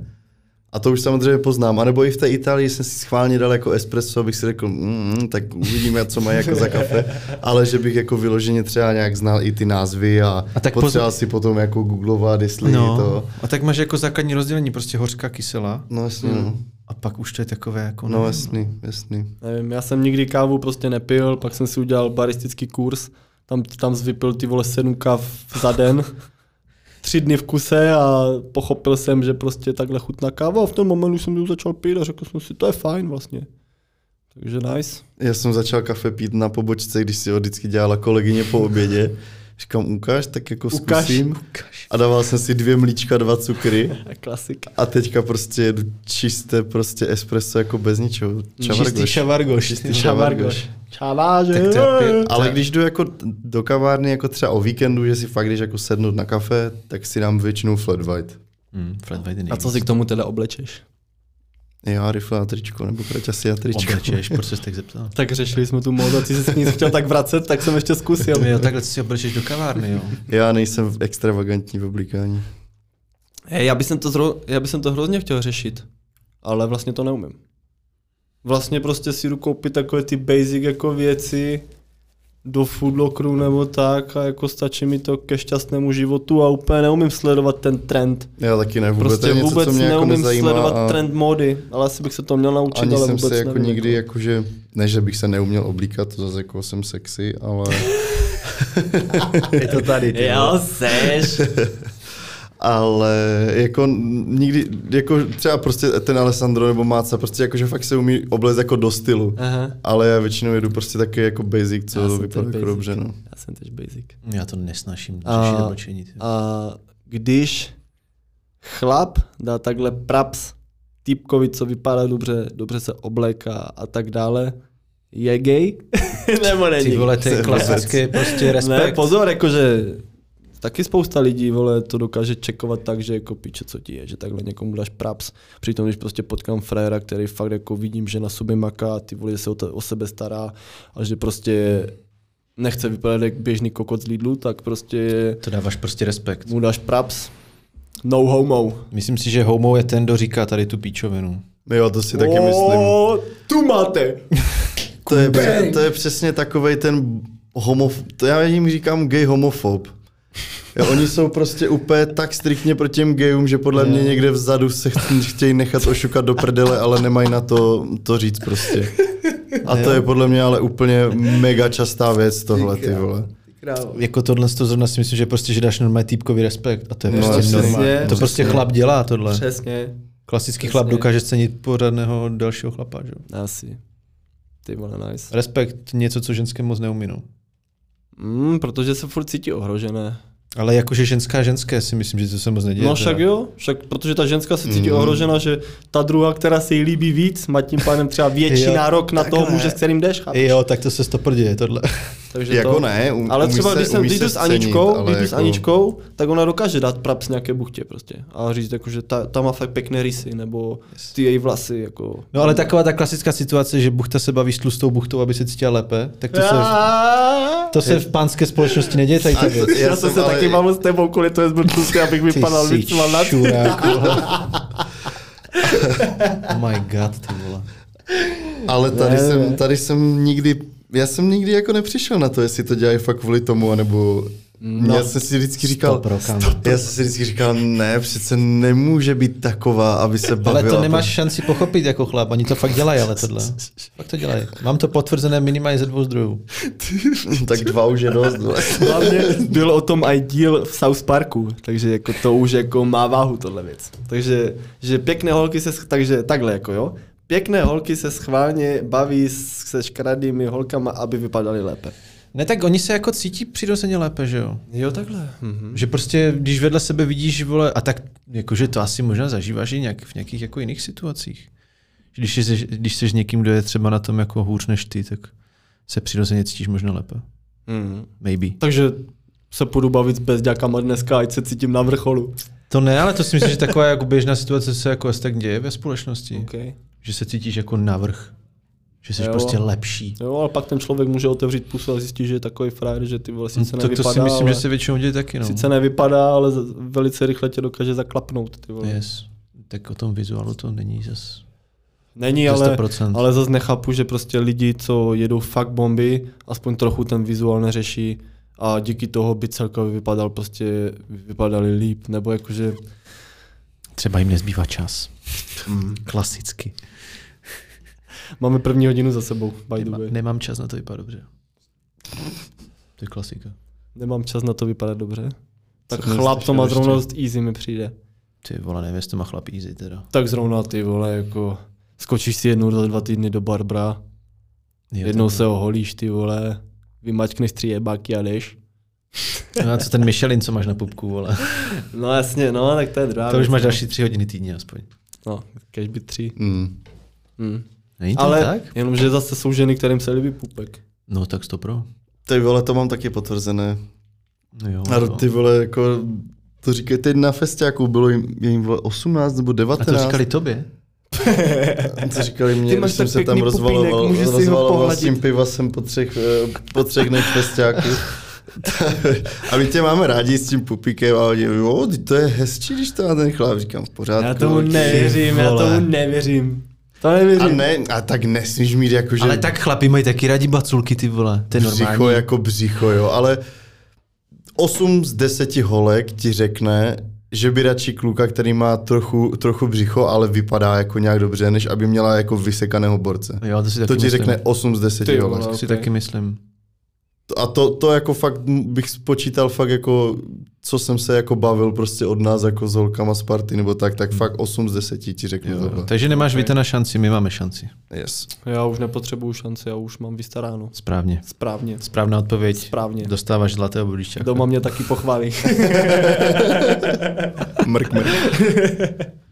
Speaker 3: A to už samozřejmě poznám. A nebo i v té Itálii jsem si schválně dal jako espresso, abych si řekl, mm, tak uvidíme, co mají jako za kafe.
Speaker 1: <laughs>
Speaker 3: Ale že bych jako vyloženě třeba nějak znal i ty názvy a,
Speaker 1: A
Speaker 3: a
Speaker 1: tak
Speaker 3: tak potřeboval si potom jako googlovat, jestli no. to...
Speaker 1: a tak máš jako základní rozdělení, prostě hořká kyselá
Speaker 3: No jasný, no.
Speaker 1: a pak už to je takové jako...
Speaker 3: No jasný, jasný.
Speaker 2: Nevím, já jsem nikdy kávu prostě nepil, pak jsem si udělal baristický kurz, tam, tam vypil ty vole sedm káv za <laughs> den, tři dny v kuse a pochopil jsem, že prostě takhle chutná káva a v ten moment už jsem ji začal pít a řekl jsem si, to je fajn vlastně. Takže nice.
Speaker 3: Já jsem začal kafe pít na pobočce, když si ho vždycky dělala kolegyně po obědě. Říkám, ukáž, tak jako
Speaker 2: Ukaž,
Speaker 3: zkusím. A dával jsem si dvě mlíčka, dva cukry.
Speaker 2: Klasika.
Speaker 3: A teďka prostě jedu čisté prostě espresso jako bez ničeho.
Speaker 1: Čistý
Speaker 3: Čavargoš.
Speaker 1: šavargoš.
Speaker 3: Čistý šavargoš.
Speaker 2: Čáváže.
Speaker 1: Tak to je pět.
Speaker 3: Ale když jdu jako do kavárny, jako třeba o víkendu, že si fakt, když jako sednu na kafe, tak si dám většinou flat white.
Speaker 1: Hmm, Fred Weiden
Speaker 2: A co si k tomu teda oblečeš?
Speaker 3: Já rifle na tričko, nebo kraťasy na tričko.
Speaker 1: oblečeš, proč jsi tak zeptal?
Speaker 2: Tak řešili jsme tu módu, ty jsi se k ní chtěl tak vracet, tak jsem
Speaker 1: <laughs>
Speaker 2: ještě
Speaker 1: <laughs>
Speaker 2: zkusil.
Speaker 1: Jo, takhle si oblečeš do kavárny, jo.
Speaker 3: Já nejsem v extravagantní v oblíkání.
Speaker 2: Hej, Eh, já bych to, zro... já bych to hrozně chtěl řešit, ale vlastně to neumím. Vlastně prostě si jdu koupit takové ty basic jako věci do foodlockeru nebo tak a jako stačí mi to ke šťastnému životu a úplně neumím sledovat ten trend.
Speaker 3: Já taky ne, vůbec, to
Speaker 2: Prostě
Speaker 3: je něco,
Speaker 2: vůbec
Speaker 3: co mě jako
Speaker 2: neumím
Speaker 3: nezajímá
Speaker 2: sledovat
Speaker 3: a-
Speaker 2: trend módy, ale asi bych se to měl naučit,
Speaker 3: Ani
Speaker 2: ale
Speaker 3: jsem
Speaker 2: vůbec
Speaker 3: se jako
Speaker 2: nevím,
Speaker 3: nikdy, jakože, ne, že bych se neuměl oblíkat, to zase jako jsem sexy, ale... je to tady,
Speaker 2: Jo, seš.
Speaker 3: <laughs> Ale jako n- nikdy, jako třeba prostě ten Alessandro nebo Máca, prostě jakože fakt se umí oblézt jako do stylu.
Speaker 2: Aha.
Speaker 3: Ale já většinou jedu prostě taky jako basic,
Speaker 2: Já
Speaker 3: co
Speaker 2: jsem
Speaker 3: vypadá
Speaker 2: ten
Speaker 3: jako
Speaker 2: basic.
Speaker 3: dobře, no.
Speaker 2: Já jsem tež basic.
Speaker 1: Já to nesnaším,
Speaker 2: A-
Speaker 1: řešit oblečení. ty.
Speaker 2: A když chlap dá takhle praps týpkovi, co vypadá dobře, dobře se obléká a tak dále, je gay? <laughs> Nebo není?
Speaker 1: Ty vole, to je
Speaker 3: Jsem
Speaker 1: klasický prostě respekt.
Speaker 2: Ne, pozor, jakože taky spousta lidí, vole, to dokáže čekovat tak, že jako piče, co ti je, že takhle někomu dáš praps. Přitom, když prostě potkám frajera, který fakt jako vidím, že na sobě maká, ty vole, že se o, te, o sebe stará a že prostě nechce vypadat jak běžný kokot z Lidlu, tak prostě
Speaker 1: To dáváš prostě respekt.
Speaker 2: mu dáš praps. No homo.
Speaker 1: Myslím si, že homo je ten, kdo říká tady tu píčovinu.
Speaker 3: Jo, to si taky myslím.
Speaker 2: O, tu máte.
Speaker 3: To je, pře- to je přesně takovej ten homof... To já jim říkám gay homofob. Jo, oni jsou prostě úplně tak striktně proti těm gayům, že podle mě někde vzadu se ch- chtějí nechat ošukat do prdele, ale nemají na to to říct prostě. A to je podle mě ale úplně mega častá věc tohle, ty vole.
Speaker 1: Jako tohle to zrovna si myslím, že prostě, že dáš normálně týpkový respekt. A to je
Speaker 3: No,
Speaker 1: prostě
Speaker 3: přesně,
Speaker 1: normální. To
Speaker 3: přesně.
Speaker 1: prostě chlap dělá tohle.
Speaker 2: Přesně.
Speaker 1: Klasický chlap
Speaker 2: Přesně.
Speaker 1: dokáže cenit pořádného dalšího chlapa, že? jo?
Speaker 2: Asi. Ty vole, nice.
Speaker 1: Respekt, něco, co ženské moc neumí, no.
Speaker 2: Mm, protože se furt cítí ohrožené.
Speaker 1: Ale jakože ženská ženské si myslím, že to se moc neděje.
Speaker 2: No
Speaker 1: teda.
Speaker 2: však jo, však protože ta ženská se cítí mm. ohrožena, že ta druhá, která se jí líbí víc, má tím pádem třeba větší
Speaker 1: Jo,
Speaker 2: jo, nárok na toho
Speaker 3: takhle.
Speaker 2: muže, s kterým jdeš. chápeš?
Speaker 1: Jo, tak to se stopr děje tohle.
Speaker 2: Takže
Speaker 3: Jako ne, um,
Speaker 2: ale
Speaker 3: umí
Speaker 2: třeba
Speaker 3: se-
Speaker 2: když jsem
Speaker 3: umí
Speaker 2: když
Speaker 3: se
Speaker 2: jdu s
Speaker 3: cenit,
Speaker 2: Aničkou,
Speaker 3: ale
Speaker 2: když jdu s
Speaker 3: jako-
Speaker 2: Aničkou, tak ona dokáže dát praps nějaké buchtě prostě. A říct jako, že ta, ta má fakt pěkné rysy, nebo ty její vlasy jako.
Speaker 1: No ale taková ta klasická situace, že buchta se baví s tlustou buchtou, aby se cítila lépe, tak to se,
Speaker 2: Já-
Speaker 1: to se v pánské společnosti neděje tady.
Speaker 3: A
Speaker 1: ty věci.
Speaker 3: to-
Speaker 2: Já jsem se
Speaker 3: ale-
Speaker 2: taky bavil s tebou kvůli to zbrtnosti, abych
Speaker 1: Ty
Speaker 2: vypadal
Speaker 1: jsi
Speaker 2: víc na <laughs>
Speaker 1: čurák, vole. Oh my god, ty vole.
Speaker 3: Ale tady,
Speaker 2: Ne,
Speaker 3: jsem,
Speaker 2: ne.
Speaker 3: tady jsem nikdy, já jsem nikdy jako nepřišel na to, jestli to dělají fakt kvůli tomu, anebo no, já jsem si vždycky říkal,
Speaker 1: Stopro, kámo.
Speaker 3: já jsem si vždycky říkal, ne, přece nemůže být taková, aby se bavila.
Speaker 1: Ale to nemáš šanci pochopit jako chlap, oni to fakt dělají, ale tohle. Fakt to dělají. Mám to potvrzené minimálně ze dvou zdrojů.
Speaker 3: <laughs> tak dva už je dost. vole.
Speaker 2: Hlavně byl o tom i díl v South Parku, takže jako to už jako má váhu tohle věc. Takže že pěkné holky se, sch- takže takhle jako jo, pěkné holky se schválně baví s- se škaradými holkama, aby vypadaly lépe.
Speaker 1: Ne, tak oni se jako cítí přirozeně lépe, že jo?
Speaker 2: Jo, takhle. Mhm.
Speaker 1: Že prostě, když vedle sebe vidíš, vole, a tak jakože to asi možná zažíváš i nějak, v nějakých jako jiných situacích. Že Když jsi, když jsi s někým, kdo je třeba na tom jako hůř než ty, tak se přirozeně cítíš možná lépe.
Speaker 2: Mhm.
Speaker 1: Maybe.
Speaker 2: Takže se půjdu bavit s bezďakama dneska, ať se cítím na vrcholu.
Speaker 1: To ne, ale to si myslím, že taková jako běžná situace se jako asi tak děje ve společnosti. Okay.
Speaker 2: Okay.
Speaker 1: Že se cítíš jako navrh. Že jsi
Speaker 2: Jo.
Speaker 1: prostě lepší.
Speaker 2: Jo, ale pak ten člověk může otevřít pusu a zjistit, že je takový frajer, že ty vole sice
Speaker 1: To,
Speaker 2: nevypadá,
Speaker 1: to si myslím,
Speaker 2: ale...
Speaker 1: že se většinou děje taky. No.
Speaker 2: Sice nevypadá, ale z- velice rychle tě dokáže zaklapnout. Ty vole.
Speaker 1: Yes. Tak o tom vizuálu to není zas.
Speaker 2: Není,
Speaker 1: To
Speaker 2: ale,
Speaker 1: 100%.
Speaker 2: ale zase nechápu, že prostě lidi, co jedou fakt bomby, aspoň trochu ten vizuál neřeší a díky toho by celkově vypadal prostě, vypadali líp, nebo jakože,
Speaker 1: Třeba jim nezbývá čas.
Speaker 2: Hmm.
Speaker 1: Klasicky.
Speaker 2: máme první hodinu za sebou, by the
Speaker 1: Nemá,
Speaker 2: way.
Speaker 1: nemám čas na to vypadat dobře. To je klasika.
Speaker 2: Nemám čas na to vypadat dobře. Tak
Speaker 1: to
Speaker 2: chlap
Speaker 1: myslíš,
Speaker 2: to má
Speaker 1: Aleši, ty?
Speaker 2: zrovna dost easy mi přijde.
Speaker 1: Ty vole, nevím, jestli to má chlap easy teda.
Speaker 2: Tak zrovna ty vole, jako skočíš si jednou za dva týdny do Barbara,
Speaker 1: Jo,
Speaker 2: jednou se oholíš ty vole, vymačkneš tři jebáky a jdeš.
Speaker 1: No a co ten Michelin, co máš na pupku, vole.
Speaker 2: No jasně, no tak to je druhá
Speaker 1: To už
Speaker 2: věc.
Speaker 1: máš další tři hodiny týdně aspoň.
Speaker 2: No, kež by tři.
Speaker 3: Hmm.
Speaker 2: Mm.
Speaker 1: Není to
Speaker 2: Ale
Speaker 1: tak?
Speaker 2: tak? jenomže zase jsou ženy, kterým se líbí pupek.
Speaker 1: No tak to pro.
Speaker 3: Ty vole, to mám taky potvrzené.
Speaker 1: No jo,
Speaker 3: A
Speaker 1: to.
Speaker 3: ty vole, jako, to říkají teď na festiáku, bylo jim, je jim vole 18 nebo
Speaker 1: a to
Speaker 3: 19.
Speaker 1: říkali tobě?
Speaker 3: to říkali mě,
Speaker 2: Ty
Speaker 3: když
Speaker 2: máš
Speaker 3: jsem
Speaker 2: tak
Speaker 3: se tam
Speaker 2: pěkný
Speaker 3: rozvaloval,
Speaker 2: pupínek, můžeš si ho
Speaker 3: rozvaloval s
Speaker 2: pohladit.
Speaker 3: tím pivasem po třech, eh, po třech dnech festiáku. A my tě máme rádi s tím pupíkem a oni, jo, ty to je hezčí, když to má ten chlap. Říkám, v pořádku.
Speaker 2: Já tomu
Speaker 3: ok."
Speaker 2: nevěřím, já
Speaker 1: vole.
Speaker 2: tomu nevěřím. To
Speaker 3: A
Speaker 2: nevěřím.
Speaker 3: ne, a tak nesmíš mít jako, že
Speaker 1: Ale tak chlapi mají taky rádi baculky, ty vole. To je normální.
Speaker 3: břicho jako břicho, jo, ale 8 z 10 holek ti řekne, že by radši kluka, který má trochu, trochu břicho, ale vypadá jako nějak dobře, než aby měla jako vysekaného borce.
Speaker 1: Jo, to si taky
Speaker 3: To ti
Speaker 1: myslím.
Speaker 3: řekne 8 z 10
Speaker 2: Ty
Speaker 3: holek.
Speaker 2: vole.
Speaker 1: To si
Speaker 2: Ok.
Speaker 1: taky myslím.
Speaker 3: A to, to jako fakt bych spočítal fakt jako, co jsem se jako bavil prostě od nás jako s holkama z party nebo tak, tak fakt 8 z 10 ti řeknu jo, tohle.
Speaker 1: Takže nemáš okay. víte na šanci, my máme šanci.
Speaker 3: Yes.
Speaker 2: Já už nepotřebuju šance, já už mám vystaráno.
Speaker 1: Správně.
Speaker 2: Správně.
Speaker 1: Správná odpověď.
Speaker 2: Správně.
Speaker 1: Dostáváš zlatého budíčka.
Speaker 2: Doma mě taky pochválí.
Speaker 3: Mrk, mrk.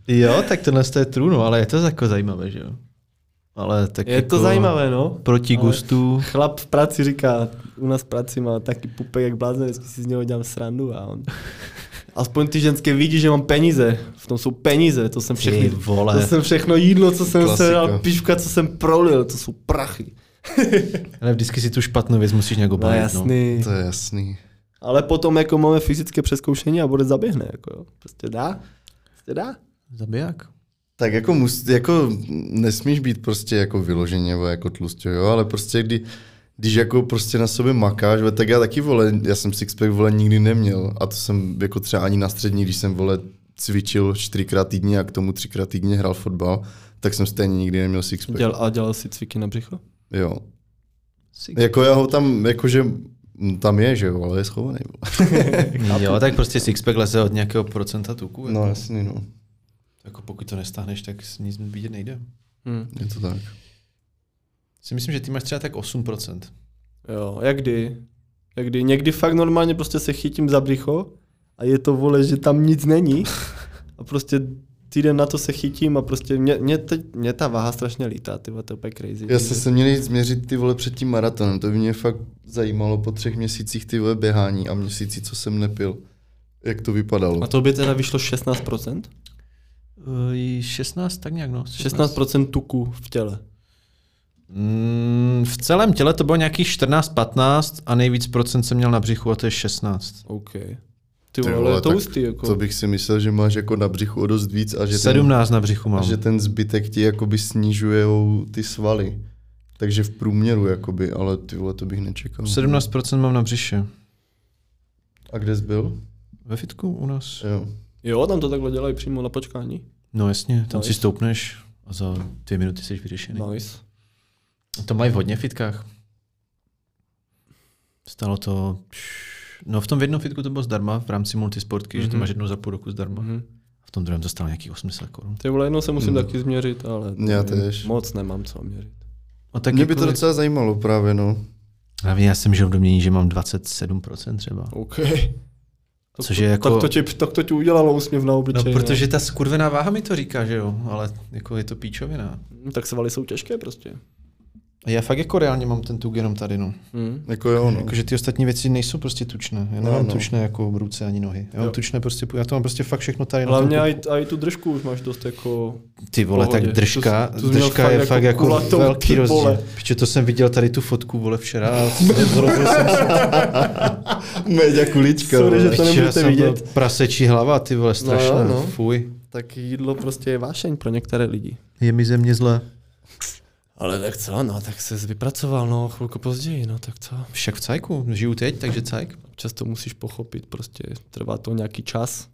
Speaker 1: Jo, tak tohle je trůno, ale je to jako zajímavé, že jo? Ale tak
Speaker 2: Je
Speaker 1: jako
Speaker 2: to zajímavé, no.
Speaker 1: Proti
Speaker 2: Ale-
Speaker 1: gustu.
Speaker 2: Chlap v práci říká, u nás v práci má taky pupek jak blázen, vždycky si z něho dělám srandu a on... Aspoň ty ženské vidí, že mám peníze. V tom jsou peníze, to jsem všechny,
Speaker 1: vole.
Speaker 2: To jsem všechno jídlo, co jsem
Speaker 3: Klasika.
Speaker 2: se pivka, co jsem prolil, to jsou prachy.
Speaker 1: Ale vždycky si tu špatnou věc musíš nějak
Speaker 2: No
Speaker 1: obhájit.
Speaker 2: jasný.
Speaker 3: To je jasný.
Speaker 2: Ale potom jako máme fyzické přeskoušení a bude zaběhne, jako jo. Prostě dá. Prostě dá.
Speaker 1: No. Zabiják.
Speaker 3: Tak jako, mus, jako nesmíš být prostě jako vyloženě nebo jako tlustě, jo, ale prostě kdy, když jako prostě na sobě makáš, ve, tak já taky vole, já jsem sixpack vole nikdy neměl a to jsem jako třeba ani na střední, když jsem vole cvičil čtyřikrát týdně a k tomu třikrát týdně hrál fotbal, tak jsem stejně nikdy neměl sixpack.
Speaker 2: Děl, a dělal si cviky na břicho?
Speaker 3: Jo. Jako já ho tam, jakože m, tam je, že jo, ale je schovaný. Vole.
Speaker 1: Jo, tak prostě sixpack leze od nějakého procenta tuku.
Speaker 3: No
Speaker 1: Jako,
Speaker 3: jasný, no.
Speaker 1: jako pokud to nestáhneš, tak s nic vidět nejde.
Speaker 2: Hm.
Speaker 3: Je to tak.
Speaker 1: Si myslím, že ty máš třeba tak 8%.
Speaker 2: Jo, jak kdy. Jak kdy. Někdy fakt normálně prostě se chytím za břicho a je to vole, že tam nic <laughs> není. A prostě týden na to se chytím a prostě mě, mě, teď, mě ta váha strašně lítá, ty vole, to je úplně crazy.
Speaker 3: Já jsem se měl jít změřit ty vole před tím maratonem, to by mě fakt zajímalo po třech měsících ty vole běhání a měsíci, co jsem nepil, jak to vypadalo.
Speaker 2: A to by teda vyšlo 16%?
Speaker 1: 16, Eh, tak nějak no.
Speaker 2: 16% tuku v těle.
Speaker 1: Mm, v celém těle to bylo nějakých 14-15 a nejvíc procent jsem měl na břichu a to je 16.
Speaker 2: OK. Ty vole, ale to
Speaker 3: tak
Speaker 2: hustý, jako.
Speaker 3: To bych si myslel, že máš jako na břichu o dost víc a že, ten,
Speaker 1: 17 na břichu
Speaker 3: a
Speaker 1: mám.
Speaker 3: že ten zbytek ti jakoby snižujou ty svaly. Takže v průměru jakoby, ale ty vole, to bych nečekal.
Speaker 1: 17% mám na břiše.
Speaker 3: A kde jsi byl?
Speaker 1: Ve fitku u nás?
Speaker 3: Jo.
Speaker 2: Jo, tam to takhle dělají přímo na počkání.
Speaker 1: No jasně, tam
Speaker 2: Nice.
Speaker 1: si stoupneš a za dvě minuty jsi vyřešený.
Speaker 3: No
Speaker 2: Nice.
Speaker 1: To mají v hodně fitkách. Stalo to... No v tom jednom fitku to bylo zdarma v rámci multisportky, mm-hmm.
Speaker 3: Mhm.
Speaker 1: že to máš jednou za půl roku zdarma. Mm-hmm.
Speaker 2: Mhm.
Speaker 1: V tom druhém to stalo nějakých 80 korun.
Speaker 2: Ty vole, jednou se musím taky změřit, ale
Speaker 3: Já
Speaker 2: nevím,
Speaker 3: tež.
Speaker 2: moc nemám co měřit.
Speaker 1: A tak
Speaker 2: jako
Speaker 1: jako
Speaker 3: Mě by to docela zajímalo právě, no.
Speaker 1: Hlavně já jsem žil v domění, že mám 27% třeba.
Speaker 2: OK.
Speaker 1: Což je jako-
Speaker 2: Tak to ti, tak to ti udělalo úsměv na
Speaker 1: No,
Speaker 2: obličeji.
Speaker 1: protože ta skurvená váha mi to říká, že jo, ale jako je to píčovina.
Speaker 2: No. Tak svaly jsou těžké prostě.
Speaker 1: A já fakt jako reálně mám ten tuk jenom tady, no.
Speaker 2: Hmm.
Speaker 3: Jako jo, <laughs> no.
Speaker 1: Jakože ty ostatní věci nejsou prostě tučné. Já nemám
Speaker 3: no.
Speaker 1: no. tučné jako ruce ani nohy. Já mám
Speaker 2: Jo.
Speaker 1: tučné prostě, já to mám prostě fakt všechno tady. na tom
Speaker 2: Hlavně
Speaker 1: tuku.
Speaker 2: aj, aj tu držku už máš dost jako...
Speaker 1: Ty vole,
Speaker 2: pohodě.
Speaker 1: tak držka,
Speaker 2: Tu
Speaker 1: tu,
Speaker 2: jsi- tu jsi měl
Speaker 1: držka
Speaker 2: fakt
Speaker 1: je
Speaker 2: jako
Speaker 1: fakt jako
Speaker 2: kulatou,
Speaker 1: velký
Speaker 2: ty
Speaker 1: rozdíl.
Speaker 2: vole.
Speaker 1: Piče, to jsem viděl tady tu fotku, vole, včera.
Speaker 2: <laughs>
Speaker 1: a Zrozil jsem se.
Speaker 3: Méďa kulička,
Speaker 2: Sorry,
Speaker 3: vole.
Speaker 2: že To
Speaker 1: Včera
Speaker 2: nemůžete
Speaker 1: jsem byl
Speaker 2: vidět.
Speaker 1: Prasečí hlava, ty vole, strašná,
Speaker 2: No,
Speaker 1: no,
Speaker 2: no.
Speaker 1: no. fuj.
Speaker 2: Tak jídlo prostě je vášeň pro některé lidi.
Speaker 1: Je mi země zlé.
Speaker 2: Ale tak co, no, tak se vypracoval, no, chvilku později, no, tak co.
Speaker 1: Však v cajku, žiju teď, takže cajk.
Speaker 2: Občas to musíš pochopit, prostě trvá to nějaký čas.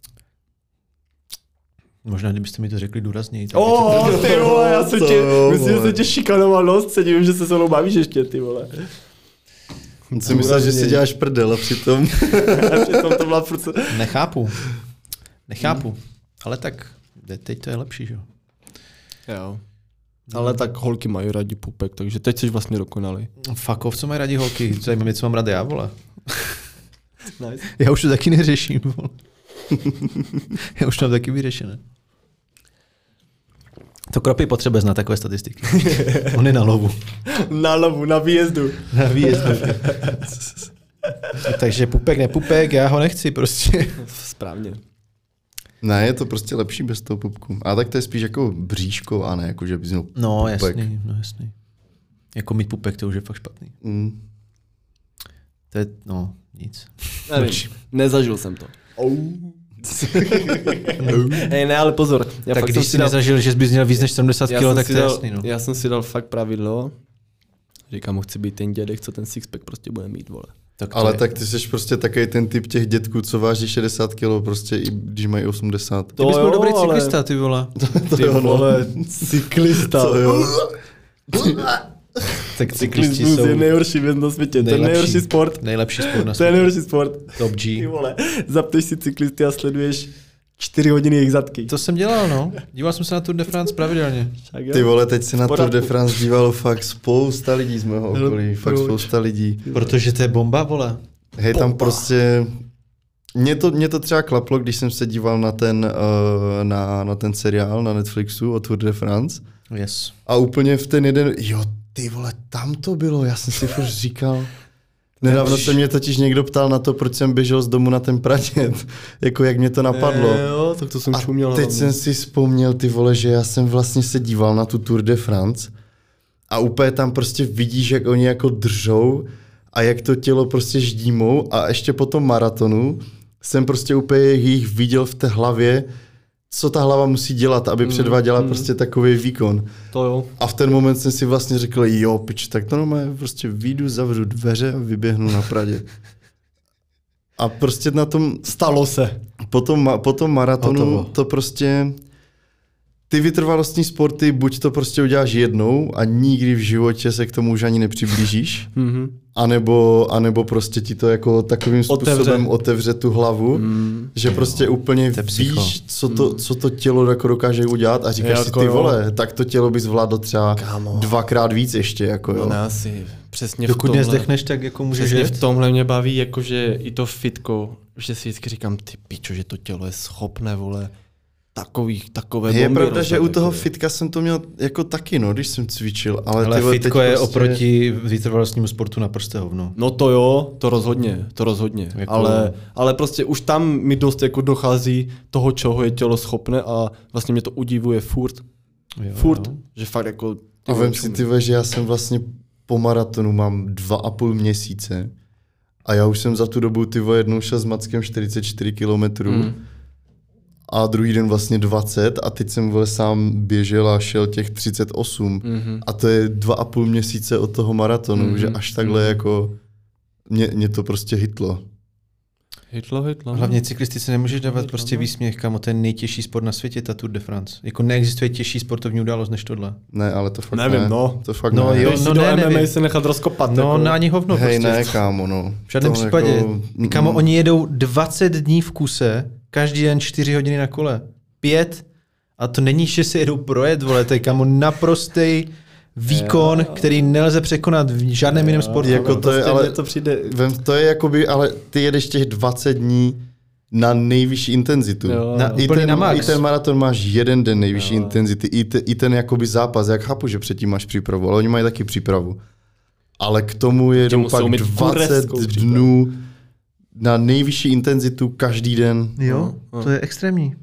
Speaker 1: Možná, kdybyste mi to řekli důrazněji. tak by to-
Speaker 2: O, oh, ty vole, já jsem
Speaker 3: Co
Speaker 2: tě,
Speaker 3: jo,
Speaker 2: myslím, že
Speaker 3: vole.
Speaker 2: jsem tě šikanoval nos, se divím, že se se mnou bavíš ještě, ty vole.
Speaker 3: Jsem si myslel, že si děláš prdel a přitom...
Speaker 2: A přitom to byla furt...
Speaker 1: Nechápu. Nechápu. Ale tak de- teď to je lepší, že jo?
Speaker 2: Jo. Ale tak holky mají rádi pupek, takže teď jsi vlastně dokonalý.
Speaker 1: Fuck off, co mají rádi holky? Zajímá mě, co mám rád já, <laughs> vole.
Speaker 2: Nice.
Speaker 1: Já už to taky neřeším, vole. já už to mám taky vyřešené. To kropy potřebuje znát takové <laughs> statistiky. On je na lovu.
Speaker 2: Na lovu, na výjezdu.
Speaker 1: Na výjezdu. Takže pupek, nepupek, já ho nechci prostě.
Speaker 2: Správně.
Speaker 3: <laughs> Ne, je to prostě lepší bez toho pupku. A tak to je spíš jako bříško, a ne jako, že bys měl
Speaker 1: No
Speaker 3: pupek.
Speaker 1: jasný, no jasný. Jako mít pupek, to už je fakt špatný.
Speaker 3: Mm.
Speaker 1: To je, no, nic.
Speaker 2: Nevím, nezažil jsem to. <laughs> Hej, ne, ale pozor. Já
Speaker 1: tak
Speaker 2: fakt
Speaker 1: když
Speaker 2: jsem
Speaker 1: jsi nezažil, že bys měl víc než 70
Speaker 2: já
Speaker 1: kg,
Speaker 2: jsem
Speaker 1: tak
Speaker 2: si
Speaker 1: to je
Speaker 2: dal,
Speaker 1: jasný, no.
Speaker 2: Já jsem si dal fakt pravidlo. Říkám, chci být ten dědek, co ten sixpack prostě bude mít, vole.
Speaker 1: Tak
Speaker 3: Ale tak ty jsi prostě takový ten typ těch dětků, co váží 60 kg, prostě i když mají 80.
Speaker 1: Ty bys byl dobrý
Speaker 2: no, ale- no,
Speaker 1: cyklista, ty vole.
Speaker 2: Ty vole, cyklista.
Speaker 3: To jo.
Speaker 1: tak cyklisti
Speaker 2: Cyklismus
Speaker 1: jsou
Speaker 2: je nejhorší věc na světě, to je
Speaker 1: nejlepší-
Speaker 2: nejhorší sport.
Speaker 1: Nejlepší sport na
Speaker 2: To je
Speaker 1: světě.
Speaker 2: nejhorší sport.
Speaker 1: Top
Speaker 2: Ty
Speaker 1: G.
Speaker 2: vole, zapteš si cyklisty a sleduješ 4 hodiny jejich zadky.
Speaker 1: To jsem dělal, no. Díval jsem se na Tour de France pravidelně.
Speaker 2: Však jo.
Speaker 3: Ty vole, teď se na Tour
Speaker 2: pořádku.
Speaker 3: de France dívalo fakt spousta lidí z mého okolí, fakt
Speaker 2: proč?
Speaker 3: spousta lidí.
Speaker 1: Protože to je bomba, vole.
Speaker 3: Hej, tam prostě... Mě to, mě to třeba klaplo, když jsem se díval na ten, eh, na, na ten seriál na Netflixu o Tour de France
Speaker 1: Yes.
Speaker 3: a úplně v ten jeden, jo ty vole, tam to bylo, já jsem si furt říkal. Nedávno se mě totiž někdo ptal na to, proč jsem běžel z domu na ten pradět, <laughs> jako jak mě to napadlo.
Speaker 2: Jo, tak to jsem
Speaker 3: A
Speaker 2: čuměl.
Speaker 3: teď
Speaker 2: hlavně.
Speaker 3: jsem si vzpomněl, ty vole, že já jsem vlastně se díval na tu Tour de France a úplně tam prostě vidíš, jak oni jako držou a jak to tělo prostě ždímou a ještě po tom maratonu jsem prostě úplně jich viděl v té hlavě, co ta hlava musí dělat, aby
Speaker 2: Mm,
Speaker 3: předváděla prostě takový výkon.
Speaker 2: To jo.
Speaker 3: A v ten moment jsem si vlastně řekl, jo, pič, tak to normálně prostě výjdu, zavřu dveře a vyběhnu na Pradě. A prostě na tom
Speaker 2: Stalo se.
Speaker 3: po tom, ma- po tom maratonu
Speaker 2: Hotovo.
Speaker 3: Hotovo. to prostě... Ty vytrvalostní sporty buď to prostě uděláš jednou a nikdy v životě se k tomu už ani nepřiblížíš,
Speaker 2: Mhm.
Speaker 3: anebo, anebo prostě ti to jako takovým
Speaker 2: Otevře. Mhm.
Speaker 3: způsobem otevře, otevře tu hlavu, mm. že prostě úplně
Speaker 1: psycho.
Speaker 3: víš, co to, co to tělo jako dokáže udělat a říkáš
Speaker 2: Jako
Speaker 3: si, ty
Speaker 2: jo.
Speaker 3: vole, Eh, tak to tělo by zvládlo třeba
Speaker 2: Kámo.
Speaker 3: dvakrát víc ještě, jako jo.
Speaker 2: No, ne, asi přesně v
Speaker 1: Dokud
Speaker 2: tomhle.
Speaker 1: nezdechneš, tak jako můžeš
Speaker 2: Přesně
Speaker 1: žít.
Speaker 2: v tomhle mě baví, jakože i to fitko, že si vždycky říkám, ty pičo, že to tělo je schopné, vole, takových, takové
Speaker 3: Je
Speaker 2: bomby
Speaker 3: pravda, že
Speaker 2: rozdat,
Speaker 3: u toho
Speaker 2: jako,
Speaker 3: fitka jsem to měl jako taky, no, když jsem cvičil, ale,
Speaker 1: Ale
Speaker 3: ty vole,
Speaker 1: fitko
Speaker 3: teď
Speaker 1: je
Speaker 3: prostě...
Speaker 1: oproti vytrvalostnímu sportu na prosté hovno.
Speaker 2: No to jo, to rozhodně, to rozhodně,
Speaker 1: Jako-
Speaker 2: ale, ale prostě už tam mi dost jako dochází toho, čeho je tělo schopné a vlastně mě to udivuje furt,
Speaker 1: Jo,
Speaker 2: furt,
Speaker 1: jo.
Speaker 2: že fakt jako... ty
Speaker 3: A
Speaker 2: vole,
Speaker 3: vem si
Speaker 2: čum-
Speaker 3: ty vole, že já jsem vlastně po maratonu mám dva a půl měsíce a já už jsem za tu dobu ty vole, jednou šel s Mackem 44 kilometrů
Speaker 2: Hmm. Mhm.
Speaker 3: a druhý den vlastně 20 a teď jsem vole sám běžel a šel těch 38
Speaker 2: Mhm.
Speaker 3: a to je dva a půl měsíce od toho maratonu,
Speaker 2: Mhm.
Speaker 3: že až takhle jako mě, mě to prostě hitlo.
Speaker 2: Hitlo, hitlo.
Speaker 1: Hlavně cyklistice nemůžeš dávat prostě výsměch, kamo, to je nejtěžší sport na světě, ta Tour de France. Jako neexistuje těžší sportovní událost než tohle.
Speaker 3: Ne, ale to fakt
Speaker 2: Nevím,
Speaker 3: ne.
Speaker 2: no.
Speaker 3: To fakt
Speaker 1: No
Speaker 3: ne.
Speaker 1: jo,
Speaker 2: Jdeš si
Speaker 1: no
Speaker 2: do
Speaker 1: ne,
Speaker 2: MMA
Speaker 1: nevím.
Speaker 2: se nechat rozkopat. jako.
Speaker 1: No, na ani hovno
Speaker 3: Hej,
Speaker 1: prostě.
Speaker 3: ne, kámo, no.
Speaker 1: V žádném
Speaker 3: To
Speaker 1: případě.
Speaker 3: mm,
Speaker 1: Kamo, oni jedou 20 dní v kuse, každý den 4 hodiny na kole. Pět. A to není, že si jedou projet, vole, to je kamo <laughs> naprostej výkon, který nelze překonat v žádném jiném sportu.
Speaker 3: Jako to je, ale
Speaker 2: Prostě to přijde...
Speaker 3: Vem, to je jakoby, ale ty jedeš těch 20 dní na nejvyšší intenzitu.
Speaker 2: Jo. Na-
Speaker 3: I,
Speaker 1: úplně
Speaker 3: ten,
Speaker 1: na max.
Speaker 3: I ten maraton máš jeden den nejvyšší jo. intenzity, i, te, i ten jakoby zápas. Jak chápu, že předtím máš přípravu, ale oni mají taky přípravu. Ale k tomu jedou
Speaker 2: musou
Speaker 3: pak
Speaker 2: mít
Speaker 3: 20
Speaker 2: kurevskou přípravu.
Speaker 3: dnů na nejvyšší intenzitu každý den.
Speaker 1: Jo, to je extrémní.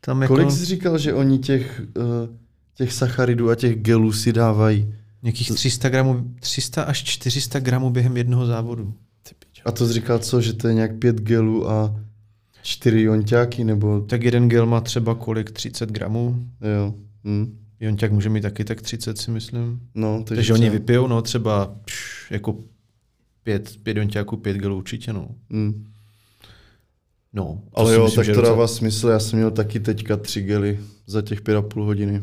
Speaker 1: Tam jako
Speaker 3: Kolik jsi říkal, že oni těch, eh, těch sacharidů a těch gelů si dávají?
Speaker 1: nějakých 300 gramů, 300 až 400 gramů během jednoho závodu.
Speaker 3: A to jsi říkal co, že to je nějak pět gelů a čtyři jonťáky, nebo
Speaker 1: Tak jeden gel má třeba kolik, 30 gramů.
Speaker 3: jo. Hm.
Speaker 1: Jonťák může mít taky tak 30, si myslím.
Speaker 3: No, takže,
Speaker 1: Takže oni
Speaker 3: třeba-
Speaker 1: vypijou, no třeba pš, jako pět, pět jonťáků, pět gelů určitě, no.
Speaker 3: Mm.
Speaker 1: No, to
Speaker 3: Ale
Speaker 1: si
Speaker 3: jo,
Speaker 1: myslím,
Speaker 3: tak
Speaker 1: že
Speaker 3: to
Speaker 1: docela-
Speaker 3: dává smysl. Já jsem měl taky teďka tři gely za těch pět a půl hodiny.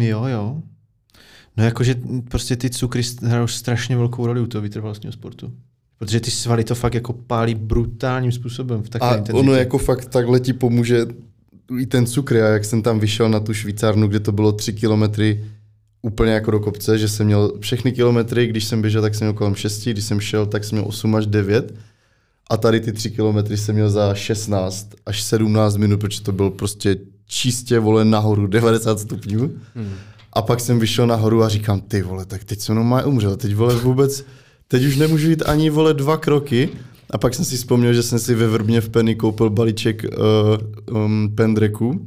Speaker 1: Jo, jo. No jakože m, prostě ty cukry st- hrajou strašně velkou roli u toho vytrvalostního sportu. Protože ty svaly to fakt jako pálí brutálním způsobem v takové
Speaker 3: A
Speaker 1: intenzitě.
Speaker 3: ono jako fakt takhle ti pomůže i ten cukr. Já jak jsem tam vyšel na tu Švýcárnu, kde to bylo tři kilometry úplně jako do kopce, že jsem měl všechny kilometry, když jsem běžel, tak jsem měl kolem 6, když jsem šel, tak jsem měl 8 až 9. A tady ty tři kilometry jsem měl za 16 až 17 minut, protože to byl prostě čistě vole nahoru 90 stupňů. Hmm. A pak jsem vyšel nahoru a říkám, ty vole, tak teď jsem normálně umřel, teď vole vůbec, teď už nemůžu jít ani vole dva kroky. A pak jsem si vzpomněl, že jsem si ve Vrbně v Penny koupil balíček uh, um, pendreku.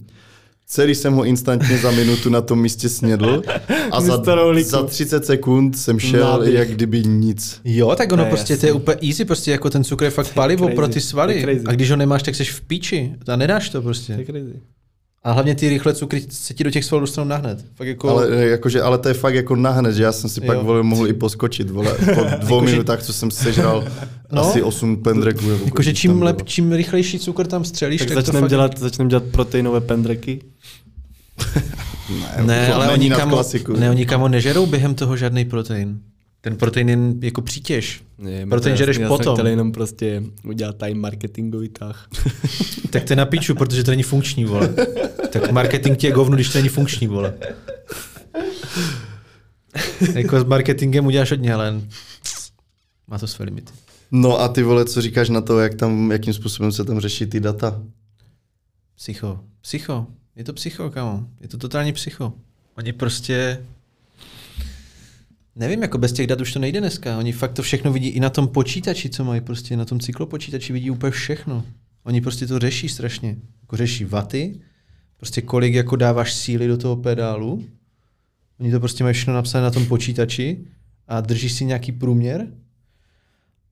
Speaker 3: Celý jsem ho instantně za minutu na tom místě snědl a za,
Speaker 2: Mistr Rohlíku.
Speaker 3: za 30 sekund jsem šel
Speaker 2: Nádych.
Speaker 3: jak kdyby nic.
Speaker 1: Jo, tak ono
Speaker 2: To je
Speaker 1: prostě to je úplně easy, prostě jako ten cukr je fakt palivo
Speaker 2: crazy,
Speaker 1: pro ty
Speaker 2: to je
Speaker 1: svaly.
Speaker 2: crazy.
Speaker 1: A když ho nemáš, tak jsi v píči a nedáš to prostě.
Speaker 2: crazy.
Speaker 1: A hlavně ty rychle cukry se ti do těch svalů dostanou nahned. Fakt jako,
Speaker 3: Ale, eh, jakože, ale to je fakt jako nahned, že já jsem si pak
Speaker 1: Jo.
Speaker 3: vole, mohl i poskočit, vole,
Speaker 1: <laughs>
Speaker 3: po dvou minutách, co jsem sežral
Speaker 1: No.
Speaker 3: no. asi 8 pendreků. Nebo
Speaker 1: jakože
Speaker 3: kolik tam
Speaker 1: čím,
Speaker 3: bylo.
Speaker 1: lep, čím rychlejší cukr tam střelíš,
Speaker 2: Tak
Speaker 1: tak, to
Speaker 2: začneme
Speaker 1: fakt...
Speaker 2: dělat, začnem dělat proteinové pendreky.
Speaker 1: Ne,
Speaker 3: to
Speaker 1: ale
Speaker 3: není
Speaker 1: oni
Speaker 3: nad
Speaker 1: kamo,
Speaker 3: Jako klasiku.
Speaker 1: ne, oni kamo nežerou během toho žádný protein. Ten protein je jen jako přítěž.
Speaker 2: Ne,
Speaker 1: Protein
Speaker 2: to je
Speaker 1: žereš
Speaker 2: jasný, Já jsem
Speaker 1: potom.
Speaker 2: chtěl jenom prostě udělat time marketingový tah.
Speaker 1: Tak to je na piču, protože to není funkční, vole. Tak marketing ti je govnu, když to není funkční, vole. Jako s marketingem uděláš hodně, ale jen- má to své limity.
Speaker 3: No a ty vole, co říkáš na to, jak tam, jakým způsobem se tam řeší ty data?
Speaker 1: Psycho. Psycho. Je to psycho, kamo. Je to totální psycho. Oni prostě... Nevím, jako bez těch dat už to nejde dneska. Oni fakt to všechno vidí i na tom počítači, co mají prostě, na tom cyklopočítači vidí úplně všechno. Oni prostě to řeší strašně. Jako řeší vaty, prostě kolik jako dáváš síly do toho pedálu. Oni to prostě mají všechno napsané na tom počítači a držíš si nějaký průměr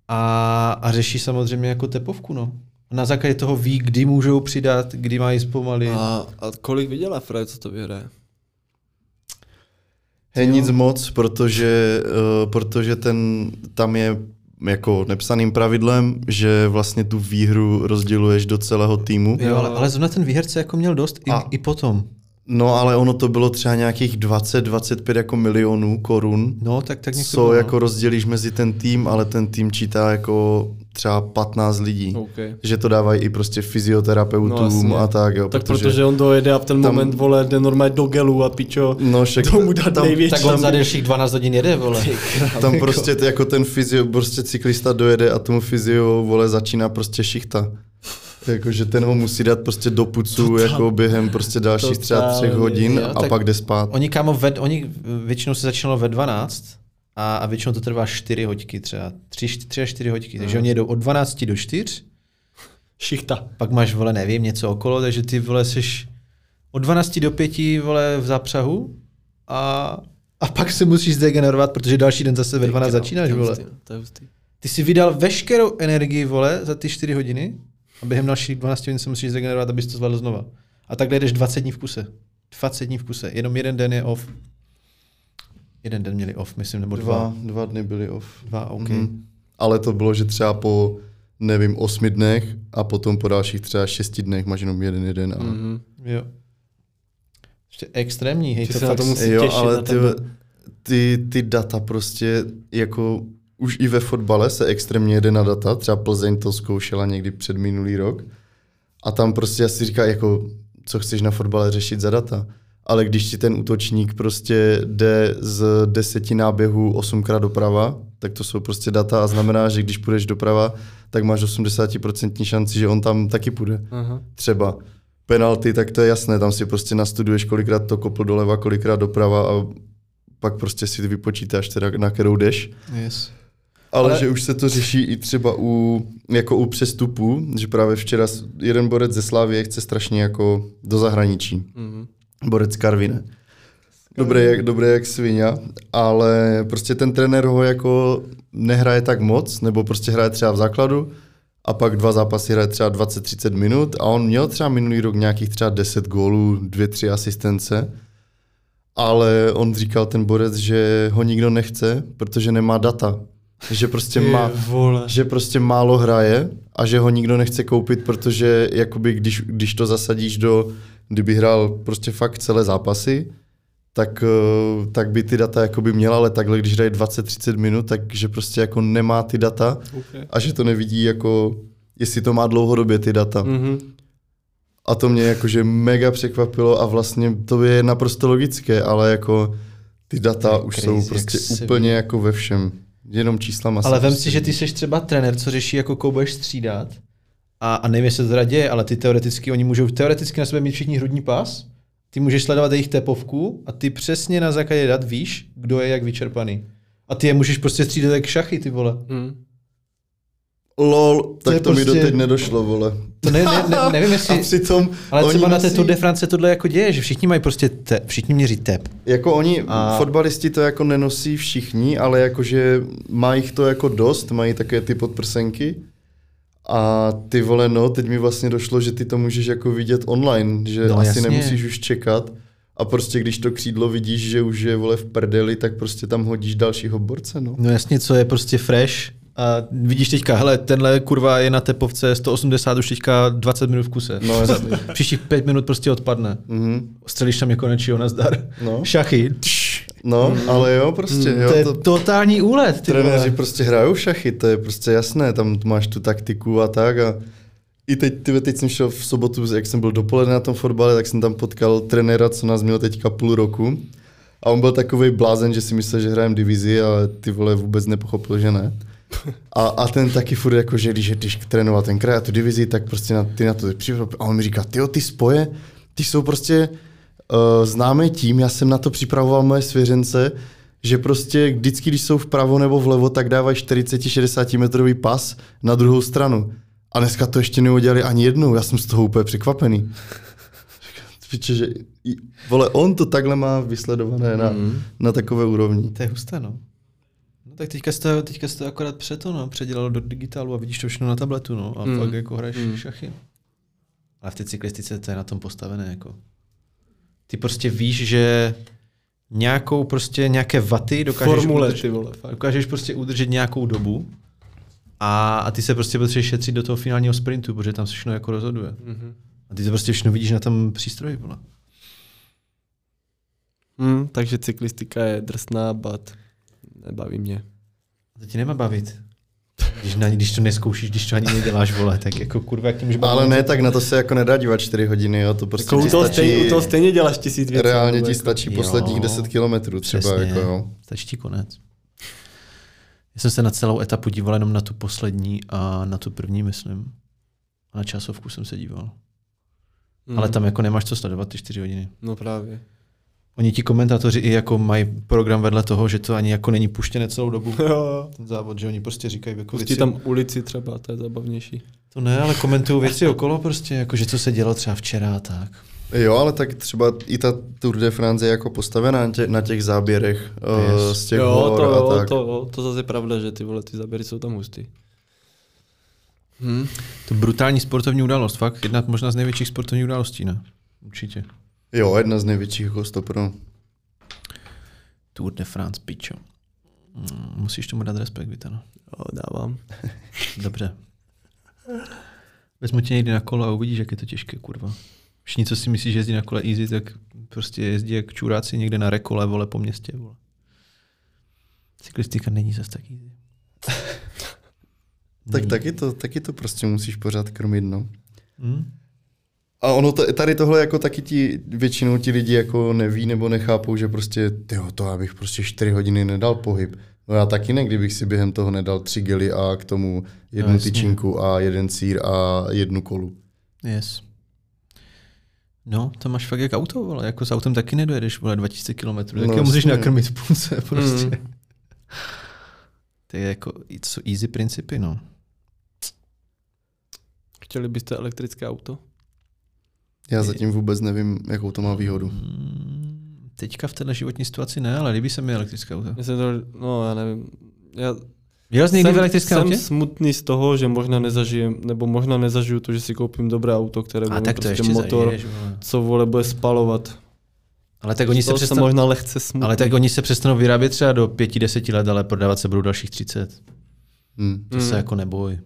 Speaker 1: a, a řeší samozřejmě jako tepovku, no. Na základě toho ví, kdy můžou přidat, kdy mají zpomalit. A...
Speaker 2: A, a kolik viděla Fred, co to vyhraje?
Speaker 3: Hej, nic moc, protože, uh, protože ten, tam je jako nepsaným pravidlem, že vlastně tu výhru rozděluješ do celého týmu.
Speaker 1: Jo, ale, ale zrovna ten výherce jako měl dost i,
Speaker 3: A-
Speaker 1: i potom.
Speaker 3: No ale ono to bylo třeba nějakých 20-25 jako milionů korun,
Speaker 1: No, tak, tak někdo
Speaker 3: co jako rozdělíš mezi ten tým, ale ten tým čítá jako třeba 15 lidí.
Speaker 2: OK. No,
Speaker 3: Že to dávají i prostě fyzioterapeutům
Speaker 2: jasně.
Speaker 3: a tak, jo.
Speaker 2: Tak protože, protože on dojede a v ten
Speaker 3: tam-
Speaker 2: tam... Mm. moment, vole, jde normálně do gelu a pičo,
Speaker 3: No, však
Speaker 2: tomu dá
Speaker 3: tam-
Speaker 2: největší.
Speaker 1: Tak on za dalších 12 hodin jede, vole.
Speaker 3: Tam prostě t- jako ten fyzio, prostě cyklista dojede a tomu fyzio, vole, začíná prostě šichta. Jakože ten ho musí dát prostě do pucu jako během prostě dalších třeba
Speaker 2: totálně,
Speaker 3: třech hodin
Speaker 1: jo,
Speaker 3: a
Speaker 1: tak
Speaker 3: pak jde spát.
Speaker 1: Oni, kámo, ved, oni většinou se začínalo ve 12 a, a většinou to trvá 4 hodky třeba. 3, 3 až 4 hodky. Takže oni jedou od 12 do 4
Speaker 2: Šichta.
Speaker 1: pak máš, vole, nevím, něco okolo, takže ty, vole, jsi od 12 do 5, vole, v zápřahu a, a pak se musíš zdegenerovat, protože další den zase ve 12 začínáš, vole.
Speaker 2: To je hustý.
Speaker 1: Ty jsi vydal veškerou energii, vole, za ty 4 hodiny a během dalších 12 hodin se musíš zregenerovat, abys to zvládl znova. A takhle jdeš 20 dní v kuse. 20 dní v kuse. Jenom jeden den je off. Jeden den měli off, myslím, nebo dva.
Speaker 3: Dva, dva dny byly off.
Speaker 1: Dva, OK.
Speaker 3: Mhm. Ale to bylo, že třeba po, nevím, osmi dnech a potom po dalších třeba šesti dnech máš jenom jeden jeden. A... Mm.
Speaker 2: Mhm.
Speaker 1: Jo. Ještě extrémní, hej,
Speaker 2: Že
Speaker 1: to
Speaker 2: se na
Speaker 1: fakt...
Speaker 2: to musí-
Speaker 3: Jo,
Speaker 2: těšit
Speaker 3: ale
Speaker 2: na
Speaker 3: ty,
Speaker 2: ten-
Speaker 3: ty, ty data prostě jako už i ve fotbale se extrémně jede na data, třeba Plzeň to zkoušela někdy před minulý rok a tam prostě asi říká jako, co chceš na fotbale řešit za data. Ale když ti ten útočník prostě jde z deseti náběhů osmkrát doprava, tak to jsou prostě data a znamená, že když půjdeš doprava, tak máš 80% šanci, že on tam taky půjde
Speaker 2: Aha.
Speaker 3: třeba penalty, tak to je jasné, tam si prostě nastuduješ, kolikrát to kopl doleva, kolikrát doprava a pak prostě si vypočítáš teda, na kterou jdeš.
Speaker 1: Yes.
Speaker 3: Ale, Ale, že už se to řeší i třeba u, jako u přestupů, že právě včera s- jeden borec ze Slávie chce strašně jako do zahraničí.
Speaker 2: Mhm.
Speaker 3: Borec Karvine. Dobré jak, dobré jak svině, ale prostě ten trenér ho jako nehraje tak moc, nebo prostě hraje třeba v základu a pak dva zápasy hraje třeba 20-30 minut a on měl třeba minulý rok nějakých třeba 10 gólů, 2-3 asistence, ale on říkal ten borec, že ho nikdo nechce, protože nemá data. Že prostě
Speaker 2: Ty
Speaker 3: má,
Speaker 2: vole.
Speaker 3: že prostě málo hraje a že ho nikdo nechce koupit, protože jakoby když, když to zasadíš do, kdyby hrál prostě fakt celé zápasy, tak, eh, tak by ty data jakoby měl, ale takhle, když hraje 20-30 minut, takže prostě jako nemá ty data
Speaker 2: Okay.
Speaker 3: a že to nevidí jako, jestli to má dlouhodobě ty data.
Speaker 1: Hmm.
Speaker 2: Mhm.
Speaker 3: A to mě jakože mega překvapilo a vlastně to je naprosto logické, ale jako ty data
Speaker 1: je
Speaker 3: už
Speaker 1: crazy,
Speaker 3: jsou
Speaker 1: jak
Speaker 3: prostě
Speaker 1: se
Speaker 3: úplně jako ve všem. Jenom číslama. se
Speaker 1: Ale vem
Speaker 3: prostě
Speaker 1: si, že
Speaker 3: vidí.
Speaker 1: ty jsi třeba trenér, co řeší, jako koho budeš střídat. A, a nevím, jestli se to teda děje, ale ty teoreticky, oni můžou teoreticky na sebe mít všichni hrudní pas. Ty můžeš sledovat jejich tepovku a ty přesně na základě dat víš, kdo je jak vyčerpaný. A ty je můžeš prostě střídat jak šachy, ty vole.
Speaker 3: Hmm.
Speaker 2: Mhm.
Speaker 3: LOL,
Speaker 1: To
Speaker 3: tak
Speaker 1: je
Speaker 3: to, to mi
Speaker 1: prostě-
Speaker 3: doteď nedošlo, vole.
Speaker 1: To ne, ne, ne,
Speaker 3: <laughs>
Speaker 1: nevím,
Speaker 3: A
Speaker 1: jestli...
Speaker 3: přitom
Speaker 1: Ale
Speaker 3: oni
Speaker 1: třeba na té
Speaker 3: musí-
Speaker 1: Tour de France tohle jako děje, že všichni mají prostě te, všichni měří tep.
Speaker 3: Jako oni,
Speaker 1: A-
Speaker 3: a... fotbalisti to jako nenosí všichni, ale jakože má jich to jako dost, mají také ty podprsenky. A ty vole, no, teď mi vlastně došlo, že ty to můžeš jako vidět online, že
Speaker 1: No,
Speaker 3: no, asi
Speaker 1: jasně.
Speaker 3: jasně. nemusíš už čekat. A prostě když to křídlo vidíš, že už je vole v prdeli, tak prostě tam hodíš dalšího borce, no.
Speaker 1: No jasně, co je prostě fresh. A vidíš teďka, hele, tenhle kurva je na tepovce 180 už teďka 20 minut v kuse.
Speaker 3: No,
Speaker 1: <laughs>
Speaker 3: jasně.
Speaker 1: Příštích 5 minut prostě odpadne.
Speaker 3: Mhm.
Speaker 1: Střelíš tam jako nečího, nazdar.
Speaker 3: No.
Speaker 1: Šachy. Tš,
Speaker 3: No, ale jo, prostě, jo.
Speaker 1: Hmm. to je
Speaker 3: to-
Speaker 1: totální úlet, ty
Speaker 3: Trenéři
Speaker 1: vole.
Speaker 3: prostě hrajou šachy, to je prostě jasné, tam máš tu taktiku a tak a i teď, ty, teď jsem šel v sobotu, jak jsem byl dopoledne na tom fotbale, tak jsem tam potkal trenéra, co nás měl teďka půl roku a on byl takový blázen, že si myslel, že hrajeme divizi, ale ty vole vůbec nepochopil, že ne. A, a ten taky furt jako, že když jdeš trénovat ten kraj a tu divizi, tak prostě na, ty na to připrav. A on mi říká, ty ty spoje, ty jsou prostě uh, známé tím, já jsem na to připravoval moje svěřence, že prostě vždycky, když jsou vpravo nebo vlevo, tak dávají 40-60 metrový pas na druhou stranu. A dneska to ještě neudělali ani jednou, já jsem z toho úplně překvapený. Piče, že, i- vole, on to takhle má vysledované na, mm. na takové úrovni.
Speaker 1: To je husté, no. No tak teďka se to, teďka se to akorát přeto, no, předělalo do digitálu a vidíš to všechno na tabletu, no, a
Speaker 2: Hmm.
Speaker 1: mm. pak jako hraješ mm. šachy. Ale v té cyklistice to je na tom postavené, jako. Ty prostě víš, že nějakou prostě nějaké vaty dokážeš,
Speaker 2: Formule,
Speaker 1: udrž-
Speaker 2: ty vole, fakt.
Speaker 1: dokážeš prostě udržet nějakou dobu a, a ty se prostě potřebuješ šetřit do toho finálního sprintu, protože tam se všechno jako rozhoduje.
Speaker 2: Mhm.
Speaker 1: Mm-hmm. A ty to prostě všechno vidíš na tom přístroji, vole.
Speaker 2: Mm, takže cyklistika je drsná, but nebaví mě.
Speaker 1: To tě nemá bavit. Když, na, když to neskoušíš, když to ani neděláš, vole, tak jako kurva, jak tě může bavit.
Speaker 3: Ale ne, tak na to se jako nedá dívat 4 hodiny, jo, to prostě
Speaker 2: Jako u
Speaker 3: ti
Speaker 2: toho,
Speaker 3: stačí,
Speaker 2: stejně, u toho stejně děláš tisíc věcí.
Speaker 3: reálně
Speaker 2: nebo
Speaker 3: ti
Speaker 2: jako-
Speaker 3: stačí
Speaker 1: Jo.
Speaker 3: posledních 10 kilometrů třeba,
Speaker 1: Přesně,
Speaker 3: jako jo.
Speaker 1: stačí ti konec. Já jsem se na celou etapu díval jenom na tu poslední a na tu první, myslím. A na časovku jsem se díval.
Speaker 2: Mm.
Speaker 1: Ale tam jako nemáš co sledovat ty čtyři hodiny.
Speaker 2: No právě.
Speaker 1: Oni ti komentátoři i jako mají program vedle toho, že to ani jako není puštěné celou dobu. Ten závod, že oni prostě říkají jako
Speaker 2: Pustí tam ulici třeba, to je zabavnější.
Speaker 1: To ne, ale komentují věci okolo prostě, jako že co se dělo třeba včera a tak.
Speaker 3: Jo, ale tak třeba i ta Tour de France je jako postavená na, tě, na těch záběrech yes.
Speaker 1: Yes.
Speaker 3: z těch
Speaker 2: jo,
Speaker 3: hor
Speaker 2: to,
Speaker 3: a
Speaker 2: jo,
Speaker 3: tak.
Speaker 2: to, jo, to zase je pravda, že ty vole, ty záběry jsou tam hustý. Hm.
Speaker 1: To brutální sportovní událost, fakt. Jedna možná z největších sportovních událostí, ne? Určitě.
Speaker 3: Jo, jedna z největších jako stopro.
Speaker 1: Tour de France, pičo. Mm, musíš tomu dát respekt, Vitano.
Speaker 2: Jo, dávám.
Speaker 1: Dobře. Vezmu tě někdy na kolo a uvidíš, jak je to těžké, kurva. Všichni, co si myslíš, že jezdí na kole easy, tak prostě jezdí jak čuráci někde na rekole, vole, po městě, vole. Cyklistika není zas tak easy.
Speaker 3: Tak
Speaker 2: Hmm.
Speaker 3: taky to, taky to prostě musíš pořád krmit, no.
Speaker 1: Mm?
Speaker 3: A ono to, tady tohle jako taky ti většinou ti lidi jako neví nebo nechápou, že prostě tyjo, to já bych prostě 4 hodiny nedal pohyb. No já taky ne, kdybych si během toho nedal tři gely a k tomu jednu
Speaker 1: No,
Speaker 3: no,
Speaker 1: jasně.
Speaker 3: tyčinku a jeden sír a jednu kolu.
Speaker 1: Yes. No, to máš fakt jak auto, vole. Jako s autem taky nedojedeš, vole, 2000 km. Tak
Speaker 3: No,
Speaker 1: no, je musíš
Speaker 3: jasně.
Speaker 1: nakrmit v půlce, prostě. Mm. To je jako, to jsou easy principy, no.
Speaker 2: Chtěli byste elektrické auto?
Speaker 3: Já zatím vůbec nevím, jakou to má výhodu.
Speaker 1: Mm, Teďka v této životní situaci ne, ale líbí se mi elektrické auto.
Speaker 2: Já jsem to, no já nevím. Já
Speaker 1: Jel jsi někdy v elektrické
Speaker 2: jsem
Speaker 1: autě?
Speaker 2: smutný z toho, že možná nezažijem, nebo možná nezažiju to, že si koupím dobré auto, které bude
Speaker 1: A
Speaker 2: mít
Speaker 1: tak to
Speaker 2: prostě
Speaker 1: ještě
Speaker 2: motor,
Speaker 1: motor. Zajdeš, vole.
Speaker 2: co vole bude spalovat.
Speaker 1: ale tak, oni
Speaker 2: Z
Speaker 1: se
Speaker 2: toho jsem
Speaker 1: přestanou,
Speaker 2: možná lehce smutný.
Speaker 1: ale tak oni se přestanou vyrábět třeba do pěti, deseti let, ale prodávat se budou dalších 30.
Speaker 3: Hmm.
Speaker 1: To
Speaker 2: Hm.
Speaker 1: se jako neboj.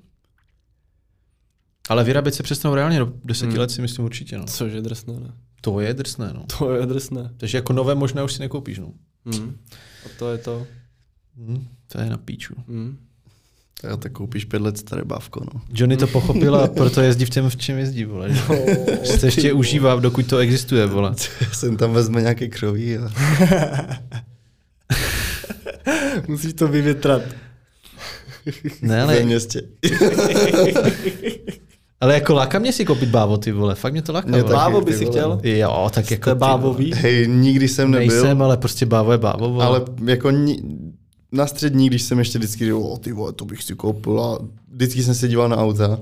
Speaker 1: Ale vyrábět se přestanou reálně do deseti
Speaker 2: Hmm.
Speaker 1: let si myslím určitě. No.
Speaker 2: Což je drsné, ne? <laughs>
Speaker 1: To je drsné, no.
Speaker 2: To je drsné.
Speaker 1: Takže jako nové možná už si nekoupíš, no.
Speaker 2: Mm. A to je to.
Speaker 1: Hmm, to je na píču.
Speaker 2: Mm.
Speaker 3: Tak já tak koupíš pět let staré bávko, <laughs> no.
Speaker 1: Johnny to pochopil a proto jezdí v tom, v čem jezdí, vole. že? Že se ještě užívá, dokud to existuje, vole.
Speaker 3: Jsem tam vezme nějaký kroví a...
Speaker 2: Musíš to vyvětrat.
Speaker 1: Ne,
Speaker 3: Ale... Ve
Speaker 1: ale,
Speaker 3: městě.
Speaker 1: ale jako láká mě si koupit bávo, ty vole. Fakt mě to láká,
Speaker 3: Mě
Speaker 1: vole.
Speaker 3: taky,
Speaker 2: Bávo
Speaker 3: ty
Speaker 2: by si
Speaker 3: vole. no.
Speaker 2: chtěl?
Speaker 1: Jo, tak jako...
Speaker 2: Jste
Speaker 1: ty,
Speaker 2: bávový?
Speaker 3: Hej, nikdy jsem
Speaker 1: vole.
Speaker 3: nebyl.
Speaker 1: Nejsem, ale prostě bávo je bávo, vole.
Speaker 3: Ale jako ni- na střední, když jsem ještě vždycky říkal, o ty vole, to bych si koupil a vždycky jsem se díval na auta,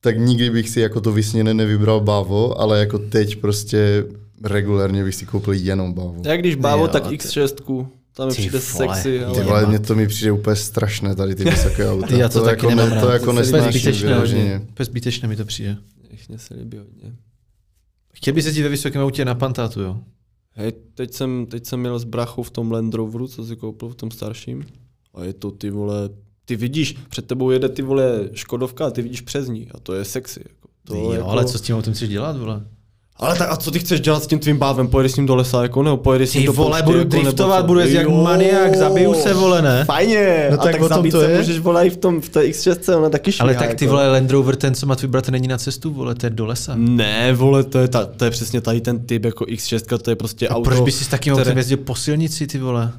Speaker 3: tak nikdy bych si jako to vysněné nevybral bávo, ale jako teď prostě regulérně bych si koupil jenom bávo.
Speaker 2: Já když bávo,
Speaker 1: Jo,
Speaker 2: tak
Speaker 1: ty-
Speaker 2: X6, tam mi
Speaker 1: Ty
Speaker 2: přijde
Speaker 1: vole. Ty
Speaker 2: sexy.
Speaker 3: Ty
Speaker 2: Ale...
Speaker 3: vole, mně to mi přijde úplně strašné, tady
Speaker 1: <laughs>
Speaker 3: ty vysoké auta.
Speaker 1: Já to, taky
Speaker 3: jako
Speaker 1: nemám rád.
Speaker 3: To jako
Speaker 1: je
Speaker 3: nesnáším
Speaker 1: zbytečné
Speaker 3: vyloženě.
Speaker 1: hodně. To je zbytečné mi to přijde.
Speaker 2: Jich mě se líbí hodně.
Speaker 1: Chtěl bys jezdit ve vysokém autě na pantátu, jo?
Speaker 2: Hej, teď jsem, teď jsem měl s brachou v tom Land Roveru, co si koupil v tom starším. A je to ty vole, ty vidíš, před tebou jede ty vole Škodovka a ty vidíš přes ní a to je sexy. Jako. To
Speaker 1: jo,
Speaker 2: jako,
Speaker 1: ale co s tím autem chceš dělat, vole?
Speaker 2: Ale tak a co ty chceš dělat s tím tvým bávem? Pojedeš s ním do lesa, jako nebo pojedeš s ním
Speaker 1: Ty
Speaker 2: do
Speaker 1: vole,
Speaker 2: pouště,
Speaker 1: budu
Speaker 2: jako, nebo
Speaker 1: driftovat,
Speaker 2: co?
Speaker 1: budu jezdit jak
Speaker 2: Jo.
Speaker 1: maniak, zabiju se, vole, ne?
Speaker 2: Fajně,
Speaker 1: No
Speaker 2: a
Speaker 1: tak
Speaker 2: tak
Speaker 1: o tom
Speaker 2: zabít
Speaker 1: to
Speaker 2: se
Speaker 1: je.
Speaker 2: můžeš vole i v, tom, v té X6, ona taky šíhá,
Speaker 1: Ale tak ty
Speaker 2: jako.
Speaker 1: vole Land Rover, ten, co má tvůj bratr, není na cestu, vole, to je do lesa.
Speaker 2: Ne, vole, to je, ta, to je přesně tady ten typ, jako X6, to je prostě
Speaker 1: A
Speaker 2: auto.
Speaker 1: proč by si s takým
Speaker 2: které-
Speaker 1: autem jezdil po silnici, ty vole?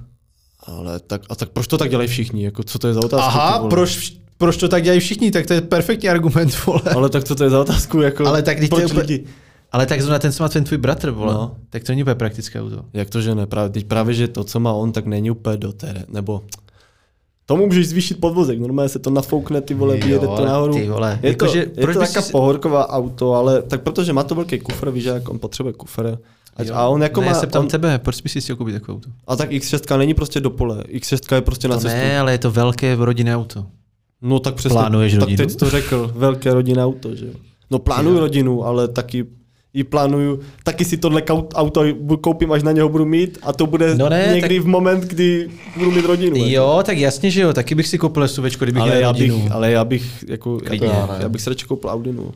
Speaker 2: Ale tak, a tak proč to tak dělají všichni, jako co to je za otázku? ty vole?
Speaker 1: vš- proč to tak dělají všichni, tak to je perfektní argument, <laughs> vole.
Speaker 2: Ale tak co to je za otázku, jako
Speaker 1: Ale tak když to je
Speaker 2: proč
Speaker 1: úplně-
Speaker 2: lidi?
Speaker 1: Ale tak zrovna ten, co má ten tvůj bratr, vole,
Speaker 2: No.
Speaker 1: no. tak to není úplně praktické auto.
Speaker 2: Jak to, že ne? Právě, teď právě, že to, co má on, tak není úplně do té, nebo tomu můžeš zvýšit podvozek, normálně se to nafoukne, ty vole,
Speaker 1: Jo,
Speaker 2: vyjede to
Speaker 1: ale
Speaker 2: nahoru.
Speaker 1: ty vole,
Speaker 2: je
Speaker 1: jako
Speaker 2: to,
Speaker 1: že
Speaker 2: je
Speaker 1: proč
Speaker 2: to
Speaker 1: by
Speaker 2: taká
Speaker 1: si-
Speaker 2: pohorková auto, ale tak protože má to velký kufr, víš, že jak on potřebuje kufr. Ať, a on jako
Speaker 1: ne,
Speaker 2: má,
Speaker 1: já se ptám
Speaker 2: on,
Speaker 1: on... tebe, proč bys si chtěl koupit takové auto?
Speaker 2: a tak X6 není prostě do pole, X6 je prostě na
Speaker 1: To
Speaker 2: cestu.
Speaker 1: ne, ale je to velké rodinné auto.
Speaker 2: No tak přesně.
Speaker 1: Plánuješ
Speaker 2: tak
Speaker 1: rodinu?
Speaker 2: teď jsi to řekl, velké rodinné auto, že jo. No plánuju rodinu, ale taky i plánuju, taky si tohle kau- auto bu- koupím, až na něho budu mít a to bude
Speaker 1: No ne,
Speaker 2: někdy
Speaker 1: tak-
Speaker 2: v moment, kdy budu mít rodinu. jako.
Speaker 1: Jo, tak jasně, že jo, taky bych si koupil SUVčko, kdybych
Speaker 2: ale,
Speaker 1: měl
Speaker 2: já
Speaker 1: rodinu.
Speaker 2: bych, ale já bych, jako,
Speaker 1: Klidně,
Speaker 2: já,
Speaker 1: ne.
Speaker 2: já bych si radši koupil Audinu.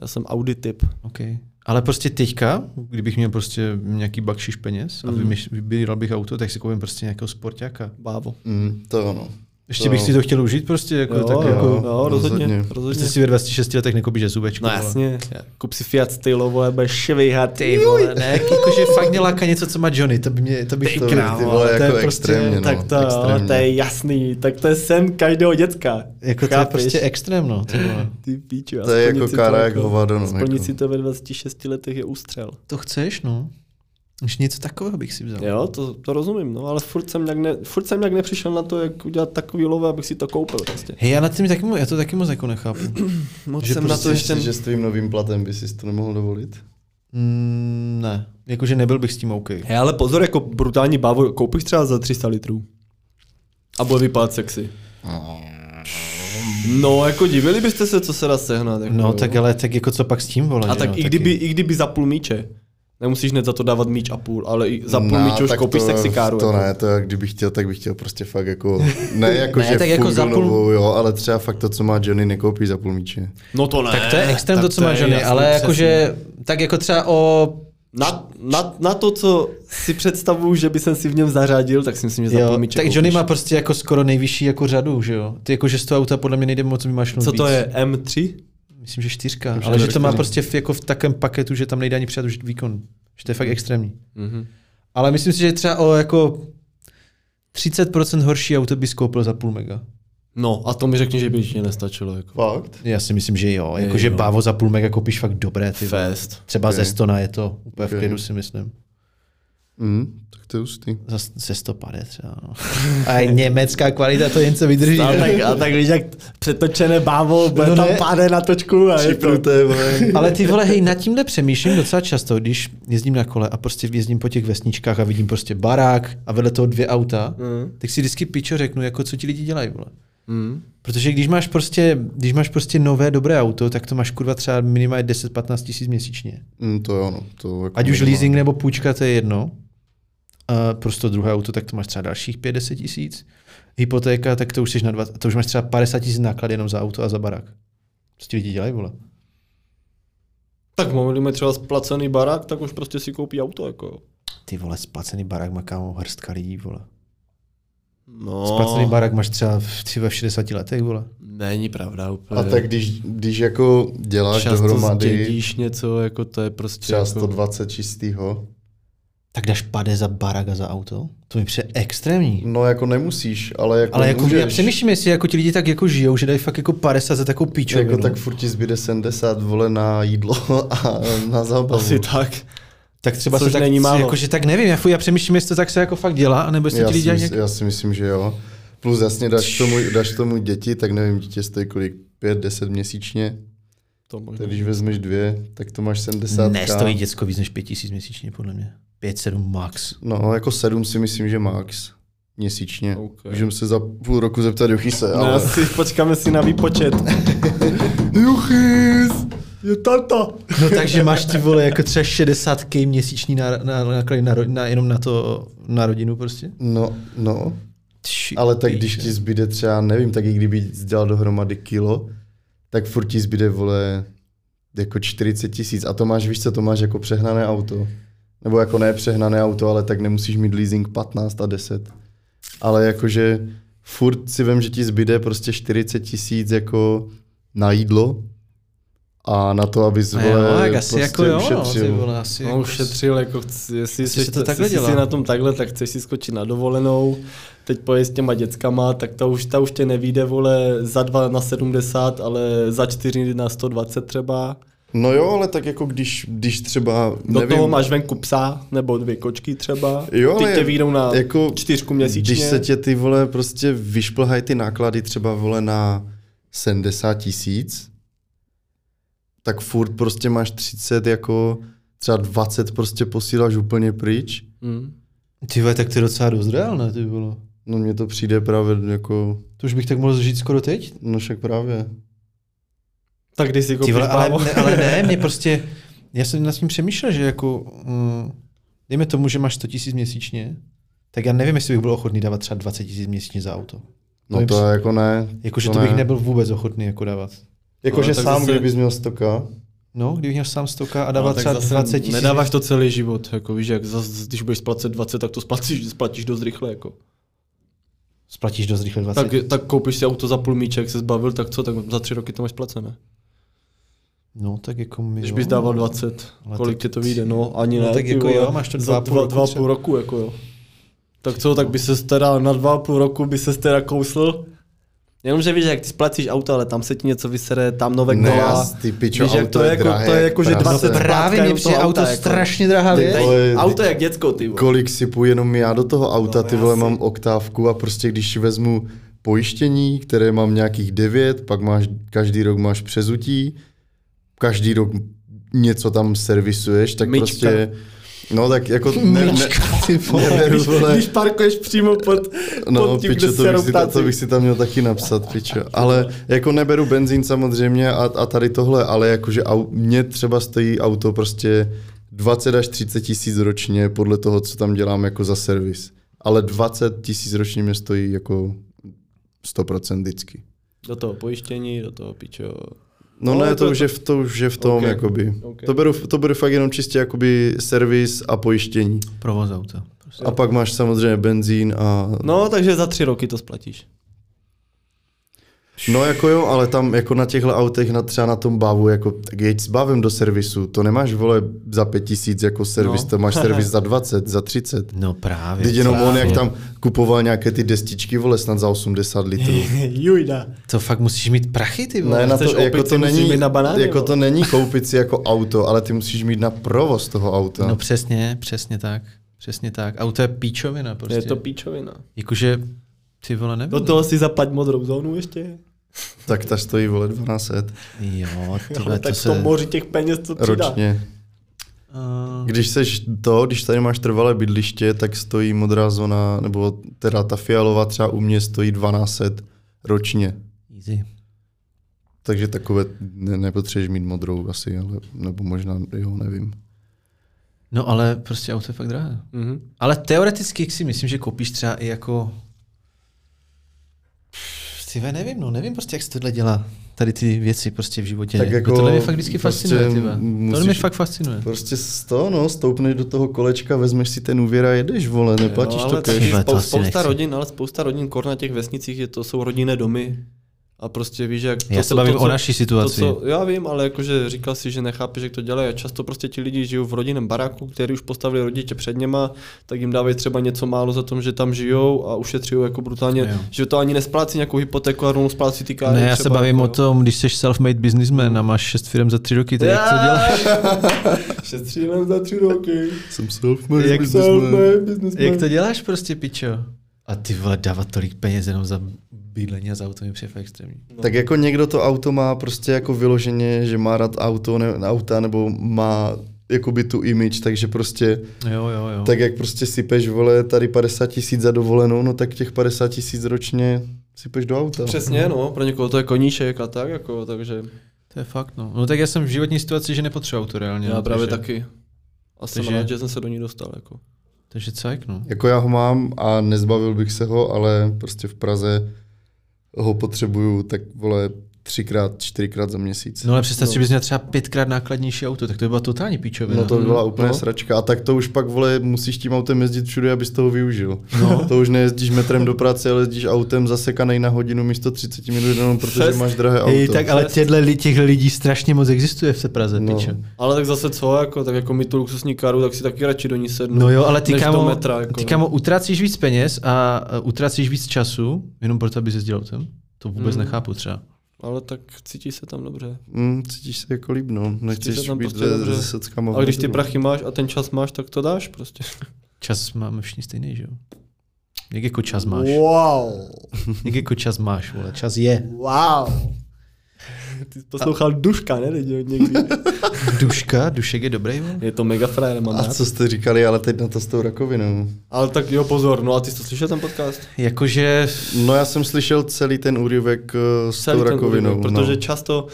Speaker 2: Já jsem Audi typ.
Speaker 1: Okay. Ale prostě teďka, kdybych měl prostě nějaký bakšiš peněz a vymyš- vybíral bych auto, tak si koupím prostě nějakého sportáka.
Speaker 2: Bávo.
Speaker 3: Mm, to ono.
Speaker 1: Ještě bych si to chtěl užít prostě, jako,
Speaker 2: Jo,
Speaker 1: tak jako,
Speaker 2: jo, jo, rozhodně,
Speaker 3: rozhodně.
Speaker 2: rozhodně.
Speaker 1: prostě si ve 26 letech nekoupíš SUVčko.
Speaker 2: No
Speaker 1: vole.
Speaker 2: jasně, kup si Fiat Stylo, vole, budeš švihat.
Speaker 1: Ty vole, ne, jakože fakt mě láká něco, co má Johnny, to by mě, to bych
Speaker 3: To by, ty vole, jako extrémně, no.
Speaker 2: prostě- tak to, jo,
Speaker 3: extrémně.
Speaker 2: to je jasný, tak to je sen každého dětka.
Speaker 1: Jako to je
Speaker 2: Chápeš?
Speaker 1: prostě extrém, no, ty
Speaker 2: <clears throat>
Speaker 1: vole.
Speaker 2: Ty píču,
Speaker 3: To je
Speaker 2: aspoň
Speaker 3: jako
Speaker 2: si
Speaker 3: kára jak hovado, no,
Speaker 2: Splnit
Speaker 3: jako.
Speaker 2: si to ve 26 letech je ústřel.
Speaker 1: To chceš, no. Už něco takového bych si
Speaker 3: No.
Speaker 1: vzal.
Speaker 2: Jo, to, to rozumím, no, ale furt jsem, nějak ne, furt jsem nějak nepřišel na to, jak udělat takový love, abych si to koupil prostě.
Speaker 1: Hej, já nad tím taky, mo- já to taky moc jako
Speaker 2: <clears throat>
Speaker 1: nechápu.
Speaker 2: Moc
Speaker 3: Že prostě
Speaker 2: jsem na to ještě...
Speaker 3: že s tvým novým platem by si to nemohl dovolit?
Speaker 1: Mm, ne, jakože nebyl bych s tím OK.
Speaker 2: Hej, ale pozor, jako brutální bávo, koupíš třeba za 300 litrů. A bude vypadat sexy. No, jako divili byste se, co se dá sehnat. Jako,
Speaker 1: No
Speaker 2: jo.
Speaker 1: tak ale tak jako co pak s tím, vole,
Speaker 2: A
Speaker 1: že
Speaker 2: tak
Speaker 1: no,
Speaker 2: i, kdyby, i kdyby za půl míče. Nemusíš hned za to dávat míč a půl, ale i za půl
Speaker 3: No,
Speaker 2: míče už
Speaker 3: tak
Speaker 2: koupíš
Speaker 3: to-
Speaker 2: sexikáru.
Speaker 3: To
Speaker 2: jako.
Speaker 3: ne, to já kdybych chtěl, tak bych chtěl prostě fakt jako, ne jako,
Speaker 1: Ne,
Speaker 3: že
Speaker 1: tak jako za
Speaker 3: fundu
Speaker 1: půl-
Speaker 3: novou, jo, ale třeba fakt to, co má Johnny, nekoupí za půl míče.
Speaker 2: No to ne.
Speaker 1: Tak to je extrém to, co má
Speaker 2: je
Speaker 1: ženy,
Speaker 2: jasný,
Speaker 1: ale
Speaker 2: přesně.
Speaker 1: jakože, tak jako třeba o...
Speaker 2: Na, na, na, to, co si představuju, že by jsem si v něm zařádil, tak si myslím, že za
Speaker 1: Jo,
Speaker 2: půl míče
Speaker 1: tak
Speaker 2: koupíš.
Speaker 1: Johnny má prostě jako skoro nejvyšší jako řadu, že jo? Ty jakože z toho auta podle mě nejde moc vymašnout
Speaker 2: Co to
Speaker 1: víc.
Speaker 2: je, M3?
Speaker 1: Myslím, že čtyřka,
Speaker 3: Myslím,
Speaker 1: ale
Speaker 3: že
Speaker 1: že to má
Speaker 3: čtyři.
Speaker 1: prostě v, jako v takém paketu, že tam nejde ani přijat už výkon. Že to je fakt extrémní.
Speaker 3: Mhm.
Speaker 1: Ale myslím si, že třeba o jako 30% horší auto bys koupil za půl mega.
Speaker 2: No a to mi řekni, že by ještě nestačilo. Jako.
Speaker 3: Fakt?
Speaker 1: Já si myslím, že jo. Jakože
Speaker 2: jo.
Speaker 1: bávo za půl mega koupíš fakt dobré. Ty. vole.
Speaker 2: Fest.
Speaker 1: Třeba
Speaker 3: Ok.
Speaker 1: ze 100 na je to. Úplně
Speaker 3: Ok.
Speaker 1: v klidu si myslím.
Speaker 3: Mm, tak to je hustý.
Speaker 1: Za, ze 150 třeba. No. <laughs> A je německá kvalita to jen se vydrží.
Speaker 2: A tak, a tak víš, jak přetočené bávo, bude
Speaker 1: No
Speaker 2: tam
Speaker 1: ne.
Speaker 2: páde na točku a je to.
Speaker 3: Připnuté, vole.
Speaker 1: Ale ty vole, hej, nad tímhle přemýšlím docela často, když jezdím na kole a prostě jezdím po těch vesničkách a vidím prostě barák a vedle toho dvě auta,
Speaker 2: Mm.
Speaker 1: mm. tak si vždycky pičo řeknu, jako co ti lidi dělají, vole.
Speaker 2: Mm.
Speaker 1: Protože když máš prostě, když máš prostě nové dobré auto, tak to máš kurva třeba minimálně 10-15 tisíc měsíčně.
Speaker 3: Mm, to je ono. To jako
Speaker 1: Ať už
Speaker 3: nemá.
Speaker 1: leasing nebo půjčka, to je jedno. A prostě druhé auto, tak to máš třeba dalších 50 tisíc. Hypotéka, tak to už, jsi na 20, to už máš třeba 50 tisíc náklad jenom za auto a za barák. Co ti lidi dělají, vole?
Speaker 2: Tak máme třeba splacený barák, tak už prostě si koupí auto. Jako.
Speaker 1: Ty vole, splacený barák má kámo hrstka lidí, vole.
Speaker 2: No,
Speaker 1: Splacený barák máš třeba v, ty ve 60 letech, vole.
Speaker 2: Není pravda úplně.
Speaker 3: A tak když, když jako děláš
Speaker 2: Často
Speaker 3: dohromady
Speaker 2: zdědíš něco, jako to je prostě
Speaker 3: třeba
Speaker 2: jako...
Speaker 3: 120 čistýho,
Speaker 1: Tak dáš pade za barák a za auto? To mi pře extrémní.
Speaker 3: no jako nemusíš, ale jako
Speaker 1: Ale jako
Speaker 3: můžeš.
Speaker 1: já přemýšlím, jestli jako ti lidi tak jako žijou, že dají fakt jako 50 za takovou píčovinu.
Speaker 3: Jako tak furt ti zbyde 70 vole na jídlo <laughs> a na zábavu.
Speaker 2: Asi tak.
Speaker 1: tak třeba
Speaker 2: což
Speaker 1: se tak,
Speaker 2: není málo.
Speaker 1: Jako, že tak nevím, já, fuj, já přemýšlím, jestli to tak se jako fakt dělá, anebo jestli
Speaker 3: já,
Speaker 1: ti
Speaker 3: si
Speaker 1: lidi dělají
Speaker 3: myslím,
Speaker 1: nějak...
Speaker 3: já si myslím, že jo. Plus jasně dáš tomu, dáš tomu děti, tak nevím, dítě stojí kolik, 5-10 měsíčně.
Speaker 2: To možná.
Speaker 3: Tak když vezmeš dvě, tak to máš 70.
Speaker 1: Nestojí děcko víc než 5 tisíc měsíčně, podle mě. 5, 7 max.
Speaker 3: No, jako 7 si myslím, že max. Měsíčně.
Speaker 2: Ok.
Speaker 3: Můžeme se za půl roku zeptat Juchise, <laughs>
Speaker 2: No,
Speaker 3: ale...
Speaker 2: asi počkáme si na výpočet.
Speaker 3: <laughs> Juchis! Je tata!
Speaker 1: No takže máš ty vole jako třeba 60k měsíční na, na, na, na, na, jenom na to, na rodinu prostě.
Speaker 3: No, no.
Speaker 1: Tši,
Speaker 3: Ale tak
Speaker 1: píče.
Speaker 3: když ti zbyde třeba, nevím, tak i kdyby jsi dělal dohromady kilo, tak furt ti zbyde, vole, jako 40 tisíc. A to máš, víš co, to máš jako přehnané auto. Nebo jako ne přehnané auto, ale tak nemusíš mít leasing 15 a 10. Ale jakože furt si vím, že ti zbyde prostě 40 tisíc jako na jídlo a na to, aby
Speaker 1: Ne,
Speaker 3: vole,
Speaker 1: no, tak asi
Speaker 3: prostě
Speaker 1: jako jo, no,
Speaker 3: ušetřil.
Speaker 1: ty vole, asi
Speaker 2: No,
Speaker 1: jako-
Speaker 2: ušetřil, jako chci, jestli
Speaker 1: Prostě
Speaker 2: jsi,
Speaker 1: se
Speaker 2: to
Speaker 1: to takhle
Speaker 2: takhle jsi,
Speaker 1: dělá.
Speaker 2: na tom takhle, tak chceš si skočit na dovolenou, teď poje s těma dětskama, tak ta už, ta už tě nevíde, vole, za dva na 70, ale za čtyři na 120 třeba.
Speaker 3: No jo, ale tak jako když, když třeba,
Speaker 2: Do
Speaker 3: nevím,
Speaker 2: toho máš venku psa, nebo dvě kočky třeba,
Speaker 3: Jo,
Speaker 2: ty
Speaker 3: ale
Speaker 2: tě výjdou na
Speaker 3: jako,
Speaker 2: čtyřku měsíčně.
Speaker 3: Když se tě ty vole prostě vyšplhají ty náklady třeba vole na 70 tisíc, tak furt prostě máš 30 jako třeba 20 prostě posíláš úplně pryč.
Speaker 2: Mm.
Speaker 1: Ty vole, tak to je docela dost reálné, ty bylo.
Speaker 3: No mně to přijde právě jako,
Speaker 1: To už bych tak mohl žít skoro teď.
Speaker 3: no však právě.
Speaker 2: Tak když si
Speaker 1: Ty
Speaker 2: koupíš
Speaker 1: vole,
Speaker 2: právo.
Speaker 1: ale, ne, ale
Speaker 2: <laughs>
Speaker 1: ne, mě prostě, já jsem nad tím přemýšlel, že jako, mm, dejme tomu, že máš 100 tisíc měsíčně, tak já nevím, jestli bych byl ochotný dávat třeba 20 tisíc měsíčně za auto.
Speaker 3: No
Speaker 1: mi
Speaker 3: to,
Speaker 1: při-
Speaker 3: jako ne.
Speaker 1: Jakože to, bych nebyl vůbec ochotný jako dávat.
Speaker 3: Jakože
Speaker 2: Ale No, tak
Speaker 3: sám,
Speaker 2: zase-
Speaker 3: kdybys měl 100
Speaker 1: No, kdybych měl sám stoka a dával no, třeba 20 tisíc.
Speaker 2: Nedáváš to celý život, jako víš, jak zas, když budeš splacet 20, tak to splatíš, <laughs> splatíš dost rychle, jako.
Speaker 1: Splatíš dost rychle 20.
Speaker 2: Tak, tak koupíš si auto za půl míče, jak se zbavil, tak co, tak za tři roky to máš placené.
Speaker 1: No, tak jako my,
Speaker 2: Když
Speaker 1: jo.
Speaker 2: bys dával 20,
Speaker 1: Ale
Speaker 2: kolik
Speaker 1: tak-
Speaker 2: ti to vyjde, no ani
Speaker 1: No
Speaker 2: ne.
Speaker 1: tak
Speaker 2: ty
Speaker 1: jako
Speaker 2: vole,
Speaker 1: jo, máš to dva
Speaker 2: za
Speaker 1: půl roku
Speaker 2: dva
Speaker 1: třeba.
Speaker 2: půl roku, jako jo. Tak co, tak by se teda na dva půl roku by se teda kousl? Jenomže víš, jak ty splacíš auto, ale tam se ti něco vysere, tam nové
Speaker 3: Ne,
Speaker 2: kola.
Speaker 3: jas, ty pičo,
Speaker 2: No víš, jak
Speaker 3: auto
Speaker 2: to
Speaker 3: je
Speaker 2: je jako,
Speaker 3: drahé
Speaker 2: to je
Speaker 3: jak
Speaker 2: jako, že
Speaker 3: prase.
Speaker 2: 20
Speaker 3: No
Speaker 1: Právě
Speaker 2: splátka
Speaker 1: mě
Speaker 2: jenom
Speaker 1: přijde
Speaker 2: toho
Speaker 1: auto
Speaker 2: auta, jako.
Speaker 1: strašně drahá
Speaker 2: Ty-
Speaker 1: věc.
Speaker 2: tady-
Speaker 3: vole,
Speaker 2: Auto jak děcko, ty vole.
Speaker 3: Kolik sypu jenom já do toho auta,
Speaker 2: No,
Speaker 3: ty
Speaker 2: já
Speaker 3: vole,
Speaker 2: si-
Speaker 3: mám oktávku a prostě když vezmu pojištění, které mám nějakých devět, pak máš, každý rok máš přezutí, každý rok něco tam servisuješ, tak
Speaker 2: Myčka.
Speaker 3: prostě... No tak jako ne, ne, ty vole, <laughs> neberu,
Speaker 2: Když,
Speaker 3: vole,
Speaker 2: když parkuješ přímo pod,
Speaker 3: no,
Speaker 2: pod tím,
Speaker 3: pičo,
Speaker 2: kde
Speaker 3: to
Speaker 2: se
Speaker 3: bych, si, ta-
Speaker 2: roptáci.
Speaker 3: to bych si tam měl taky napsat, pičo. Ale jako neberu benzín samozřejmě a, a tady tohle, ale jakože au, mě třeba stojí auto prostě 20 až 30 tisíc ročně podle toho, co tam dělám jako za servis. Ale 20 tisíc ročně mě stojí jako 100% vždycky.
Speaker 2: Do toho pojištění, do toho pičo.
Speaker 3: No,
Speaker 2: No,
Speaker 3: ne,
Speaker 2: to
Speaker 3: to,
Speaker 2: je
Speaker 3: už je v, to už je v tom,
Speaker 2: Ok.
Speaker 3: okay. jakoby.
Speaker 2: Ok.
Speaker 3: Okay. To, beru, to beru fakt jenom čistě jakoby servis a pojištění.
Speaker 1: Provoz auta.
Speaker 2: Prostě
Speaker 3: A pak máš samozřejmě benzín a
Speaker 2: No, takže za tři roky to splatíš.
Speaker 3: No jako jo, ale tam jako na těchto autech, na, třeba na tom bavu, jako tak jeď s bavem do servisu, to nemáš vole za pět tisíc jako servis,
Speaker 2: No.
Speaker 3: no. to máš servis
Speaker 2: <laughs>
Speaker 3: za 20, za 30.
Speaker 1: No právě.
Speaker 3: Teď jenom on, jak tam kupoval nějaké ty destičky, vole, snad za 80
Speaker 2: <laughs>
Speaker 3: litrů.
Speaker 2: <laughs> Jujda.
Speaker 1: To fakt musíš mít prachy, ty vole.
Speaker 3: Ne, na
Speaker 2: chceš
Speaker 3: to, jako
Speaker 2: opici,
Speaker 3: to,
Speaker 2: musíš
Speaker 3: není,
Speaker 2: mít na banány,
Speaker 3: jako
Speaker 2: vole.
Speaker 3: to není koupit si jako auto, ale ty musíš mít na provoz toho auta.
Speaker 1: No přesně, přesně tak. Přesně tak. Auto je píčovina prostě.
Speaker 2: Je to No píčovina.
Speaker 1: Jakože, ty vole, nevím.
Speaker 2: Do toho si zaplať modrou zónu ještě.
Speaker 3: Tak ta stojí, vole, 1200
Speaker 1: Jo,
Speaker 2: Ale
Speaker 1: tyhle,
Speaker 2: tak
Speaker 1: to
Speaker 2: v tom
Speaker 1: se...
Speaker 2: moři těch peněz, co přidá.
Speaker 3: ročně.
Speaker 1: Uh,
Speaker 3: Když seš to, když tady máš trvalé bydliště, tak stojí modrá zóna, nebo teda ta fialová třeba u mě stojí 1200 ročně.
Speaker 1: easy.
Speaker 3: Takže takové ne, nepotřebuješ mít modrou asi, ale, nebo možná, jo, nevím.
Speaker 1: No ale prostě auto je fakt drahé.
Speaker 2: Mhm.
Speaker 1: Ale teoreticky si myslím, že koupíš třeba i jako... Ty ve, nevím, no nevím prostě, jak se tohle dělá. Tady ty věci prostě v životě.
Speaker 3: Tak jako
Speaker 1: tohle mě fakt vždycky
Speaker 3: prostě
Speaker 1: fascinuje, ty ve. Tohle mě
Speaker 3: musíš-
Speaker 1: fakt fascinuje.
Speaker 3: Prostě z toho, no, stoupneš do toho kolečka, vezmeš si ten úvěr a jedeš, vole, neplatíš
Speaker 2: Jo,
Speaker 3: to
Speaker 2: No, ale
Speaker 3: cash.
Speaker 2: taky
Speaker 1: Tyhle, to
Speaker 2: spou-
Speaker 1: asi
Speaker 2: spousta
Speaker 1: nechci.
Speaker 2: rodin, ale spousta rodin kor na těch vesnicích, je to jsou rodinné domy. A prostě víš, jak...
Speaker 1: Já se bavím o naší situaci.
Speaker 2: To, co, já vím, ale jakože říkal si, že nechápeš, jak to dělají. A často prostě ti lidi žijou v rodinném baráku, který už postavili rodiče před něma, tak jim dávají třeba něco málo za tom, že tam žijou a ušetří jako brutálně,
Speaker 1: Jo.
Speaker 2: že to ani nesplácí nějakou hypotéku a rovnou splácí ty káry.
Speaker 1: Ne, já se
Speaker 2: třeba,
Speaker 1: bavím
Speaker 2: jako
Speaker 1: o
Speaker 2: jo.
Speaker 1: tom, když jsi self-made businessman a máš šest firm za tři roky, tak jak to děláš?
Speaker 2: <laughs> Šetřím za tři roky.
Speaker 3: Jsem self-made
Speaker 1: Jak
Speaker 3: businessman.
Speaker 1: Jak to děláš prostě, pičo? A ty vole, dávat tolik peněz jenom za bydlení a za auto mi přijde fakt extrémní.
Speaker 3: Tak jako někdo to auto má prostě jako vyloženě, že má rád auto, ne, auta, nebo má jakoby tu image, takže prostě
Speaker 1: Jo, jo,
Speaker 2: No.
Speaker 1: jo.
Speaker 3: Tak jak prostě sypeš, vole, tady 50 tisíc za dovolenou, no tak těch 50 tisíc ročně sypeš do auta.
Speaker 2: Přesně, no, pro někoho to je koníček a tak, jako, takže
Speaker 1: To je fakt, no. No tak já jsem v životní situaci, že nepotřebuji auto reálně.
Speaker 2: já
Speaker 1: no,
Speaker 2: právě
Speaker 1: takže,
Speaker 2: taky. A jsem
Speaker 1: Takže-
Speaker 2: rád, že jsem se do ní dostal, jako.
Speaker 1: Takže cajk, no.
Speaker 3: Jako já ho mám a nezbavil bych se ho, ale prostě v Praze ho potřebuju, tak vole, třikrát, čtyřikrát za měsíc.
Speaker 1: No ale představ si, že bys měl třeba pětkrát nákladnější auto, tak to by byla totální píčovina.
Speaker 3: No to by byla úplně
Speaker 1: No.
Speaker 3: no. sračka. A tak to už pak, vole, musíš tím autem jezdit všude, abys toho využil. No. To už nejezdíš metrem do práce, ale jezdíš autem zasekanej na hodinu místo 30 minut jenom, protože
Speaker 2: Přes-
Speaker 3: máš drahé auto.
Speaker 1: Hej, tak ale těchto těch lidí strašně moc existuje v té Praze, no.
Speaker 3: No.
Speaker 1: piče.
Speaker 2: Ale tak zase co, jako, tak jako mi tu luxusní karu, tak si taky radši do ní sednu.
Speaker 1: No jo, ale ty
Speaker 2: než do
Speaker 1: kámo,
Speaker 2: metra, jako,
Speaker 1: ty
Speaker 2: no.
Speaker 1: kámo utracíš víc peněz a eh, utracíš víc času, jenom proto, abys jezdil autem? To vůbec
Speaker 2: Mm.
Speaker 1: nechápu třeba.
Speaker 2: Ale tak cítíš se tam dobře.
Speaker 3: Mm, cítíš se jako líb, no.
Speaker 2: se
Speaker 3: Nechceš
Speaker 2: tam
Speaker 3: být
Speaker 2: prostě
Speaker 3: ze,
Speaker 2: dobře.
Speaker 3: ze
Speaker 1: No,
Speaker 3: seckama.
Speaker 2: A když ty
Speaker 3: vzadu.
Speaker 2: prachy máš a ten čas máš, tak to dáš prostě. <laughs>
Speaker 1: Čas máme všichni stejný, že jo? Jak jako čas máš?
Speaker 2: Wow,
Speaker 1: <laughs> Jak jako čas máš, vole? Čas je.
Speaker 2: wow. Ty jsi poslouchal Duška, ne lidi
Speaker 1: <laughs>
Speaker 2: od někdy.
Speaker 1: Duška, Dušek je dobrý, vole?
Speaker 2: Je to mega frajer, mám
Speaker 3: A
Speaker 2: rád.
Speaker 3: co jste říkali, ale teď na to s tou rakovinou.
Speaker 2: Ale tak jo, pozor, no a ty jsi to slyšel ten podcast?
Speaker 1: Jakože...
Speaker 3: No já jsem slyšel celý ten úryvek eh, s
Speaker 2: Celý
Speaker 3: tou
Speaker 2: ten
Speaker 3: rakovinou.
Speaker 2: úryvek, protože
Speaker 3: no.
Speaker 2: často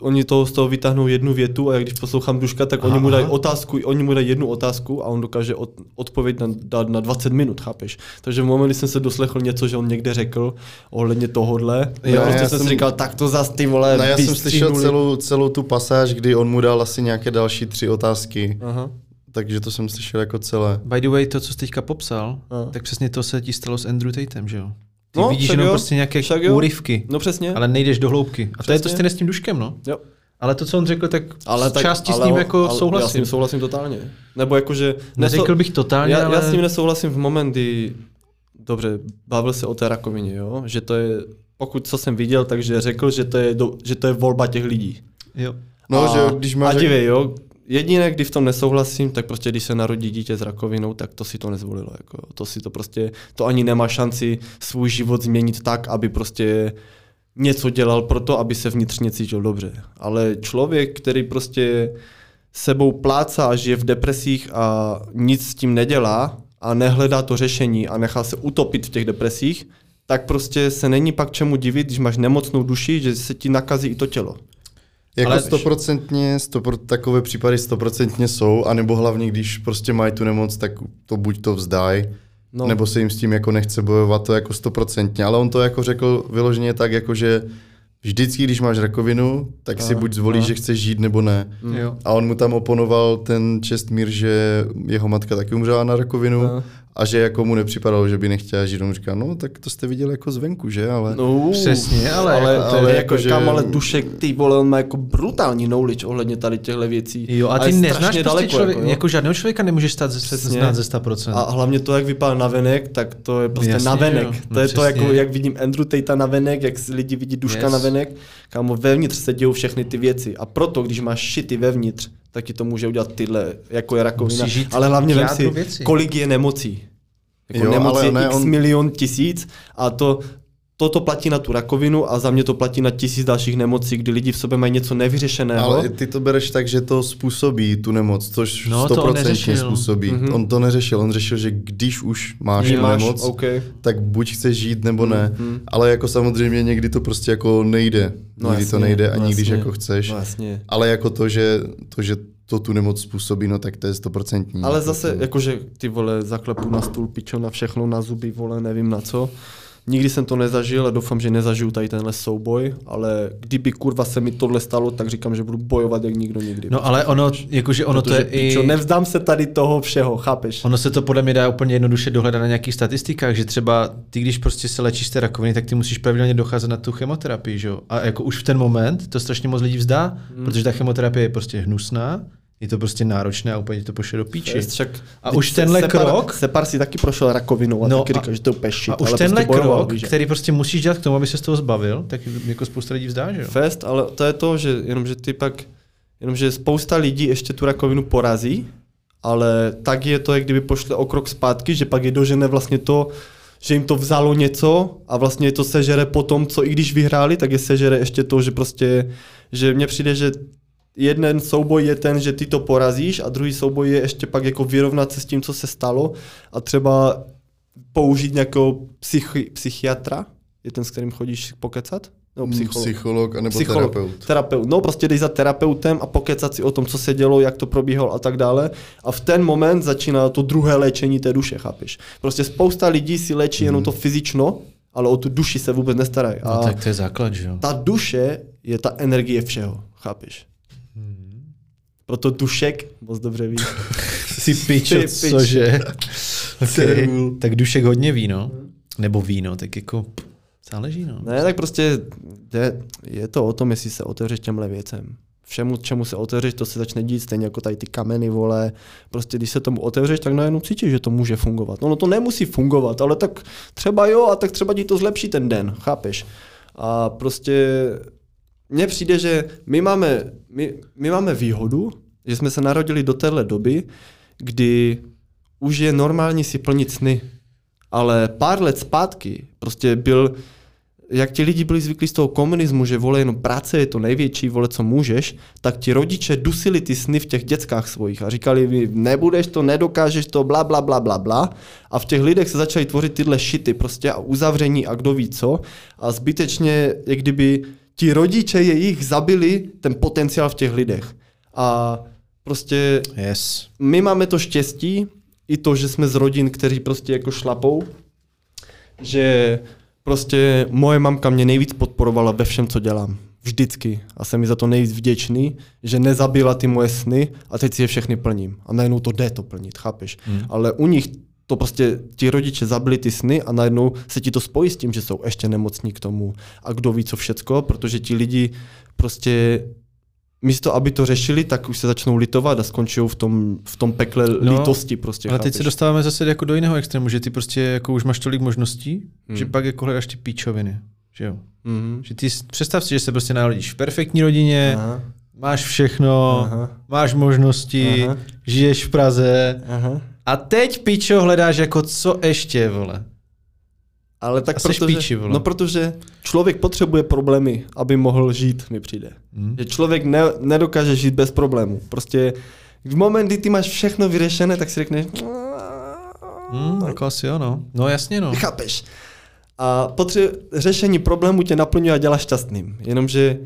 Speaker 2: oni toho z toho vytáhnou jednu větu a jak když poslouchám Duška, tak oni mu dají otázku, oni mu dají jednu otázku a on dokáže od, odpověď na, dát na 20 minut, chápeš? Takže v moment, kdy jsem se doslechl něco, že on někde řekl ohledně tohodle,
Speaker 3: Jo, já
Speaker 2: jo, prostě jsem
Speaker 3: jsem-
Speaker 2: si říkal, tak to zas ty vole,
Speaker 3: No, já jsem slyšel
Speaker 2: vystřihnuli.
Speaker 3: celou, celou tu pasáž, kdy on mu dal asi nějaké další tři otázky.
Speaker 2: Aha.
Speaker 3: Takže to jsem slyšel jako celé.
Speaker 1: By the way, to, co jsi teďka popsal,
Speaker 2: A.
Speaker 1: tak přesně to se ti stalo s Andrew Tatem, že jo? Ty
Speaker 2: No,
Speaker 1: vidíš
Speaker 2: však
Speaker 1: jenom
Speaker 2: jo,
Speaker 1: prostě nějaké
Speaker 2: však jo.
Speaker 1: úryvky,
Speaker 2: No přesně.
Speaker 1: ale nejdeš do hloubky. A to je to
Speaker 2: Přesně.
Speaker 1: stejné s tím Duškem, no.
Speaker 2: Jo.
Speaker 1: Ale to, co on řekl, tak
Speaker 2: Ale
Speaker 1: ale
Speaker 2: tak,
Speaker 1: tak, části
Speaker 2: ale,
Speaker 1: s ním
Speaker 2: on-
Speaker 1: jako
Speaker 2: ale Já s
Speaker 1: souhlasím.
Speaker 2: ním souhlasím totálně. Nebo jakože...
Speaker 1: Neřekl bych totálně,
Speaker 2: já,
Speaker 1: ale...
Speaker 2: já s ním nesouhlasím v moment, kdy... Dobře, bavil se o té rakovině, jo? Že to je... Pokud co jsem viděl, takže řekl, že to je, do, že to je volba těch lidí.
Speaker 1: Jo.
Speaker 3: No,
Speaker 2: a,
Speaker 3: že jo, když máš...
Speaker 2: A dívej, jo? Jediné, kdy v tom nesouhlasím, tak prostě když se narodí dítě s rakovinou, tak to si to nezvolilo. Jako. jo. To si to prostě, to ani nemá šanci svůj život změnit tak, aby prostě něco dělal pro to, aby se vnitřně cítil dobře. Ale člověk, který prostě sebou plácá a žije v depresích a nic s tím nedělá a nehledá to řešení a nechá se utopit v těch depresích, tak prostě se není pak čemu divit, když máš nemocnou duši, že se ti nakazí i to tělo.
Speaker 3: Jako
Speaker 1: Ale-
Speaker 3: stoprocentně, stopro, takové případy stoprocentně jsou, anebo hlavně, když prostě mají tu nemoc, tak to buď to vzdají,
Speaker 2: No.
Speaker 3: no. nebo se jim s tím jako nechce bojovat, to jako stoprocentně. Ale on to jako řekl vyloženě tak, jako že vždycky, když máš rakovinu, tak si buď zvolíš, že chceš žít, nebo ne.
Speaker 1: Jo.
Speaker 3: A on mu tam oponoval ten Čestmír, že jeho matka taky umřela na rakovinu
Speaker 2: Aha.
Speaker 3: a že jako mu nepřipadalo, že by nechtěla žít. On mu říká, no tak to jste viděl jako zvenku, že? Ale...
Speaker 2: No,
Speaker 1: Přesně, ale
Speaker 2: ale,
Speaker 1: jako
Speaker 2: jako,
Speaker 1: to je-
Speaker 2: ale jako,
Speaker 3: jako,
Speaker 2: že...
Speaker 3: že-
Speaker 2: kam ale Dušek, ty vole, on má jako brutální knowledge ohledně tady těchto věcí.
Speaker 1: Jo, a
Speaker 2: Ale
Speaker 1: ty
Speaker 2: je
Speaker 1: neznáš prostě
Speaker 2: strašně
Speaker 1: daleko, člověk,
Speaker 2: jako,
Speaker 1: jako,
Speaker 2: jo.
Speaker 1: jako žádného člověka nemůžeš stát ze,
Speaker 2: Přesně.
Speaker 1: znát ze 100%.
Speaker 2: A hlavně to, jak vypadá navenek, tak to je prostě
Speaker 1: Jasně,
Speaker 2: navenek.
Speaker 1: jo.
Speaker 2: To je
Speaker 1: No,
Speaker 2: to, jako,
Speaker 1: přesně.
Speaker 2: jak vidím Andrew Tate navenek, jak si lidi vidí Duška
Speaker 1: Yes.
Speaker 2: navenek. Kámo, vevnitř se dějou všechny ty věci. A proto, když máš šity vevnitř, tak ti to může udělat tyhle, jako je rakovina.
Speaker 1: Musíš žít
Speaker 2: Ale hlavně
Speaker 1: v
Speaker 2: vem
Speaker 1: jádru
Speaker 2: si,
Speaker 1: věci.
Speaker 2: kolik je nemocí. Jako jo,
Speaker 3: Jo,
Speaker 2: nemocí
Speaker 3: ale
Speaker 2: je
Speaker 3: ne,
Speaker 2: x
Speaker 3: on-
Speaker 2: milion tisíc a to, toto platí na tu rakovinu a za mě to platí na tisíc dalších nemocí, kdy lidi v sobě mají něco nevyřešeného.
Speaker 3: Ale ty to bereš tak, že to způsobí tu nemoc, což
Speaker 1: No,
Speaker 3: no,
Speaker 1: to on
Speaker 3: 100%
Speaker 1: neřešil.
Speaker 3: způsobí.
Speaker 2: Mhm.
Speaker 3: Mm-hmm. On to neřešil, on řešil, že když už máš
Speaker 2: Že
Speaker 3: tu
Speaker 2: máš,
Speaker 3: nemoc,
Speaker 2: OK. Mhm.
Speaker 3: tak buď chceš žít nebo ne. Mm-hmm. Ale jako samozřejmě někdy to prostě jako nejde.
Speaker 2: No
Speaker 3: No, někdy
Speaker 2: jasně,
Speaker 3: to nejde,
Speaker 2: no
Speaker 3: ani když
Speaker 2: jasně,
Speaker 3: jako chceš.
Speaker 2: no jasně.
Speaker 3: Ale jako to že, to, že to tu nemoc způsobí, no tak to je stoprocentní.
Speaker 2: Ale zase, jakože ty vole, zaklepu na stůl, pičo, na všechno, na zuby, vole, nevím na co. Nikdy jsem to nezažil a doufám, že nezažiju tady tenhle souboj, ale kdyby kurva se mi tohle stalo, tak říkám, že budu bojovat jak nikdo nikdy.
Speaker 1: No ale ono, jakože ono
Speaker 2: Protože,
Speaker 1: to je
Speaker 2: pičo,
Speaker 1: i...
Speaker 2: nevzdám se tady toho všeho, chápeš?
Speaker 1: Ono se to podle mě dá úplně jednoduše dohledat na nějakých statistikách, že třeba ty, když prostě se léčíš z té rakoviny, tak ty musíš pravidelně docházet na tu chemoterapii, že jo? A jako už v ten moment to strašně moc lidí vzdá, hmm. protože ta chemoterapie je prostě hnusná, je to prostě náročné a úplně ti to pošle do píči.
Speaker 2: Jest Však,
Speaker 1: A už tenhle
Speaker 2: separ,
Speaker 1: krok-
Speaker 2: Separ si taky prošel rakovinou a
Speaker 1: No
Speaker 2: taky
Speaker 1: a-
Speaker 2: říká, že to je úplně shit,
Speaker 1: A už
Speaker 2: ale
Speaker 1: tenhle
Speaker 2: prostě bojoval,
Speaker 1: krok,
Speaker 2: víš, že-
Speaker 1: který prostě musíš dělat k tomu, aby se z toho zbavil, tak jako spousta lidí vzdá, že jo?
Speaker 2: fest, ale to je to, že jenomže ty pak, jenomže spousta lidí ještě tu rakovinu porazí, ale tak je to, jak kdyby pošle o krok zpátky, že pak je dožene vlastně to, že jim to vzalo něco a vlastně je to sežere po tom, co i když vyhráli, tak je sežere ještě to, že prostě, že mně přijde, že jeden souboj je ten, že ty to porazíš a druhý souboj je ještě pak jako vyrovnat se s tím, co se stalo a třeba použít nějakého psychi- psychiatra, je ten, s kterým chodíš pokecat?
Speaker 3: Mm,
Speaker 2: Nebo psycholog?
Speaker 3: psycholog anebo
Speaker 2: Psycholog,
Speaker 3: terapeut.
Speaker 2: terapeut. No, prostě jdeš za terapeutem a pokecat si o tom, co se dělo, jak to probíhalo a tak dále. A v ten moment začíná to druhé léčení té duše, chápeš? Prostě spousta lidí si léčí jenom to fyzično ale o tu duši se vůbec nestarají. A
Speaker 1: Hmm. No, tak to je základ, že jo?
Speaker 2: ta duše je ta energie všeho, chápeš?
Speaker 1: Hmm.
Speaker 2: Proto dušek moc dobře ví.
Speaker 1: Jsi pičo,
Speaker 2: Ty pič.
Speaker 1: <laughs> cože? okay.
Speaker 2: Cyril.
Speaker 1: Tak Dušek hodně ví, no. Nebo víno, tak jako p- záleží, no.
Speaker 2: Ne, tak prostě je, je to o tom, jestli se otevřeš těmhle věcem. Všemu, čemu se otevřeš, to se začne dít stejně jako tady ty kameny, vole. Prostě když se tomu otevřeš, tak najednou cítíš, že to může fungovat. Ono to nemusí fungovat, ale tak třeba jo, a tak třeba ti to zlepší ten den, chápeš? A prostě mně přijde, že my máme, my, my máme výhodu, že jsme se narodili do téhle doby, kdy už je normální si plnit sny. Ale pár let zpátky prostě byl, jak ti lidi byli zvyklí z toho komunismu, že vole jenom práce je to největší, vole co můžeš, tak ti rodiče dusili ty sny v těch dětskách svojich a říkali mi, nebudeš to, nedokážeš to, bla, bla, bla, bla, bla. A v těch lidech se začaly tvořit tyhle šity prostě a uzavření a kdo ví co. A zbytečně, jak kdyby ti rodiče jejich zabili ten potenciál v těch lidech. A prostě
Speaker 1: Yes.
Speaker 2: my máme to štěstí, i to, že jsme z rodin, kteří prostě jako šlapou, že prostě moje mamka mě nejvíc podporovala ve všem, co dělám. Vždycky. A jsem mi za to nejvíc vděčný, že nezabila ty moje sny a teď si je všechny plním. A najednou to jde to plnit, chápeš? Hmm. Ale u nich to prostě ti rodiče zabili ty sny a najednou se ti to spojí s tím, že jsou ještě nemocní k tomu. A kdo ví co všecko, protože ti lidi prostě místo, aby to řešili, tak už se začnou litovat a skončí v tom, v tom pekle no,
Speaker 1: No,
Speaker 2: lítosti prostě.
Speaker 1: Ale teď
Speaker 2: chápeš?
Speaker 1: se dostáváme zase jako do jiného extrému, že ty prostě jako už máš tolik možností, hmm. že pak jako hledáš ty píčoviny, že jo?
Speaker 2: Mhm.
Speaker 1: Že ty s- představ si, že se prostě narodíš v perfektní rodině, Aha.
Speaker 2: Aha.
Speaker 1: máš všechno, Aha.
Speaker 2: Aha.
Speaker 1: máš možnosti, Aha.
Speaker 2: Aha.
Speaker 1: žiješ v Praze
Speaker 2: Aha.
Speaker 1: a teď pičo hledáš jako co ještě, vole.
Speaker 2: Ale tak
Speaker 1: A seš
Speaker 2: protože,
Speaker 1: píči, vole.
Speaker 2: no protože člověk potřebuje problémy, aby mohl žít, mi přijde.
Speaker 1: Mhm.
Speaker 2: Hmm. Že člověk ne, nedokáže žít bez problémů. Prostě v moment, kdy ty máš všechno vyřešené, tak si řekneš,
Speaker 1: Hmm, jako asi jo, no. No jasně, no.
Speaker 2: chápeš. A potře- řešení problému tě naplňuje a dělá šťastným. Jenomže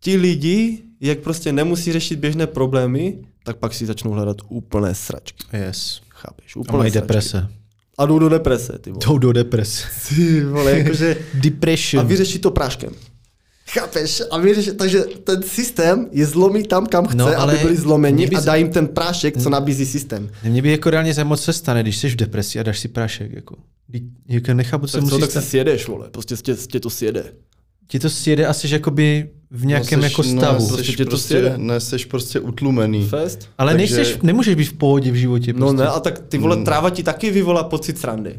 Speaker 2: ti lidi, jak prostě nemusí řešit běžné problémy, tak pak si začnou hledat úplné sračky.
Speaker 1: Yes.
Speaker 2: Chápeš?
Speaker 1: A
Speaker 2: Úplné
Speaker 1: mají
Speaker 2: sračky.
Speaker 1: deprese.
Speaker 2: A jdou do deprese, ty vole.
Speaker 1: Jdou do deprese.
Speaker 2: Ty vole, jakože...
Speaker 1: Depression.
Speaker 2: A vyřeší to práškem. Chápeš? A vyřeší, takže ten systém je zlomí tam, kam chce,
Speaker 1: No,
Speaker 2: no,
Speaker 1: ale
Speaker 2: aby byli zlomeni
Speaker 1: mě by Hm.
Speaker 2: a
Speaker 1: z-
Speaker 2: dá jim ten prášek, co nabízí systém.
Speaker 1: Mě by jako reálně zajímalo, co se stane, když jsi v depresi a dáš si prášek. Jako. Vždyť jako nechápu, co
Speaker 2: Tak co,
Speaker 1: musíš
Speaker 2: tak se
Speaker 1: stát.
Speaker 2: sjedeš, vole. Prostě tě, tě to sjede.
Speaker 1: Ti to sjede a jsi jakoby v nějakém
Speaker 3: No, seš-
Speaker 1: jako
Speaker 3: No,
Speaker 1: stavu.
Speaker 3: seš
Speaker 2: Prostě tě to
Speaker 3: prostě,
Speaker 2: sjede.
Speaker 3: ne, seš prostě utlumený.
Speaker 2: Fest?
Speaker 1: ale
Speaker 3: takže-
Speaker 1: nejseš, nemůžeš být v pohodě v životě.
Speaker 2: No
Speaker 1: Prostě.
Speaker 2: ne, a tak ty vole, tráva ti taky vyvolá pocit srandy.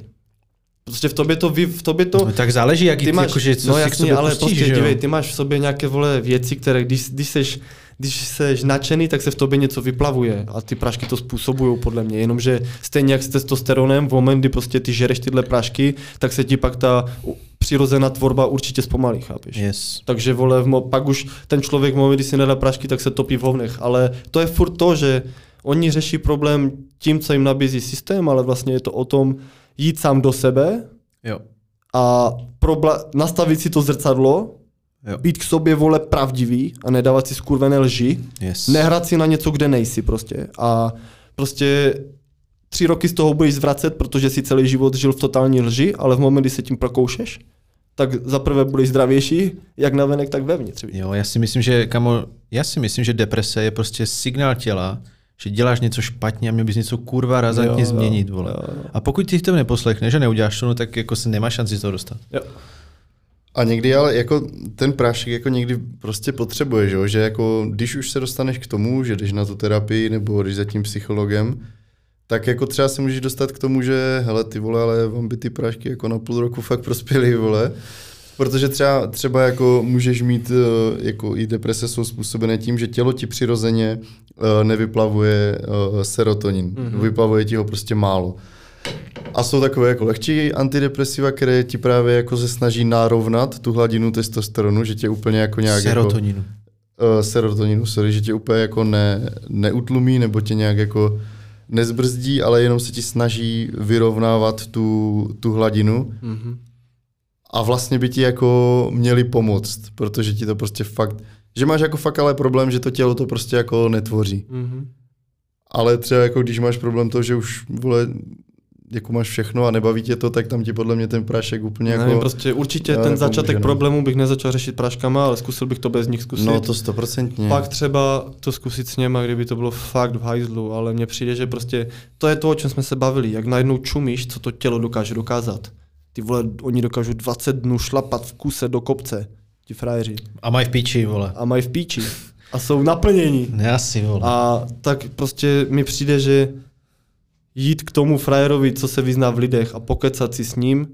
Speaker 2: Prostě v tobě to, vy, v tobě to,
Speaker 1: No, tak záleží, jaký ty máš, jakože, co
Speaker 2: no
Speaker 1: si k
Speaker 2: jasně,
Speaker 1: sobě
Speaker 2: ale
Speaker 1: pustíš,
Speaker 2: prostě
Speaker 1: že jo?
Speaker 2: dívej, ty máš v sobě nějaké vole věci, které když, když seš když seš nadšený, tak se v tobě něco vyplavuje a ty prášky to způsobují podle mě, jenomže stejně jak s testosteronem, v moment, kdy prostě ty žereš tyhle prášky, tak se ti pak ta u- přirozená tvorba určitě zpomalí, chápeš?
Speaker 1: Yes.
Speaker 2: Takže vole, v mo- pak už ten člověk v momentě, kdy si nedá prášky, tak se topí v hovnech. Ale to je furt to, že oni řeší problém tím, co jim nabízí systém, ale vlastně je to o tom jít sám do sebe
Speaker 1: Jo.
Speaker 2: a probla- nastavit si to zrcadlo,
Speaker 1: Jo.
Speaker 2: být k sobě vole pravdivý a nedávat si skurvené lži,
Speaker 1: Yes.
Speaker 2: nehrát si na něco, kde nejsi prostě. A prostě tři roky z toho budeš zvracet, protože si celý život žil v totální lži, ale v moment, kdy se tím prokoušeš, tak za prvé budeš zdravější, jak navenek, tak vevnitř. víš.
Speaker 1: Jo, já si myslím, že kamo, já si myslím, že deprese je prostě signál těla, že děláš něco špatně a měl bys něco kurva razantně
Speaker 2: Jo, jo,
Speaker 1: změnit, vole.
Speaker 2: jo, jo.
Speaker 1: A pokud ty to neposlechneš a neuděláš to, no, tak jako se nemáš šanci z toho dostat.
Speaker 2: Jo.
Speaker 3: A někdy ale jako ten prášek jako někdy prostě potřebuje, že, jo? že jako když už se dostaneš k tomu, že jdeš na tu terapii nebo jdeš za tím psychologem, tak jako třeba se můžeš dostat k tomu, že hele ty vole, ale vám by ty prášky jako na půl roku fakt prospěly, vole. Protože třeba, třeba jako můžeš mít, eh, jako i deprese jsou způsobené tím, že tělo ti přirozeně eh, nevyplavuje eh, serotonin. Mm-hmm. Vyplavuje ti ho prostě málo. A jsou takové jako lehčí antidepresiva, které ti právě jako se snaží nárovnat tu hladinu testosteronu, že tě úplně jako nějak
Speaker 1: Serotoninu.
Speaker 3: Jako, uh, serotoninu, sorry, že tě úplně jako ne, neutlumí nebo tě nějak jako nezbrzdí, ale jenom se ti snaží vyrovnávat tu, tu hladinu.
Speaker 2: Mhm.
Speaker 3: A vlastně by ti jako měli pomoct, protože ti to prostě fakt, že máš jako fakt ale problém, že to tělo to prostě jako netvoří.
Speaker 2: Mhm.
Speaker 3: Ale třeba jako když máš problém to, že už vole, jako máš všechno a nebaví tě to, tak tam ti podle mě ten prášek úplně
Speaker 2: Jako,
Speaker 3: jako...
Speaker 2: Nevím, prostě určitě
Speaker 3: Já
Speaker 2: ten
Speaker 3: nepomůže,
Speaker 2: začátek
Speaker 3: no.
Speaker 2: problému bych nezačal řešit práškama, ale zkusil bych to bez nich zkusit.
Speaker 3: No to stoprocentně.
Speaker 2: Pak třeba to zkusit s něma, kdyby to bylo fakt v hajzlu, ale mně přijde, že prostě to je to, o čem jsme se bavili, jak najednou čumíš, co to tělo dokáže dokázat. Ty vole, oni dokážou 20 dnů šlapat v kuse do kopce, ti frajeři,
Speaker 1: A mají v píči, vole.
Speaker 2: a mají v píči a jsou naplnění.
Speaker 1: Já si, vole.
Speaker 2: A tak prostě mi přijde, že jít k tomu frajerovi, co se vyzná v lidech a pokecat si s ním,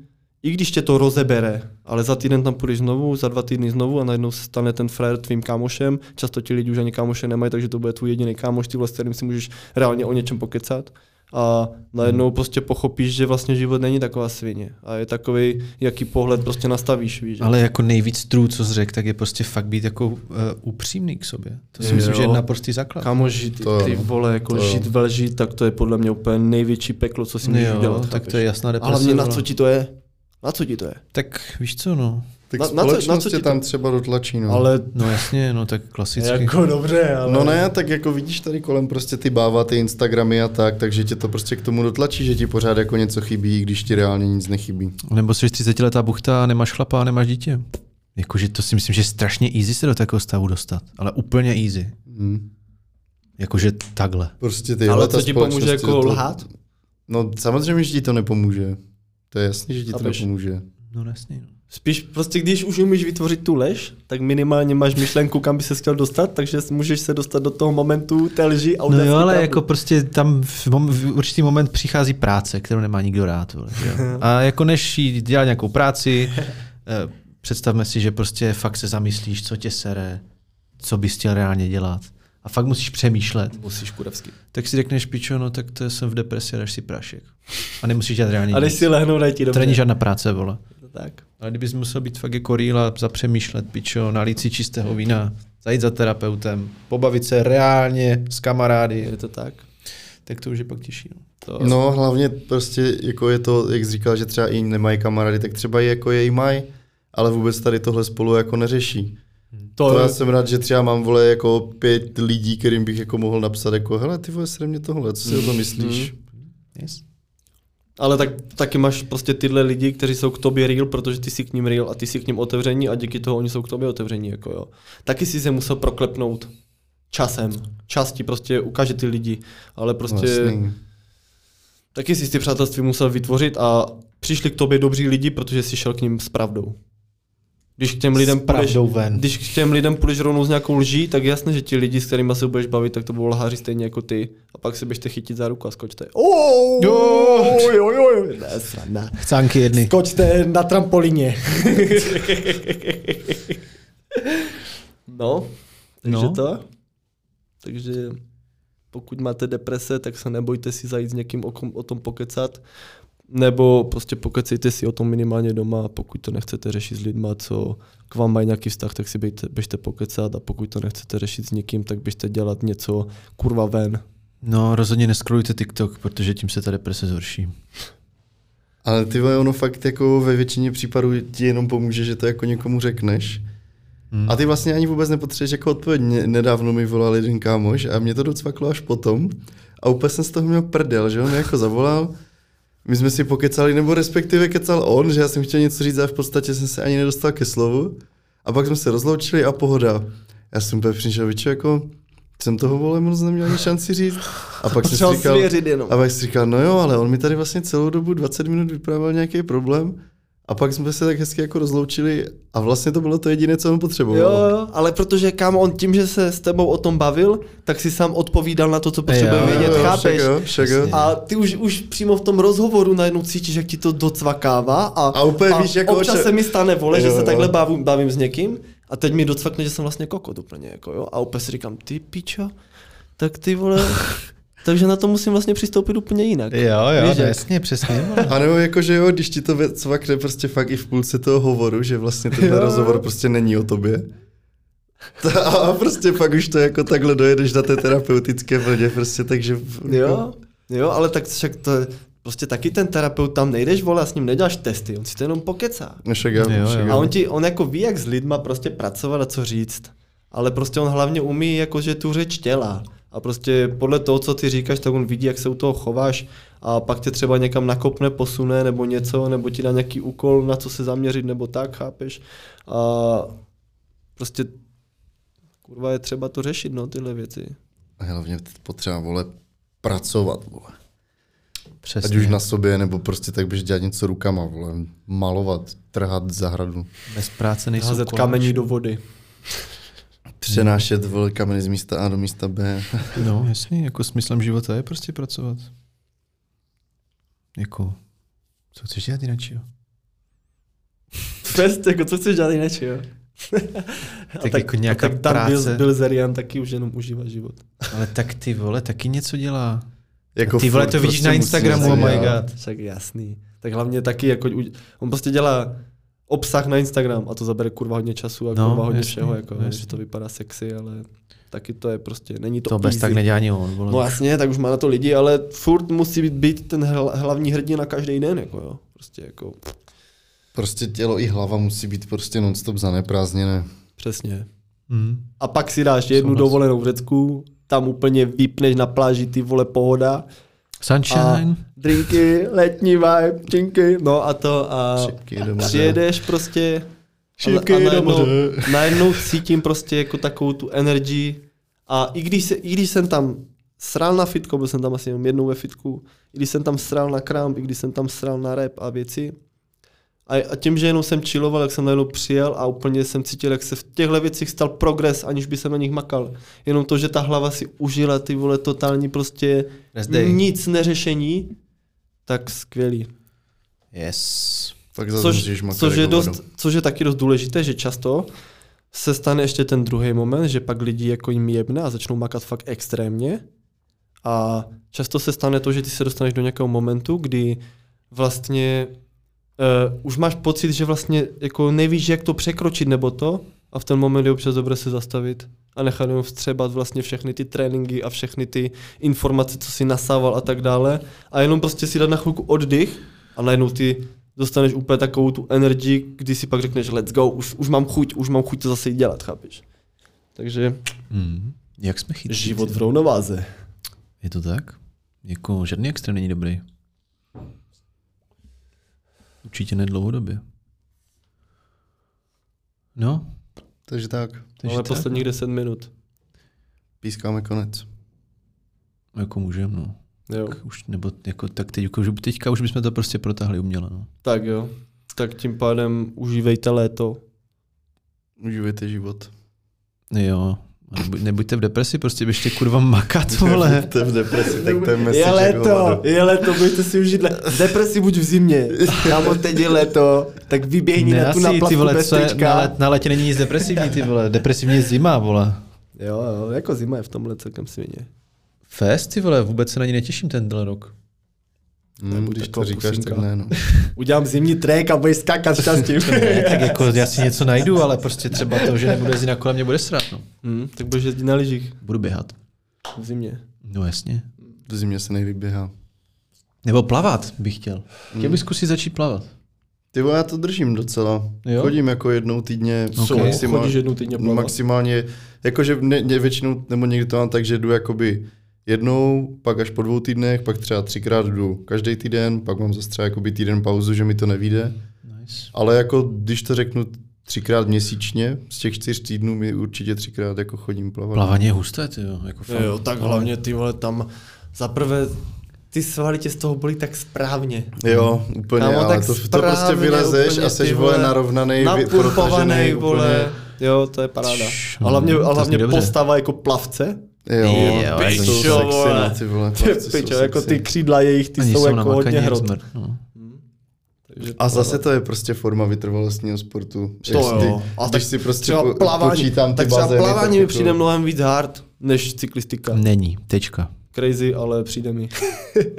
Speaker 2: i když tě to rozebere, ale za týden tam půjdeš znovu, za dva týdny znovu a najednou se stane ten frajer tvým kámošem. Často ti lidi už ani kámoše nemají, takže to bude tvůj jediný kámoš, ty vlastně, s kterým si můžeš reálně o něčem pokecat. A
Speaker 1: Hmm.
Speaker 2: najednou prostě pochopíš, že vlastně život není taková svině. A je takový, jaký pohled prostě nastavíš, víš. že?
Speaker 1: Ale jako nejvíc trů, co jsi řekl, tak je prostě fakt být jako uh, upřímný k sobě. To si
Speaker 2: Jo.
Speaker 1: myslím, že je naprostý základ.
Speaker 2: Kámo, žít,
Speaker 3: To jo,
Speaker 2: ty
Speaker 3: no.
Speaker 2: vole, jako
Speaker 3: To jo.
Speaker 2: žít ve lži, tak to je podle mě úplně největší peklo, co si můžeš
Speaker 1: jo,
Speaker 2: dělat.
Speaker 1: tak
Speaker 2: chápeš?
Speaker 1: to je jasná
Speaker 2: A
Speaker 1: deprese.
Speaker 2: hlavně na
Speaker 1: vole.
Speaker 2: co ti to je? Na co ti to je?
Speaker 1: Tak víš co, no.
Speaker 3: Tak
Speaker 2: na-
Speaker 3: na,
Speaker 2: na co- na co
Speaker 3: společnost na co,
Speaker 2: ti
Speaker 3: tě
Speaker 2: to-
Speaker 3: tam třeba dotlačí, no.
Speaker 2: Ale
Speaker 1: No jasně, no tak klasicky.
Speaker 2: jako dobře, ale...
Speaker 3: No ne, tak jako vidíš tady kolem prostě ty báva, ty Instagramy a tak, takže tě to prostě k tomu dotlačí, že ti pořád jako něco chybí, i když ti reálně nic nechybí.
Speaker 1: Nebo jsi 30 letá buchta a nemáš chlapa a nemáš dítě. Jakože to si myslím, že je strašně easy se do takového stavu dostat. Ale úplně easy.
Speaker 2: Mm.
Speaker 3: Hmm.
Speaker 1: Jakože takhle.
Speaker 3: Prostě ty
Speaker 2: Ale co ti pomůže jako lhát?
Speaker 3: No samozřejmě, že ti to nepomůže. To je jasný, že ti to
Speaker 2: Chápeš?
Speaker 3: nepomůže.
Speaker 1: No jasně. No.
Speaker 2: Spíš prostě, když už umíš vytvořit tu lež, tak minimálně máš myšlenku, kam by se chtěl dostat, takže můžeš se dostat do toho momentu té lži a
Speaker 1: No
Speaker 2: udělat
Speaker 1: jo,
Speaker 2: si
Speaker 1: ale
Speaker 2: pravdu.
Speaker 1: jako prostě tam v, mom, v určitý moment přichází práce, kterou nemá nikdo rád. Vole, že jo? A jako než jí dělat nějakou
Speaker 2: <laughs>
Speaker 1: práci, eh, představme si, že prostě fakt se zamyslíš, co tě sere, co bys chtěl reálně dělat. A fakt musíš přemýšlet.
Speaker 2: Musíš kurevsky.
Speaker 1: Tak si řekneš, pičo, no tak to jsem v depresi, dáš si prášek. A nemusíš dělat reálně
Speaker 2: A
Speaker 1: nic.
Speaker 2: když si lehnou, dají ti
Speaker 1: To
Speaker 2: dobře.
Speaker 1: není žádná práce, vole.
Speaker 2: Tak.
Speaker 1: Ale No kdybys musel být fakt jako real a zapřemýšlet, pičo, nalít si čistého vína, zajít za terapeutem, pobavit se reálně s kamarády,
Speaker 2: Je to tak.
Speaker 1: tak to už je pak těžší. No.
Speaker 2: To...
Speaker 3: No hlavně prostě jako je to, jak jsi říkal, že třeba i nemají kamarády, tak třeba i jako jej mají, ale vůbec tady tohle spolu jako neřeší. To, to já jsem rád, že třeba mám vole jako pět lidí, kterým bych jako mohl napsat jako hele ty vole sere mě tohle, co si o tom myslíš?
Speaker 2: Mhm.
Speaker 1: Yes.
Speaker 2: Ale tak, taky máš prostě tyhle lidi, kteří jsou k tobě real, protože ty jsi k ním real a ty jsi k ním otevření a díky toho oni jsou k tobě otevření. Jako jo. Taky jsi se musel proklepnout časem. Čas ti prostě ukáže ty lidi, ale
Speaker 3: No,
Speaker 2: prostě
Speaker 3: jasný.
Speaker 2: taky jsi ty přátelství musel vytvořit a přišli k tobě dobří lidi, protože jsi šel k ním s pravdou. Když k těm lidem
Speaker 1: S pravdou
Speaker 2: půjdeš,
Speaker 1: ven.
Speaker 2: Když k těm lidem půjdeš rovnou s nějakou lží, tak jasně, že ti lidi, s kterými se budeš bavit, tak to budou lháři stejně jako ty. A pak se běžte chytit za ruku a skočte. Oh,
Speaker 1: Jo.
Speaker 2: oj, oj, oj. Ne, sranda.
Speaker 1: Chcánky jedny.
Speaker 2: Skočte na trampolíně. no, takže
Speaker 1: No.
Speaker 2: no. to. Takže pokud máte deprese, tak se nebojte si zajít s někým o, kom, o tom pokecat. Nebo prostě pokecejte si o tom minimálně doma a pokud to nechcete řešit s lidma, co k vám mají nějaký vztah, tak si bejte, běžte pokecat a pokud to nechcete řešit s někým, tak běžte dělat něco kurva ven.
Speaker 1: No, rozhodně neskrolujte TikTok, protože tím se ta deprese zhorší.
Speaker 3: Ale ty vole, ono fakt jako ve většině případů ti jenom pomůže, že to jako někomu řekneš. Hmm. A ty vlastně ani vůbec nepotřebuješ jako odpověď. Mě- Nedávno mi volal jeden kámoš a mě to docvaklo až potom. A úplně jsem z toho měl prdel, že on mě jako zavolal. My jsme si pokecali, nebo respektive kecal on, že já jsem chtěl něco říct a v podstatě jsem se ani nedostal ke slovu. A pak jsme se rozloučili a pohoda. Já jsem úplně přišel, víče, jako jsem toho vole moc neměl ani šanci říct. A pak jsem si
Speaker 2: Potřeboval
Speaker 3: říkal,
Speaker 2: svěřit jenom.
Speaker 3: a pak jsem si říkal, no jo, ale on mi tady vlastně celou dobu 20 minut vyprávěl nějaký problém. A pak jsme se tak hezky jako rozloučili a vlastně to bylo to jediné, co on
Speaker 2: Jo,
Speaker 3: potřeboval.
Speaker 2: jo, ale protože kam on tím, že se s tebou o tom bavil, tak si sám odpovídal na to, co potřebuje
Speaker 1: Jo, jo,
Speaker 2: vědět,
Speaker 1: jo,
Speaker 3: však
Speaker 2: chápeš?
Speaker 3: jo, však jo.
Speaker 1: Přesně.
Speaker 2: A ty už, už přímo v tom rozhovoru najednou cítíš, jak ti to docvakává a,
Speaker 3: A úplně víš, jako
Speaker 2: občas
Speaker 3: oče-
Speaker 2: se mi stane, vole, že
Speaker 3: Jo,
Speaker 2: se
Speaker 3: jo.
Speaker 2: takhle bavím, bavím s někým a teď mi docvakne, že jsem vlastně kokot úplně, jako jo, a úplně si říkám, ty pičo, tak
Speaker 3: <laughs>
Speaker 2: ty vole, takže na to musím vlastně přistoupit úplně jinak. Víš, jak?
Speaker 1: přesně.
Speaker 3: A nebo jako, že jo, když ti to věc cvakne prostě fakt i v půlce toho hovoru, že
Speaker 2: <laughs>
Speaker 3: vlastně ten
Speaker 2: Jo.
Speaker 3: rozhovor prostě není o tobě. <laughs> Ta, a prostě pak už to jako takhle dojedeš na té terapeutické vlně prostě, takže... jako-
Speaker 2: Jo, jo, ale tak však to je- prostě taky ten terapeut tam nejdeš, vole, a s ním neděláš testy, on si to jenom pokecá.
Speaker 3: No, však jo,
Speaker 1: Jo,
Speaker 3: však
Speaker 1: jo.
Speaker 2: A
Speaker 3: jo.
Speaker 2: on ti, on jako ví, jak s lidma prostě pracovat a co říct, ale prostě on hlavně umí jakože tu řeč těla. A prostě podle toho, co ty říkáš, tak on vidí, jak se u toho chováš a pak tě třeba někam nakopne, posune nebo něco, nebo ti dá nějaký úkol, na co se zaměřit nebo tak, chápeš? A prostě kurva je třeba to řešit, no, tyhle věci.
Speaker 3: A hlavně potřeba, vole, pracovat, vole. Ať
Speaker 1: Přesně.
Speaker 3: už na sobě, nebo prostě tak běž dělat něco rukama, vole. Malovat, trhat zahradu.
Speaker 1: Bez práce nejsou
Speaker 2: Házet
Speaker 1: koláče.
Speaker 2: kamení do vody. <laughs>
Speaker 3: Přenášet, vole, kameny z místa A do místa B.
Speaker 1: No, jasně, jako smyslem života je prostě pracovat. Jako, co chceš dělat jinak, jo?
Speaker 2: Fest, jako co chceš dělat jinak, jo? A
Speaker 1: Tak jako nějaká
Speaker 2: a tak tam
Speaker 1: práce.
Speaker 2: Byl, byl Zerian taky už jenom užívá život.
Speaker 1: Ale tak ty vole, taky něco dělá.
Speaker 3: Jako
Speaker 1: Ty vole,
Speaker 3: furt
Speaker 1: to vidíš na
Speaker 3: musíš
Speaker 1: Instagramu,
Speaker 3: něco
Speaker 1: oh my
Speaker 3: dělat.
Speaker 1: god.
Speaker 2: Však jasný. Tak hlavně taky, jako u- on prostě dělá obsah na Instagram a to zabere kurva hodně času a
Speaker 1: No,
Speaker 2: no, kurva hodně
Speaker 1: jasný,
Speaker 2: jasný, všeho, jako,
Speaker 1: jasný.
Speaker 2: jasný. že to vypadá sexy, ale taky to je prostě, není to,
Speaker 1: To bez
Speaker 2: easy.
Speaker 1: tak nedělá ani on, vole.
Speaker 2: No jasně, tak už má na to lidi, ale furt musí být, být ten hla- hlavní hrdina každý den, jako jo. Prostě jako,
Speaker 3: Prostě tělo i hlava musí být prostě nonstop zaneprázdněné.
Speaker 2: přesně.
Speaker 1: Mm.
Speaker 2: A pak si dáš jednu
Speaker 1: Souhlas.
Speaker 2: dovolenou v Řecku, tam úplně vypneš na pláži ty vole pohoda a
Speaker 1: Sunshine.
Speaker 2: drinky, letní vibe, činky, no a to a
Speaker 3: Šipky do moře.
Speaker 2: přijedeš prostě
Speaker 3: Šipky
Speaker 2: a, a
Speaker 3: do
Speaker 2: najednou,
Speaker 3: moře.
Speaker 2: najednou cítím prostě jako takovou tu energii a i když, se, i když jsem tam sral na fitko, byl jsem tam asi jenom jednou ve fitku, i když jsem tam sral na kramp, i když jsem tam sral na rap a věci, a, a tím, že jenom jsem chilloval, jak jsem najednou přijel a úplně jsem cítil, jak se v těchto věcích stal progres, aniž by jsem na nich makal. Jenom to, že ta hlava si užila ty vole totální prostě
Speaker 1: Nezdej.
Speaker 2: nic neřešení, tak skvělý.
Speaker 1: Yes.
Speaker 3: Pak zase
Speaker 2: Což,
Speaker 3: můžeš makat
Speaker 2: což, je
Speaker 3: jako
Speaker 2: dost,
Speaker 3: vodu.
Speaker 2: což je taky dost důležité, že často se stane ještě ten druhý moment, že pak lidi jako jim jebne a začnou makat fakt extrémně. A často se stane to, že ty se dostaneš do nějakého momentu, kdy vlastně uh, už máš pocit, že vlastně jako nevíš, jak to překročit nebo to a v ten moment je občas dobré se zastavit a nechat jenom vstřebat vlastně všechny ty tréninky a všechny ty informace, co si nasával a tak dále a jenom prostě si dát na chvilku oddych a najednou ty dostaneš úplně takovou tu energii, kdy si pak řekneš let's go, už, už mám chuť, už mám chuť to zase jít dělat, chápeš? Takže
Speaker 1: Mm. Jak jsme chytli?
Speaker 2: život v rovnováze.
Speaker 1: Je to tak? Jako žádný extrém není dobrý. Určitě ne dlouhodobě. No,
Speaker 3: Takže tak,
Speaker 1: takže
Speaker 2: Máme
Speaker 1: tak.
Speaker 2: posledních 10 minut.
Speaker 3: pískáme konec.
Speaker 1: Jako můžem, no.
Speaker 2: Jo.
Speaker 1: Tak Už, nebo jako, tak teď, jako, že teďka už bychom to prostě protáhli uměle, no.
Speaker 2: Tak jo. Tak tím pádem užívejte léto.
Speaker 3: Užívejte život.
Speaker 1: Jo, a nebu- nebuďte v depresi, prostě běžte kurva makat,
Speaker 3: <laughs>
Speaker 1: vole.
Speaker 3: Jste v depresi, tak to je message.
Speaker 2: Je
Speaker 3: jako
Speaker 2: léto,
Speaker 3: hovado.
Speaker 2: je léto, budete si užít léto. Depresi buď v zimě. Kámo, teď je léto, tak vyběhni
Speaker 1: Ne,
Speaker 2: na tu na
Speaker 1: asi, ty
Speaker 2: plavku
Speaker 1: vole,
Speaker 2: bez
Speaker 1: co je,
Speaker 2: trička.
Speaker 1: na, let, na letě není nic depresivní, ty vole. Depresivní je zima, vole.
Speaker 2: Jo, jo, jako zima je v tomhle celkem svině.
Speaker 1: Fest, ty vole, vůbec se na ní netěším tenhle rok.
Speaker 3: Hm,
Speaker 2: Nebuď
Speaker 3: když to
Speaker 2: taková
Speaker 3: říkáš,
Speaker 2: pusinka.
Speaker 3: tak ne, no.
Speaker 2: Udělám zimní trek a budeš skákat šťastím. <laughs>
Speaker 1: Tak jako já si něco najdu, ale prostě třeba to, že nebude jezdit na kole, mě bude srát, no.
Speaker 2: hmm, tak budeš jezdit na lyžích
Speaker 1: Budu běhat.
Speaker 2: v zimě.
Speaker 1: No jasně.
Speaker 3: V zimě se nevyběhá.
Speaker 1: Nebo plavat bych chtěl. Chtěl bych zkusit začít plavat.
Speaker 3: Ty vole, já to držím docela.
Speaker 1: Jo?
Speaker 3: Jo? Chodím jako jednou týdně.
Speaker 1: Co?
Speaker 2: Jako, Chodíš jednou týdně plavat?
Speaker 3: No, Maximálně, jakože ne, ne, většinou, nebo někdy to mám tak, že jdu jakoby jednou, pak až po dvou týdnech, pak třeba třikrát jdu každý týden, pak mám zase třeba jakoby týden pauzu, že mi to nevíde.
Speaker 1: Nice.
Speaker 3: Ale jako když to řeknu třikrát měsíčně, z těch čtyř týdnů mi určitě třikrát jako chodím plavat.
Speaker 1: Plavání je husté, ty jo. Jako fakt.
Speaker 2: Jo, tak hlavně ty vole tam za prvé ty svaly tě z toho bolí tak správně.
Speaker 3: Jo, úplně,
Speaker 2: Kámo,
Speaker 3: ale
Speaker 2: tak
Speaker 3: to, to
Speaker 2: správně,
Speaker 3: prostě vylezeš
Speaker 2: úplně,
Speaker 3: a seš
Speaker 2: ty
Speaker 3: vole narovnaný, vy-
Speaker 2: napumpovaný,
Speaker 3: protažený,
Speaker 2: vole. Jo, to je paráda.
Speaker 1: Tš,
Speaker 2: A hlavně,
Speaker 1: no, to
Speaker 2: a hlavně
Speaker 1: zní dobře.
Speaker 2: postava jako plavce.
Speaker 3: Úplně, jo,
Speaker 1: Jo,
Speaker 3: jo,
Speaker 1: je to
Speaker 3: jsou
Speaker 2: pičo,
Speaker 3: sexy,
Speaker 2: vole.
Speaker 3: no, ty
Speaker 2: <laughs>
Speaker 3: vole,
Speaker 2: Ty
Speaker 3: chlapci jsou
Speaker 2: pičo, jako
Speaker 3: sexy.
Speaker 2: ty křídla jejich, ty
Speaker 1: Oni
Speaker 2: jsou,
Speaker 1: jsou
Speaker 2: jako
Speaker 1: namakaní
Speaker 2: hodně
Speaker 1: jak
Speaker 2: hrot.
Speaker 1: zmrt, No.
Speaker 2: Takže jako
Speaker 3: A
Speaker 2: to-
Speaker 3: zase to je prostě forma vytrvalostního sportu. Že
Speaker 2: To
Speaker 3: ty,
Speaker 2: jo. A
Speaker 3: když
Speaker 2: tak
Speaker 3: si prostě
Speaker 2: třeba
Speaker 3: po,
Speaker 2: plavání,
Speaker 3: počítám ty
Speaker 2: tak třeba
Speaker 3: bazény,
Speaker 2: plavání mi
Speaker 3: jako-
Speaker 2: přijde mnohem víc hard než cyklistika.
Speaker 1: Není, tečka.
Speaker 2: Crazy, ale přijde mi. <laughs>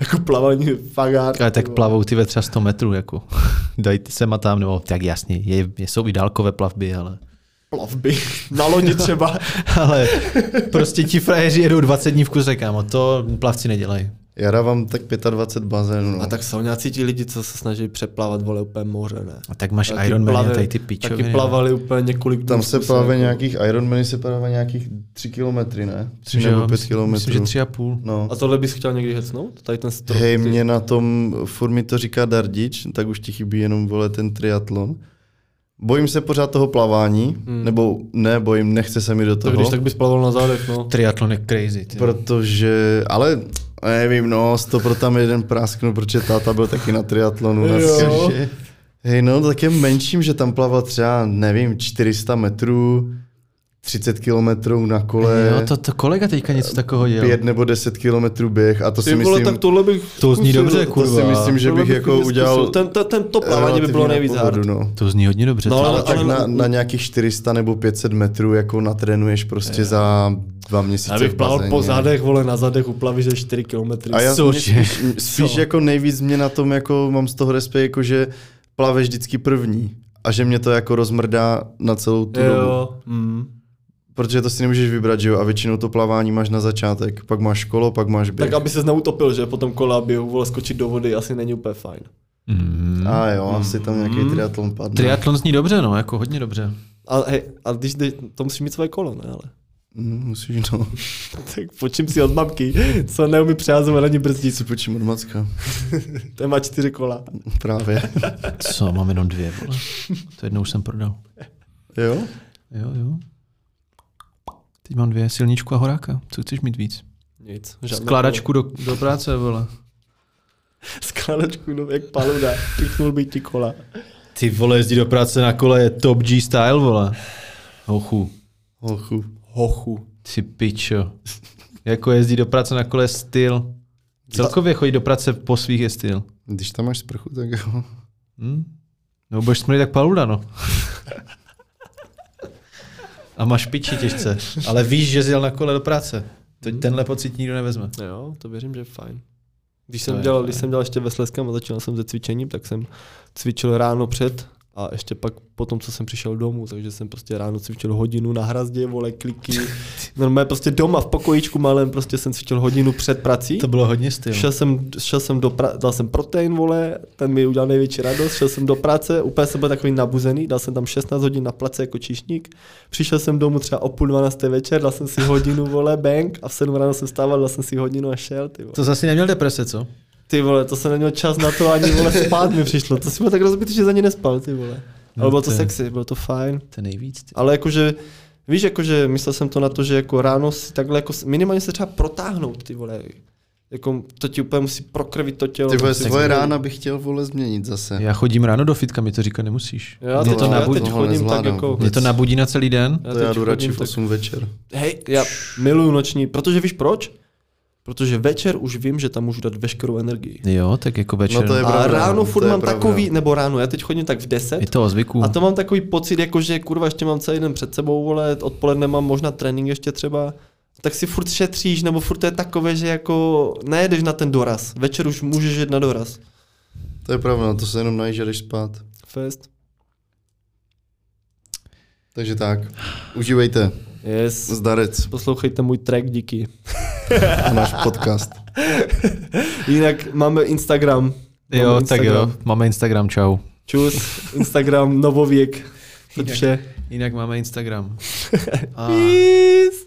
Speaker 2: jako plavání je fakt hard.
Speaker 1: Ale
Speaker 2: ty
Speaker 1: tak
Speaker 2: vole.
Speaker 1: plavou ty ve třeba 100 metrů, jako. <laughs> Dajte se a tam, nebo tak jasně, je, je, jsou i dálkové plavby, ale...
Speaker 2: plavby. Na lodi třeba.
Speaker 1: Ale prostě ti frajeři jedou 20 dní v kuse, kámo, to plavci nedělají.
Speaker 3: Já dávám tak 25 bazénů. No.
Speaker 2: A tak jsou nějací ti lidi, co se snaží přeplavat, vole, úplně moře, ne?
Speaker 1: A tak máš
Speaker 2: Taky
Speaker 1: Iron Man,
Speaker 2: plavě-
Speaker 1: tady ty pičoviny.
Speaker 2: Taky
Speaker 1: no.
Speaker 2: plavali úplně několik dnů
Speaker 3: tam se
Speaker 2: způsobem,
Speaker 3: plave
Speaker 2: jako.
Speaker 3: nějakých, Ironmany se plave nějakých 3 kilometry, ne? 3
Speaker 1: Myslím, že
Speaker 3: nebo
Speaker 1: jo,
Speaker 3: 5
Speaker 1: myslím-
Speaker 3: kilometrů.
Speaker 1: Myslím, že tři a půl.
Speaker 3: No.
Speaker 2: A tohle bys chtěl někdy hecnout? Tady ten strop?
Speaker 3: Hej,
Speaker 2: ty-
Speaker 3: mě na tom, furt mi to říká Dardič, tak už ti chybí jenom, vole, ten triatlon. Bojím se pořád toho plavání, hmm. nebo ne, bojím, nechce se mi do
Speaker 2: To
Speaker 3: toho.
Speaker 2: když tak bys plaval na zádech, no.
Speaker 1: Triatlon je crazy, ty.
Speaker 3: Protože, ale nevím, no, to pro tam jeden prasknu, protože táta byl taky na triatlonu. na
Speaker 2: Jo.
Speaker 3: skaže. Hej, no, tak je menším, že tam plaval třeba, nevím, 400 metrů, 30 kilometrů na kole,
Speaker 2: no,
Speaker 1: Jo, to, to kolega teďka něco takového dělal.
Speaker 3: 5 nebo 10 kilometrů běh a to si
Speaker 2: Ty vole,
Speaker 3: myslím,
Speaker 2: tak tohle bych
Speaker 1: To zní
Speaker 2: zkusil.
Speaker 1: dobře,
Speaker 3: to si
Speaker 1: kurva.
Speaker 3: myslím, že
Speaker 2: Tohle
Speaker 3: bych jako
Speaker 2: taky
Speaker 3: udělal
Speaker 2: zkusil. Ten, ten, ten to plavání by
Speaker 3: relativně na
Speaker 2: bylo nejvíc
Speaker 3: pohodu,
Speaker 2: hard.
Speaker 3: no.
Speaker 1: To zní hodně dobře.
Speaker 2: No,
Speaker 1: No,
Speaker 2: ale-
Speaker 1: ale...
Speaker 3: Ale tak
Speaker 2: ale-
Speaker 3: na, na nějakých 400 nebo 500 metrů jako natrénuješ prostě za dva měsíce
Speaker 2: Já bych
Speaker 3: v
Speaker 2: plaval
Speaker 3: bazéně.
Speaker 2: po zádech, vole, na zádech uplavíš že 4 kilometry.
Speaker 3: A já
Speaker 1: Cože?
Speaker 3: mě spíš, spíš
Speaker 2: Co?
Speaker 3: jako nejvíc mě na tom jako mám z toho respekt, jako že plaveš vždycky první a že mě to jako rozmrdá na celou tu dobu.
Speaker 2: Jo, mm.
Speaker 3: Protože to si nemůžeš vybrat, že jo? A většinou to plavání máš na začátek, pak máš kolo, pak máš běh.
Speaker 2: Tak aby se neutopil, že potom kola by vole skočit do vody, asi není úplně fajn.
Speaker 1: mm.
Speaker 3: A jo,
Speaker 2: Hmm.
Speaker 3: asi tam nějaký triatlon padne.
Speaker 1: Triatlon zní dobře, no, jako hodně dobře.
Speaker 2: A, hej, a když jde, to musíš mít své kolo, ne? Ale.
Speaker 3: Mm, musíš, no. <laughs>
Speaker 2: <laughs> Tak počím si od mamky, co neumí přeházovat ani brzdíc.
Speaker 3: Si počím od Macka. <laughs>
Speaker 2: Ten má čtyři kola.
Speaker 3: Právě.
Speaker 1: Co, mám jenom dvě, vole. To jednou už jsem prodal.
Speaker 3: jo?
Speaker 1: Jo, jo. Teď mám dvě, silničku a horáka. Co chceš mít víc?
Speaker 2: Nic.
Speaker 1: Skládačku do, do práce, vole.
Speaker 2: Kolo. Skládačku, no, jak paluda. Pichnul by ti kola.
Speaker 1: Ty vole, jezdí do práce na kole, je top G style, vole. Hochu,
Speaker 3: Holchu.
Speaker 2: Hochu.
Speaker 1: ty pičo. Jako jezdí do práce na kole je styl. Celkově chodí do práce po svých je styl.
Speaker 3: Když tam máš sprchu, tak jo.
Speaker 1: Hm? No budeš smrý tak paluda, no. A máš piči těžce. Ale víš, že jsi jel na kole do práce. To tenhle pocit nikdo nevezme.
Speaker 2: Jo, to věřím, že je fajn. Když
Speaker 1: To
Speaker 2: jsem,
Speaker 1: je
Speaker 2: dělal,
Speaker 1: fajn.
Speaker 2: když jsem dělal ještě ve Sleském a začínal jsem se cvičením, tak jsem cvičil ráno před a ještě pak po tom, co jsem přišel domů, takže jsem prostě ráno cvičil hodinu na hrazdě, vole, <laughs> kliky. Normálně prostě doma v pokojíčku malém prostě jsem cvičil hodinu před prací.
Speaker 1: To bylo hodně styl.
Speaker 2: Šel jsem, šel jsem do pra- dal jsem protein, vole, ten mi udělal největší radost, šel jsem do práce, úplně jsem byl takový nabuzený, dal jsem tam 16 hodin na place jako číšník, přišel jsem domů třeba o půl 12. večer, dal jsem si hodinu, vole, bank a v 7 ráno jsem stával, dal jsem si hodinu a šel, ty vole.
Speaker 1: To zase neměl deprese, co?
Speaker 2: Ty vole, to jsem neměl čas na to, ani vole spát mi přišlo, to jsem byl tak rozbitý, že za ně nespal, ty vole. Ale
Speaker 1: No
Speaker 2: bylo to
Speaker 1: to je-
Speaker 2: sexy, bylo to fajn.
Speaker 1: To je nejvíc. Ty.
Speaker 2: Ale jakože, víš, jakože myslel jsem to na to, že jako ráno si takhle jako s- minimálně se třeba protáhnout, ty vole. Jako to ti úplně musí prokrvit to tělo.
Speaker 3: Ty vole,
Speaker 2: musí-
Speaker 3: svoje rána bych chtěl, vole, změnit zase.
Speaker 1: Já chodím ráno do fitka, mi to říkat nemusíš.
Speaker 2: Já
Speaker 1: mě,
Speaker 2: teď,
Speaker 1: to
Speaker 2: to já
Speaker 1: nabu-
Speaker 3: nabu-
Speaker 2: teď
Speaker 3: tohle
Speaker 2: chodím tak
Speaker 3: nezvládám
Speaker 2: jako...
Speaker 1: mě to nabudí na celý den.
Speaker 2: já
Speaker 3: To já
Speaker 2: teď
Speaker 3: jdu
Speaker 2: chodím
Speaker 3: radši v
Speaker 2: tak-
Speaker 3: 8 večer.
Speaker 2: Hej, já miluju noční, protože víš proč? Protože večer už vím, že tam můžu dát veškerou energii.
Speaker 1: Jo, tak jako večer.
Speaker 3: No to je
Speaker 2: A
Speaker 3: pravda, to
Speaker 2: ráno furt
Speaker 3: je
Speaker 2: mám
Speaker 3: pravda.
Speaker 2: takový, nebo ráno, já teď chodím tak v 10.
Speaker 1: je to o zvyku.
Speaker 2: A to mám takový pocit, jako že kurva, ještě mám celý den před sebou, vole, odpoledne mám možná trénink ještě třeba, tak si furt šetříš, nebo furt to je takové, že jako nejedeš na ten doraz. Večer už můžeš jet na doraz.
Speaker 3: To je pravda, no, to se jenom najíš, a jdeš spát.
Speaker 2: Fest.
Speaker 3: Takže tak, užívejte.
Speaker 2: Yes.
Speaker 3: Zdarec
Speaker 2: Poslouchejte můj track, díky.
Speaker 3: a náš podcast.
Speaker 2: Jinak máme Instagram. Máme
Speaker 1: Jo, tak
Speaker 2: Instagram.
Speaker 1: jo. Máme Instagram, čau.
Speaker 2: Čus, Instagram, novověk. To je vše.
Speaker 1: Jinak máme Instagram. A...
Speaker 2: Peace.